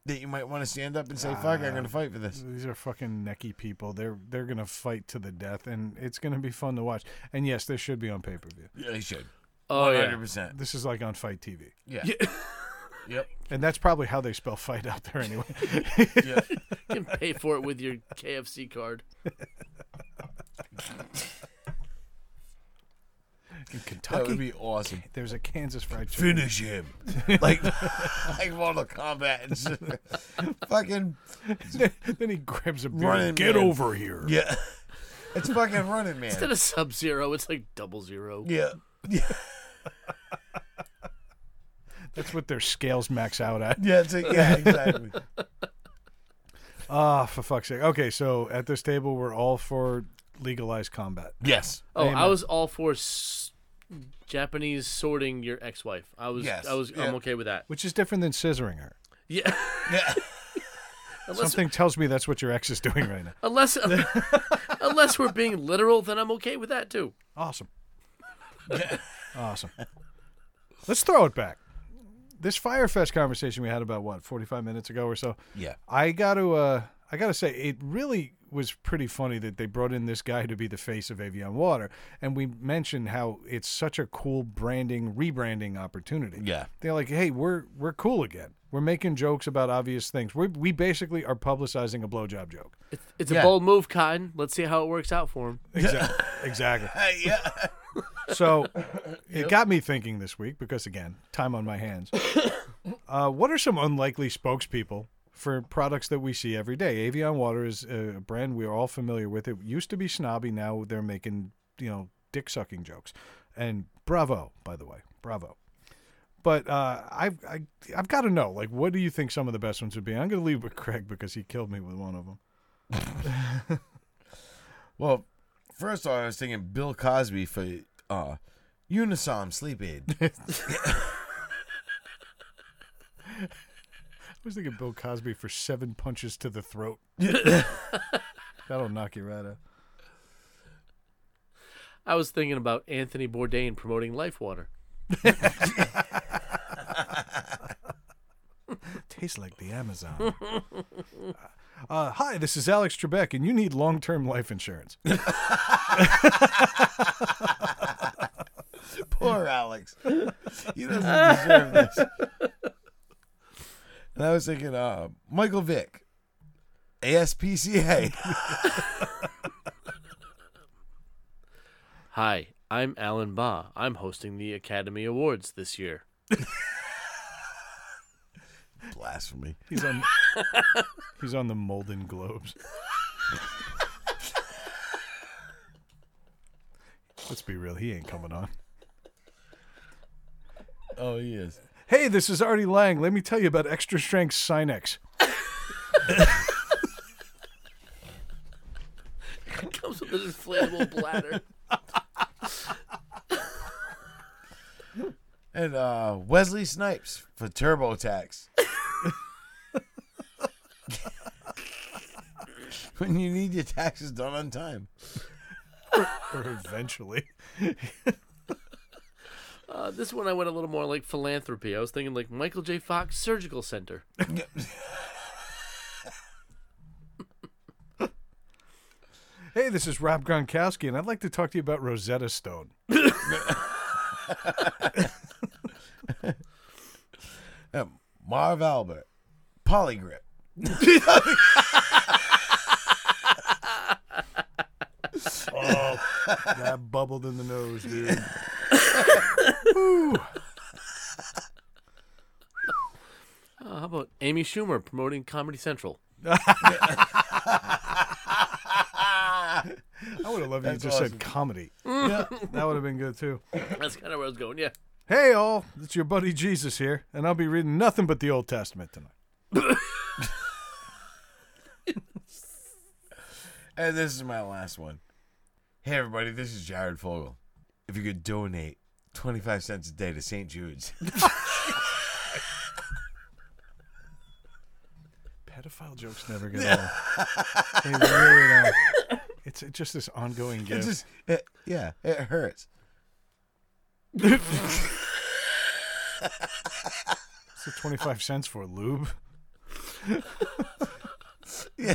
Speaker 4: that you might want to stand up and say, "Fuck, I'm going to fight for this."
Speaker 2: Uh, These are fucking necky people. They're they're gonna fight to the death, and it's gonna be fun to watch. And yes, this should be on pay per view.
Speaker 4: Yeah, you should.
Speaker 3: Oh
Speaker 4: Hundred
Speaker 3: yeah.
Speaker 4: percent.
Speaker 2: This is like on Fight TV,
Speaker 4: Yeah. Yep.
Speaker 2: and that's probably how they spell fight out there anyway.
Speaker 4: Yeah.
Speaker 3: You can pay for it with your KFC card.
Speaker 2: In
Speaker 4: that would
Speaker 2: Kentucky,
Speaker 4: be awesome.
Speaker 2: there's a Kansas fried chicken.
Speaker 4: finish him. Like, like Mortal Kombat. and shit. fucking,
Speaker 2: then he grabs a beer.
Speaker 4: Running
Speaker 2: Get
Speaker 4: Man.
Speaker 2: over here.
Speaker 4: yeah. It's fucking Running Man.
Speaker 3: Instead of sub zero, it's like double zero.
Speaker 4: yeah. Yeah.
Speaker 2: That's what their scales max out at.
Speaker 4: Yeah, it's like, yeah, exactly.
Speaker 2: Ah, for fuck's sake. Okay, so at this table, we're all for legalized combat.
Speaker 4: Yes.
Speaker 3: Oh, I was all for s- Japanese sorting your ex-wife. I was,
Speaker 4: Yes,
Speaker 3: I was,
Speaker 4: yeah.
Speaker 3: I'm okay with that.
Speaker 2: Which is different than scissoring her.
Speaker 3: Yeah,
Speaker 4: Yeah.
Speaker 3: unless,
Speaker 2: Something tells me that's what your ex is doing right now.
Speaker 3: unless, unless we're being literal, then I'm okay with that too.
Speaker 2: Awesome. awesome. Let's throw it back. This Firefest conversation we had about what, 45 minutes ago or so.
Speaker 4: Yeah.
Speaker 2: I got to uh I got to say it really was pretty funny that they brought in this guy to be the face of Avion Water and we mentioned how it's such a cool branding rebranding opportunity.
Speaker 4: Yeah.
Speaker 2: They're like, "Hey, we're we're cool again. We're making jokes about obvious things. We we basically are publicizing a blowjob joke."
Speaker 3: It's, it's
Speaker 4: Yeah.
Speaker 3: a bold move, Cotton. Let's see how it works out for him.
Speaker 2: Exactly. exactly.
Speaker 4: Hey, yeah.
Speaker 2: So it got me thinking this week because, again, time on my hands. uh, what are some unlikely spokespeople for products that we see every day? Avion Water is a brand we are all familiar with. It used to be snobby. Now they're making, you know, dick sucking jokes. And bravo, by the way. Bravo. But uh, I've, I, I've got to know, like, what do you think some of the best ones would be? I'm going to leave with Craig because he killed me with one of them.
Speaker 4: Well, first of all, I was thinking Bill Cosby for uh, Unisom Sleep Aid.
Speaker 2: I was thinking Bill Cosby for seven punches to the throat. That'll knock you right out.
Speaker 3: I was thinking about Anthony Bourdain promoting Life Water.
Speaker 2: tastes like the Amazon. uh, hi, this is Alex Trebek, and you need long term life insurance.
Speaker 4: Poor Alex. He doesn't deserve this. And I was thinking, uh, Michael Vick, ASPCA.
Speaker 3: Hi, I'm Alan Ba. I'm hosting the Academy Awards this year.
Speaker 4: Blasphemy.
Speaker 2: He's on. he's on the Molden Globes. Let's be real. He ain't coming on.
Speaker 4: Oh, he is.
Speaker 2: Hey, this is Artie Lang. Let me tell you about extra strength Sinex.
Speaker 3: Comes with an inflatable bladder.
Speaker 4: And uh, Wesley Snipes for TurboTax. when you need your taxes done on time.
Speaker 2: Or eventually.
Speaker 3: Uh, this one I went a little more like philanthropy. I was thinking like Michael J. Fox Surgical Center.
Speaker 2: Hey, this is Rob Gronkowski, and I'd like to talk to you about Rosetta Stone.
Speaker 4: Uh, Marv Albert, polygrip.
Speaker 2: Oh, that bubbled in the nose, dude.
Speaker 3: Oh, how about Amy Schumer promoting Comedy Central?
Speaker 2: I would have loved if you
Speaker 4: That's
Speaker 2: just
Speaker 4: awesome.
Speaker 2: said comedy. That would have been good too.
Speaker 3: That's kind of where I was going. Yeah.
Speaker 2: Hey, all, it's your buddy Jesus here, and I'll be reading nothing but the Old Testament tonight.
Speaker 4: And this is my last one. Hey, everybody, this is Jared Fogle. If you could donate 25 cents a day to St. Jude's,
Speaker 2: Pedophile jokes never get old. They really don't. It's just this ongoing gift.
Speaker 4: it's just, it, yeah, it hurts.
Speaker 2: What's the 25 cents for lube?
Speaker 4: Yeah.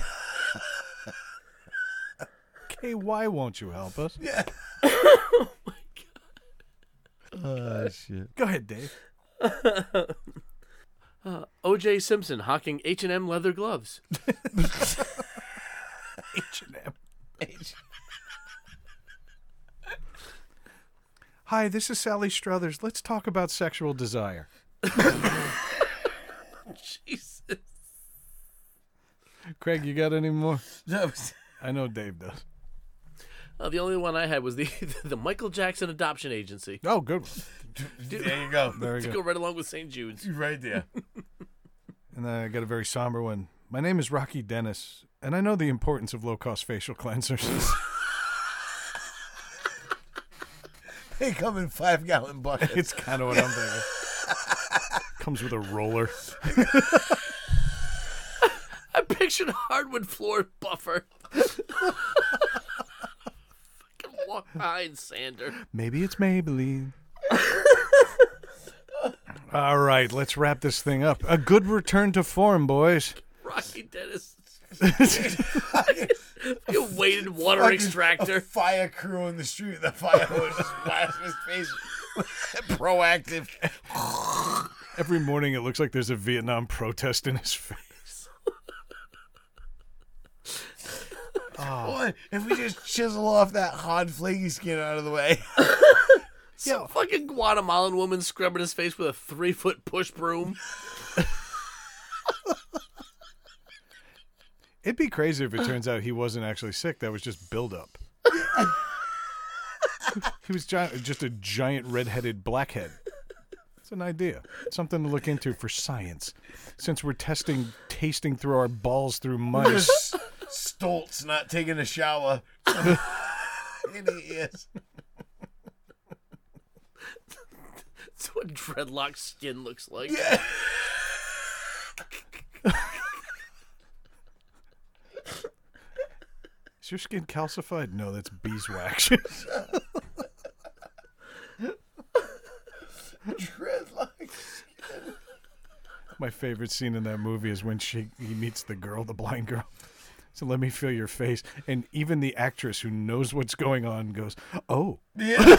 Speaker 2: Okay, why won't you help us?
Speaker 4: Yeah. oh, shit.
Speaker 2: Go ahead, Dave.
Speaker 3: O.J. Simpson hawking H&M leather gloves.
Speaker 2: H&M. Hi, this is Sally Struthers. Let's talk about sexual desire.
Speaker 3: Jesus.
Speaker 2: Craig, you got any more?
Speaker 4: That was-
Speaker 2: I know Dave does.
Speaker 3: Uh, the only one I had was the the Michael Jackson Adoption Agency.
Speaker 2: Oh, good. one.
Speaker 4: there you go.
Speaker 2: Very
Speaker 3: To go
Speaker 2: good.
Speaker 3: right along with St. Jude's.
Speaker 4: Right there.
Speaker 2: And then I got a very somber one. My name is Rocky Dennis, and I know the importance of low cost facial cleansers.
Speaker 4: They come in five gallon buckets.
Speaker 2: it's kind of what I'm thinking. Comes with a roller.
Speaker 3: I pictured a hardwood floor buffer. Fucking walk behind Sander.
Speaker 2: Maybe it's Maybelline. All right, let's wrap this thing up. A good return to form, boys.
Speaker 3: Rocky Dennis. A weighted water
Speaker 4: Fucking- A
Speaker 3: extractor.
Speaker 4: fire crew in the street. The fire hose just blasting his face. Proactive.
Speaker 2: Every morning it looks like there's a Vietnam protest in his face. Ah.
Speaker 4: Boy, if we just chisel off that hard flaky skin out of the way.
Speaker 3: Some fucking Guatemalan woman scrubbing his face with a three foot push broom.
Speaker 2: It'd be crazy if it turns out he wasn't actually sick. That was just buildup. he was gi- just a giant redheaded blackhead. It's an idea, something to look into for science. Since we're testing tasting through our balls through mice,
Speaker 4: S- Stoltz not taking a shower. and he is.
Speaker 3: That's what dreadlock skin looks like.
Speaker 2: is your skin calcified? No, that's beeswax.
Speaker 4: Dreadlocks.
Speaker 2: My favorite scene in that movie is when she he meets the girl, the blind girl. So let me feel your face, and even the actress who knows what's going on goes, "Oh,
Speaker 4: Yeah.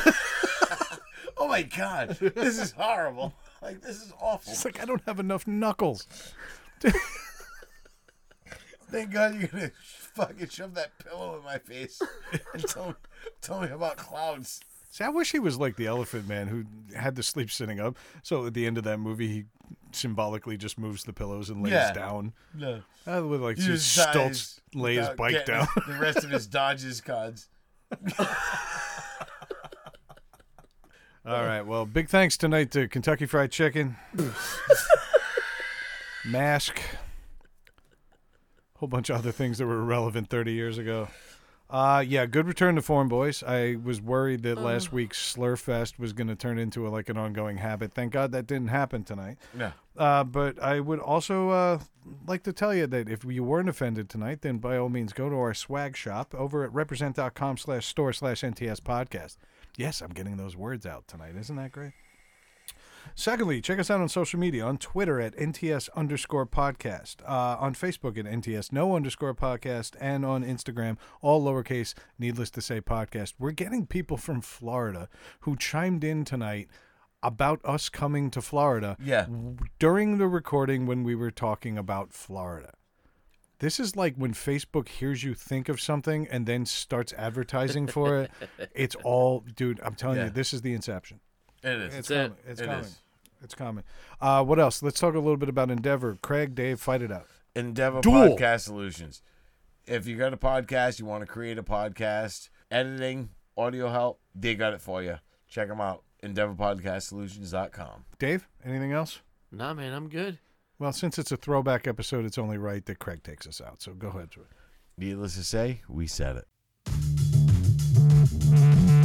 Speaker 4: oh my god. This is horrible. Like, this is awful.
Speaker 2: it's like I don't have enough knuckles."
Speaker 4: Thank God you're gonna fucking shove that pillow in my face and tell, tell me about clouds.
Speaker 2: See, I wish he was like the elephant man who had to sleep sitting up. So at the end of that movie, he symbolically just moves the pillows and lays
Speaker 4: Yeah.
Speaker 2: down.
Speaker 4: No.
Speaker 2: I would like
Speaker 4: He
Speaker 2: to
Speaker 4: just dies
Speaker 2: Stoltz lay his
Speaker 4: without
Speaker 2: bike
Speaker 4: getting
Speaker 2: down.
Speaker 4: The rest of his Dodges cards.
Speaker 2: All right. Well, big thanks tonight to Kentucky Fried Chicken, Mask, whole bunch of other things that were relevant 30 years ago. Uh, yeah, good return to form, boys. I was worried that last week's Slurfest was going to turn into a, like an ongoing habit. Thank God that didn't happen tonight.
Speaker 4: No.
Speaker 2: Uh, but I would also uh, like to tell you that if you weren't offended tonight, then by all means go to our swag shop over at represent.com slash store slash NTS podcast. Yes, I'm getting those words out tonight. Isn't that great? Secondly, check us out on social media on Twitter at NTS underscore podcast, uh, on Facebook at NTS no underscore podcast, and on Instagram, all lowercase, needless to say podcast. We're getting people from Florida who chimed in tonight about us coming to Florida
Speaker 4: Yeah.
Speaker 2: w- during the recording when we were talking about Florida. This is like when Facebook hears you think of something and then starts advertising for it. It's all, dude, I'm telling
Speaker 4: Yeah.
Speaker 2: you, this is the inception.
Speaker 4: It is.
Speaker 2: It's
Speaker 3: That's it.
Speaker 2: common. It's
Speaker 4: It
Speaker 2: common.
Speaker 4: is.
Speaker 2: It's common. Uh, what else? Let's talk a little bit about Endeavor. Craig, Dave, fight it out.
Speaker 4: Endeavor
Speaker 2: Duel.
Speaker 4: Podcast Solutions. If you got a podcast, you want to create a podcast, editing, audio help, they got it for you. Check them out. EndeavorPodcastSolutions.com.
Speaker 2: Dave, anything else?
Speaker 3: Nah, man, I'm good.
Speaker 2: Well, since it's a throwback episode, it's only right that Craig takes us out. So go ahead to it.
Speaker 4: Needless to say, we said it.